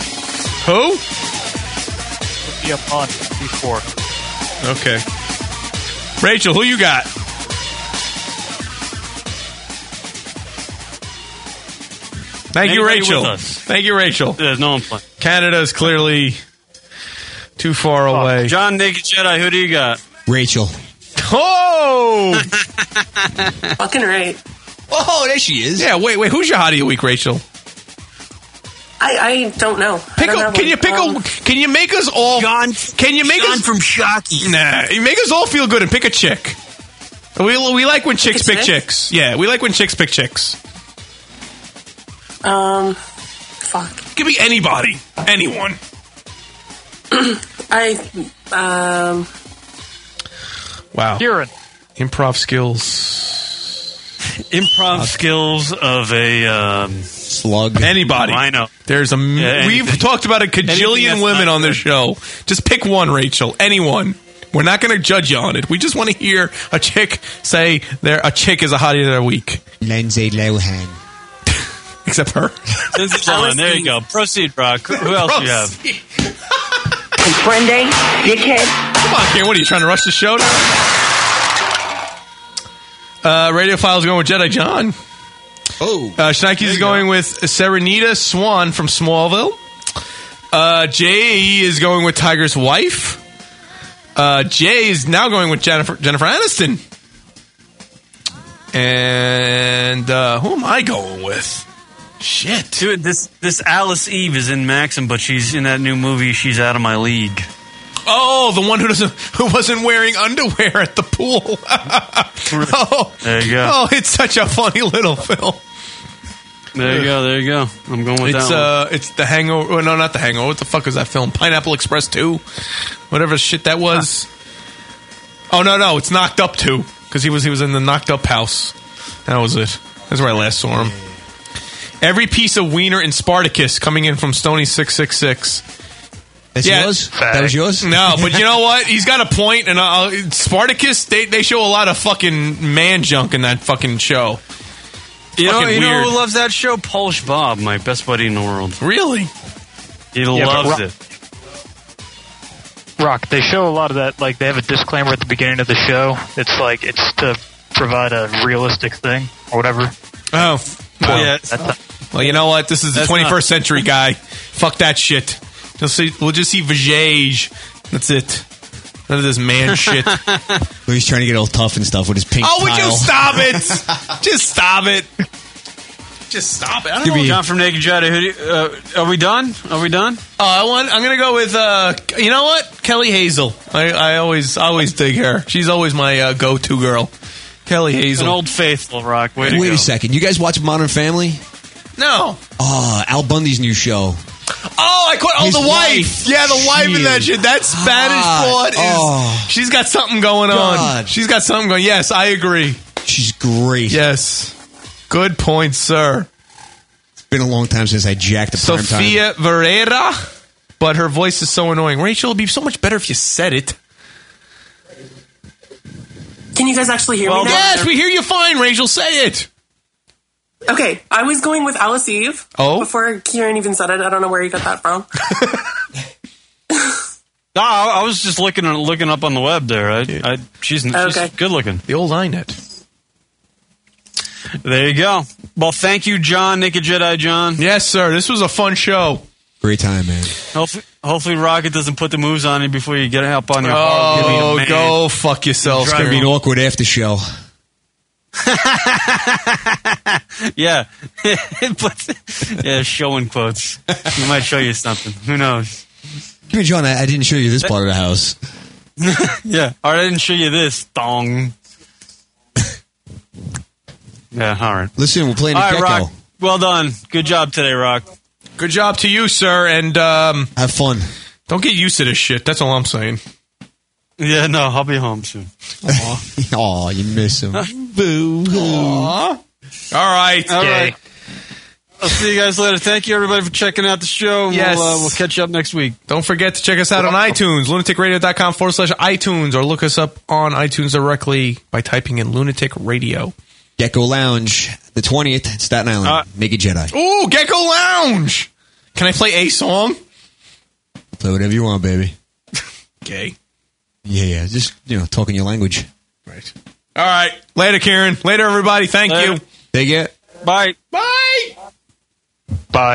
Who?
Olivia Munn. Before.
Okay. Rachel, who you got? Thank you,
Anybody
Rachel.
with us?
Thank you, Rachel.
There's no one playing.
Canada's clearly too far away.
John Naked Jedi, who do you got?
Rachel.
Oh!
Fucking right.
Oh, there she is.
Yeah, wait, wait. Who's your hottie of the week, Rachel?
I, I don't know.
Pick a, can you pick a? Can you make us all? Um, John, can you make us
from Shocky?
Nah, you make us all feel good and pick a chick. We we like when chicks pick
chick?
chicks. Yeah, we like when chicks pick chicks.
a? Um, fuck.
Give me anybody, anyone.
I um.
Wow.
Kieran.
Improv skills.
Improv skills of a um,
slug.
Anybody.
I know.
There's a. m-
Yeah,
we've
anything.
talked about a
Anything that's
cajillion women
not
on this show. Just pick one, Rachel. Anyone. We're not going to judge you on it. We just want to hear a chick say there a chick is a hottie of the week.
Lindsay Lohan.
Except her. (laughs)
Lindsay Lohan. There you go. Proceed, Rock. Who else do you have?
Comprende, dickhead. Come on, Karen. What are you trying to rush the show? Uh, Radio Files going with Jedi John.
Oh,
uh, Schneikes is going with Serenita Swan from Smallville. Uh, Jay is going with Tiger's wife. Uh, Jay is now going with Jennifer Jennifer Aniston. And uh, who am I going with? Shit,
dude! This this Alice Eve is in Maxim, but she's in that new movie. She's out of my league.
Oh, the one who doesn't who wasn't wearing underwear at the pool. (laughs) oh,
There you go.
Oh, it's such a funny little film.
There you go. There you go. I'm going with
it's
that.
uh,
one.
it's the Hangover. oh, No, not the Hangover. What the fuck was that film? Pineapple Express Two, whatever shit that was. Oh no, no, it's Knocked Up Two because he was he was in the Knocked Up house. That was it. That's where I last saw him. Every piece of wiener in Spartacus coming in from Stony six six six.
That's yours? That was yours?
No, but you know what? He's got a point, and I'll, Spartacus they they show a lot of fucking man junk in that fucking show.
You know,
fucking
you know
weird.
who loves that show? Polish Bob, my best buddy in the world.
Really?
He
Yeah, but
loves
Ro-
it.
Rock. They show a lot of that. Like they have a disclaimer at the beginning of the show. It's like it's to provide a realistic thing or whatever.
Oh, well,
Yeah,
well, you know what? This is the
That's
21st
not-
century guy. Fuck that shit. You'll see, we'll just see Vijay. That's it. None of this (laughs) man shit. oh,
(laughs) Where he's trying to get all tough and stuff with his pink
would you
tile.
stop it? just stop it. Just stop it. I don't know.
John from Naked Jedi. Who do you, uh, are we done? Are we done?
Oh, I want. I'm gonna go with. Uh, you know what? Kelly Hazel. I, I always, I always dig her. She's always my uh, go-to girl. Kelly Hazel.
An old faithful, Rock. Way to
Wait
go.
a second. You guys watch Modern Family?
No.
Oh, Al Bundy's new show.
Oh, I caught. Oh,
His
the wife.
wife.
Yeah, the wife
She
in that
is
shit. That Spanish
hot.
broad is.
Oh.
She's got something going on.
God.
She's got something going. Yes, I agree.
She's great.
Yes. Good point, sir.
It's been a long time since I jacked a prime time.
Sofia Vergara, but her voice is so annoying. Rachel, it'd be so much better if you said it.
Can you guys actually hear
Well,
me? Now?
yes, we hear you fine, Rachel. Say it.
Okay, I was going with Alice Eve.
Oh.
Before Kieran even said it, I don't know where you got that from.
No, I I was just looking uh, looking up on the web there. I, I, she's she's
Okay.
good looking.
The old iNet.
There you go. Well, thank you, John, Naked Jedi, John.
Yes, sir. This was a fun show.
Great time, man.
Hopefully, hopefully Rocket doesn't put the moves on you before you get up on your.
Oh,
man.
go fuck yourself.
It's going to be an awkward after show.
Yeah, (laughs) but yeah, showing quotes. He might show you something. Who knows?
Give me, John, I, I didn't show you this part of the house.
Yeah. All right, I didn't show you this dong. (laughs) yeah. All right.
Listen, we're
All
playing a
right,
gecko.
Rock. Well done. Good job today, Rock.
Good job to you, sir. And um,
have fun. (laughs)
Don't get used to this shit. That's all I'm saying.
Yeah. No, I'll be home soon.
Aw, you miss him.
Boo. All right.
All right. I'll see you guys later. Thank you, everybody, for checking out the show.
Yes.
We'll, uh, we'll catch you up next week.
Don't forget to check us out on iTunes, lunaticradio.com forward slash iTunes, or look us up on iTunes directly by typing in Lunatic Radio.
Gecko Lounge, the 20th, Staten Island. Make it Jedi.
Ooh, Gecko Lounge. Can I play a song?
Play whatever you want, baby.
Okay.
Yeah, yeah. Just, you know, talking your language.
All right. Later, Karen. Later, everybody. Thank you.
Take it.
Bye.
Bye.
Bye.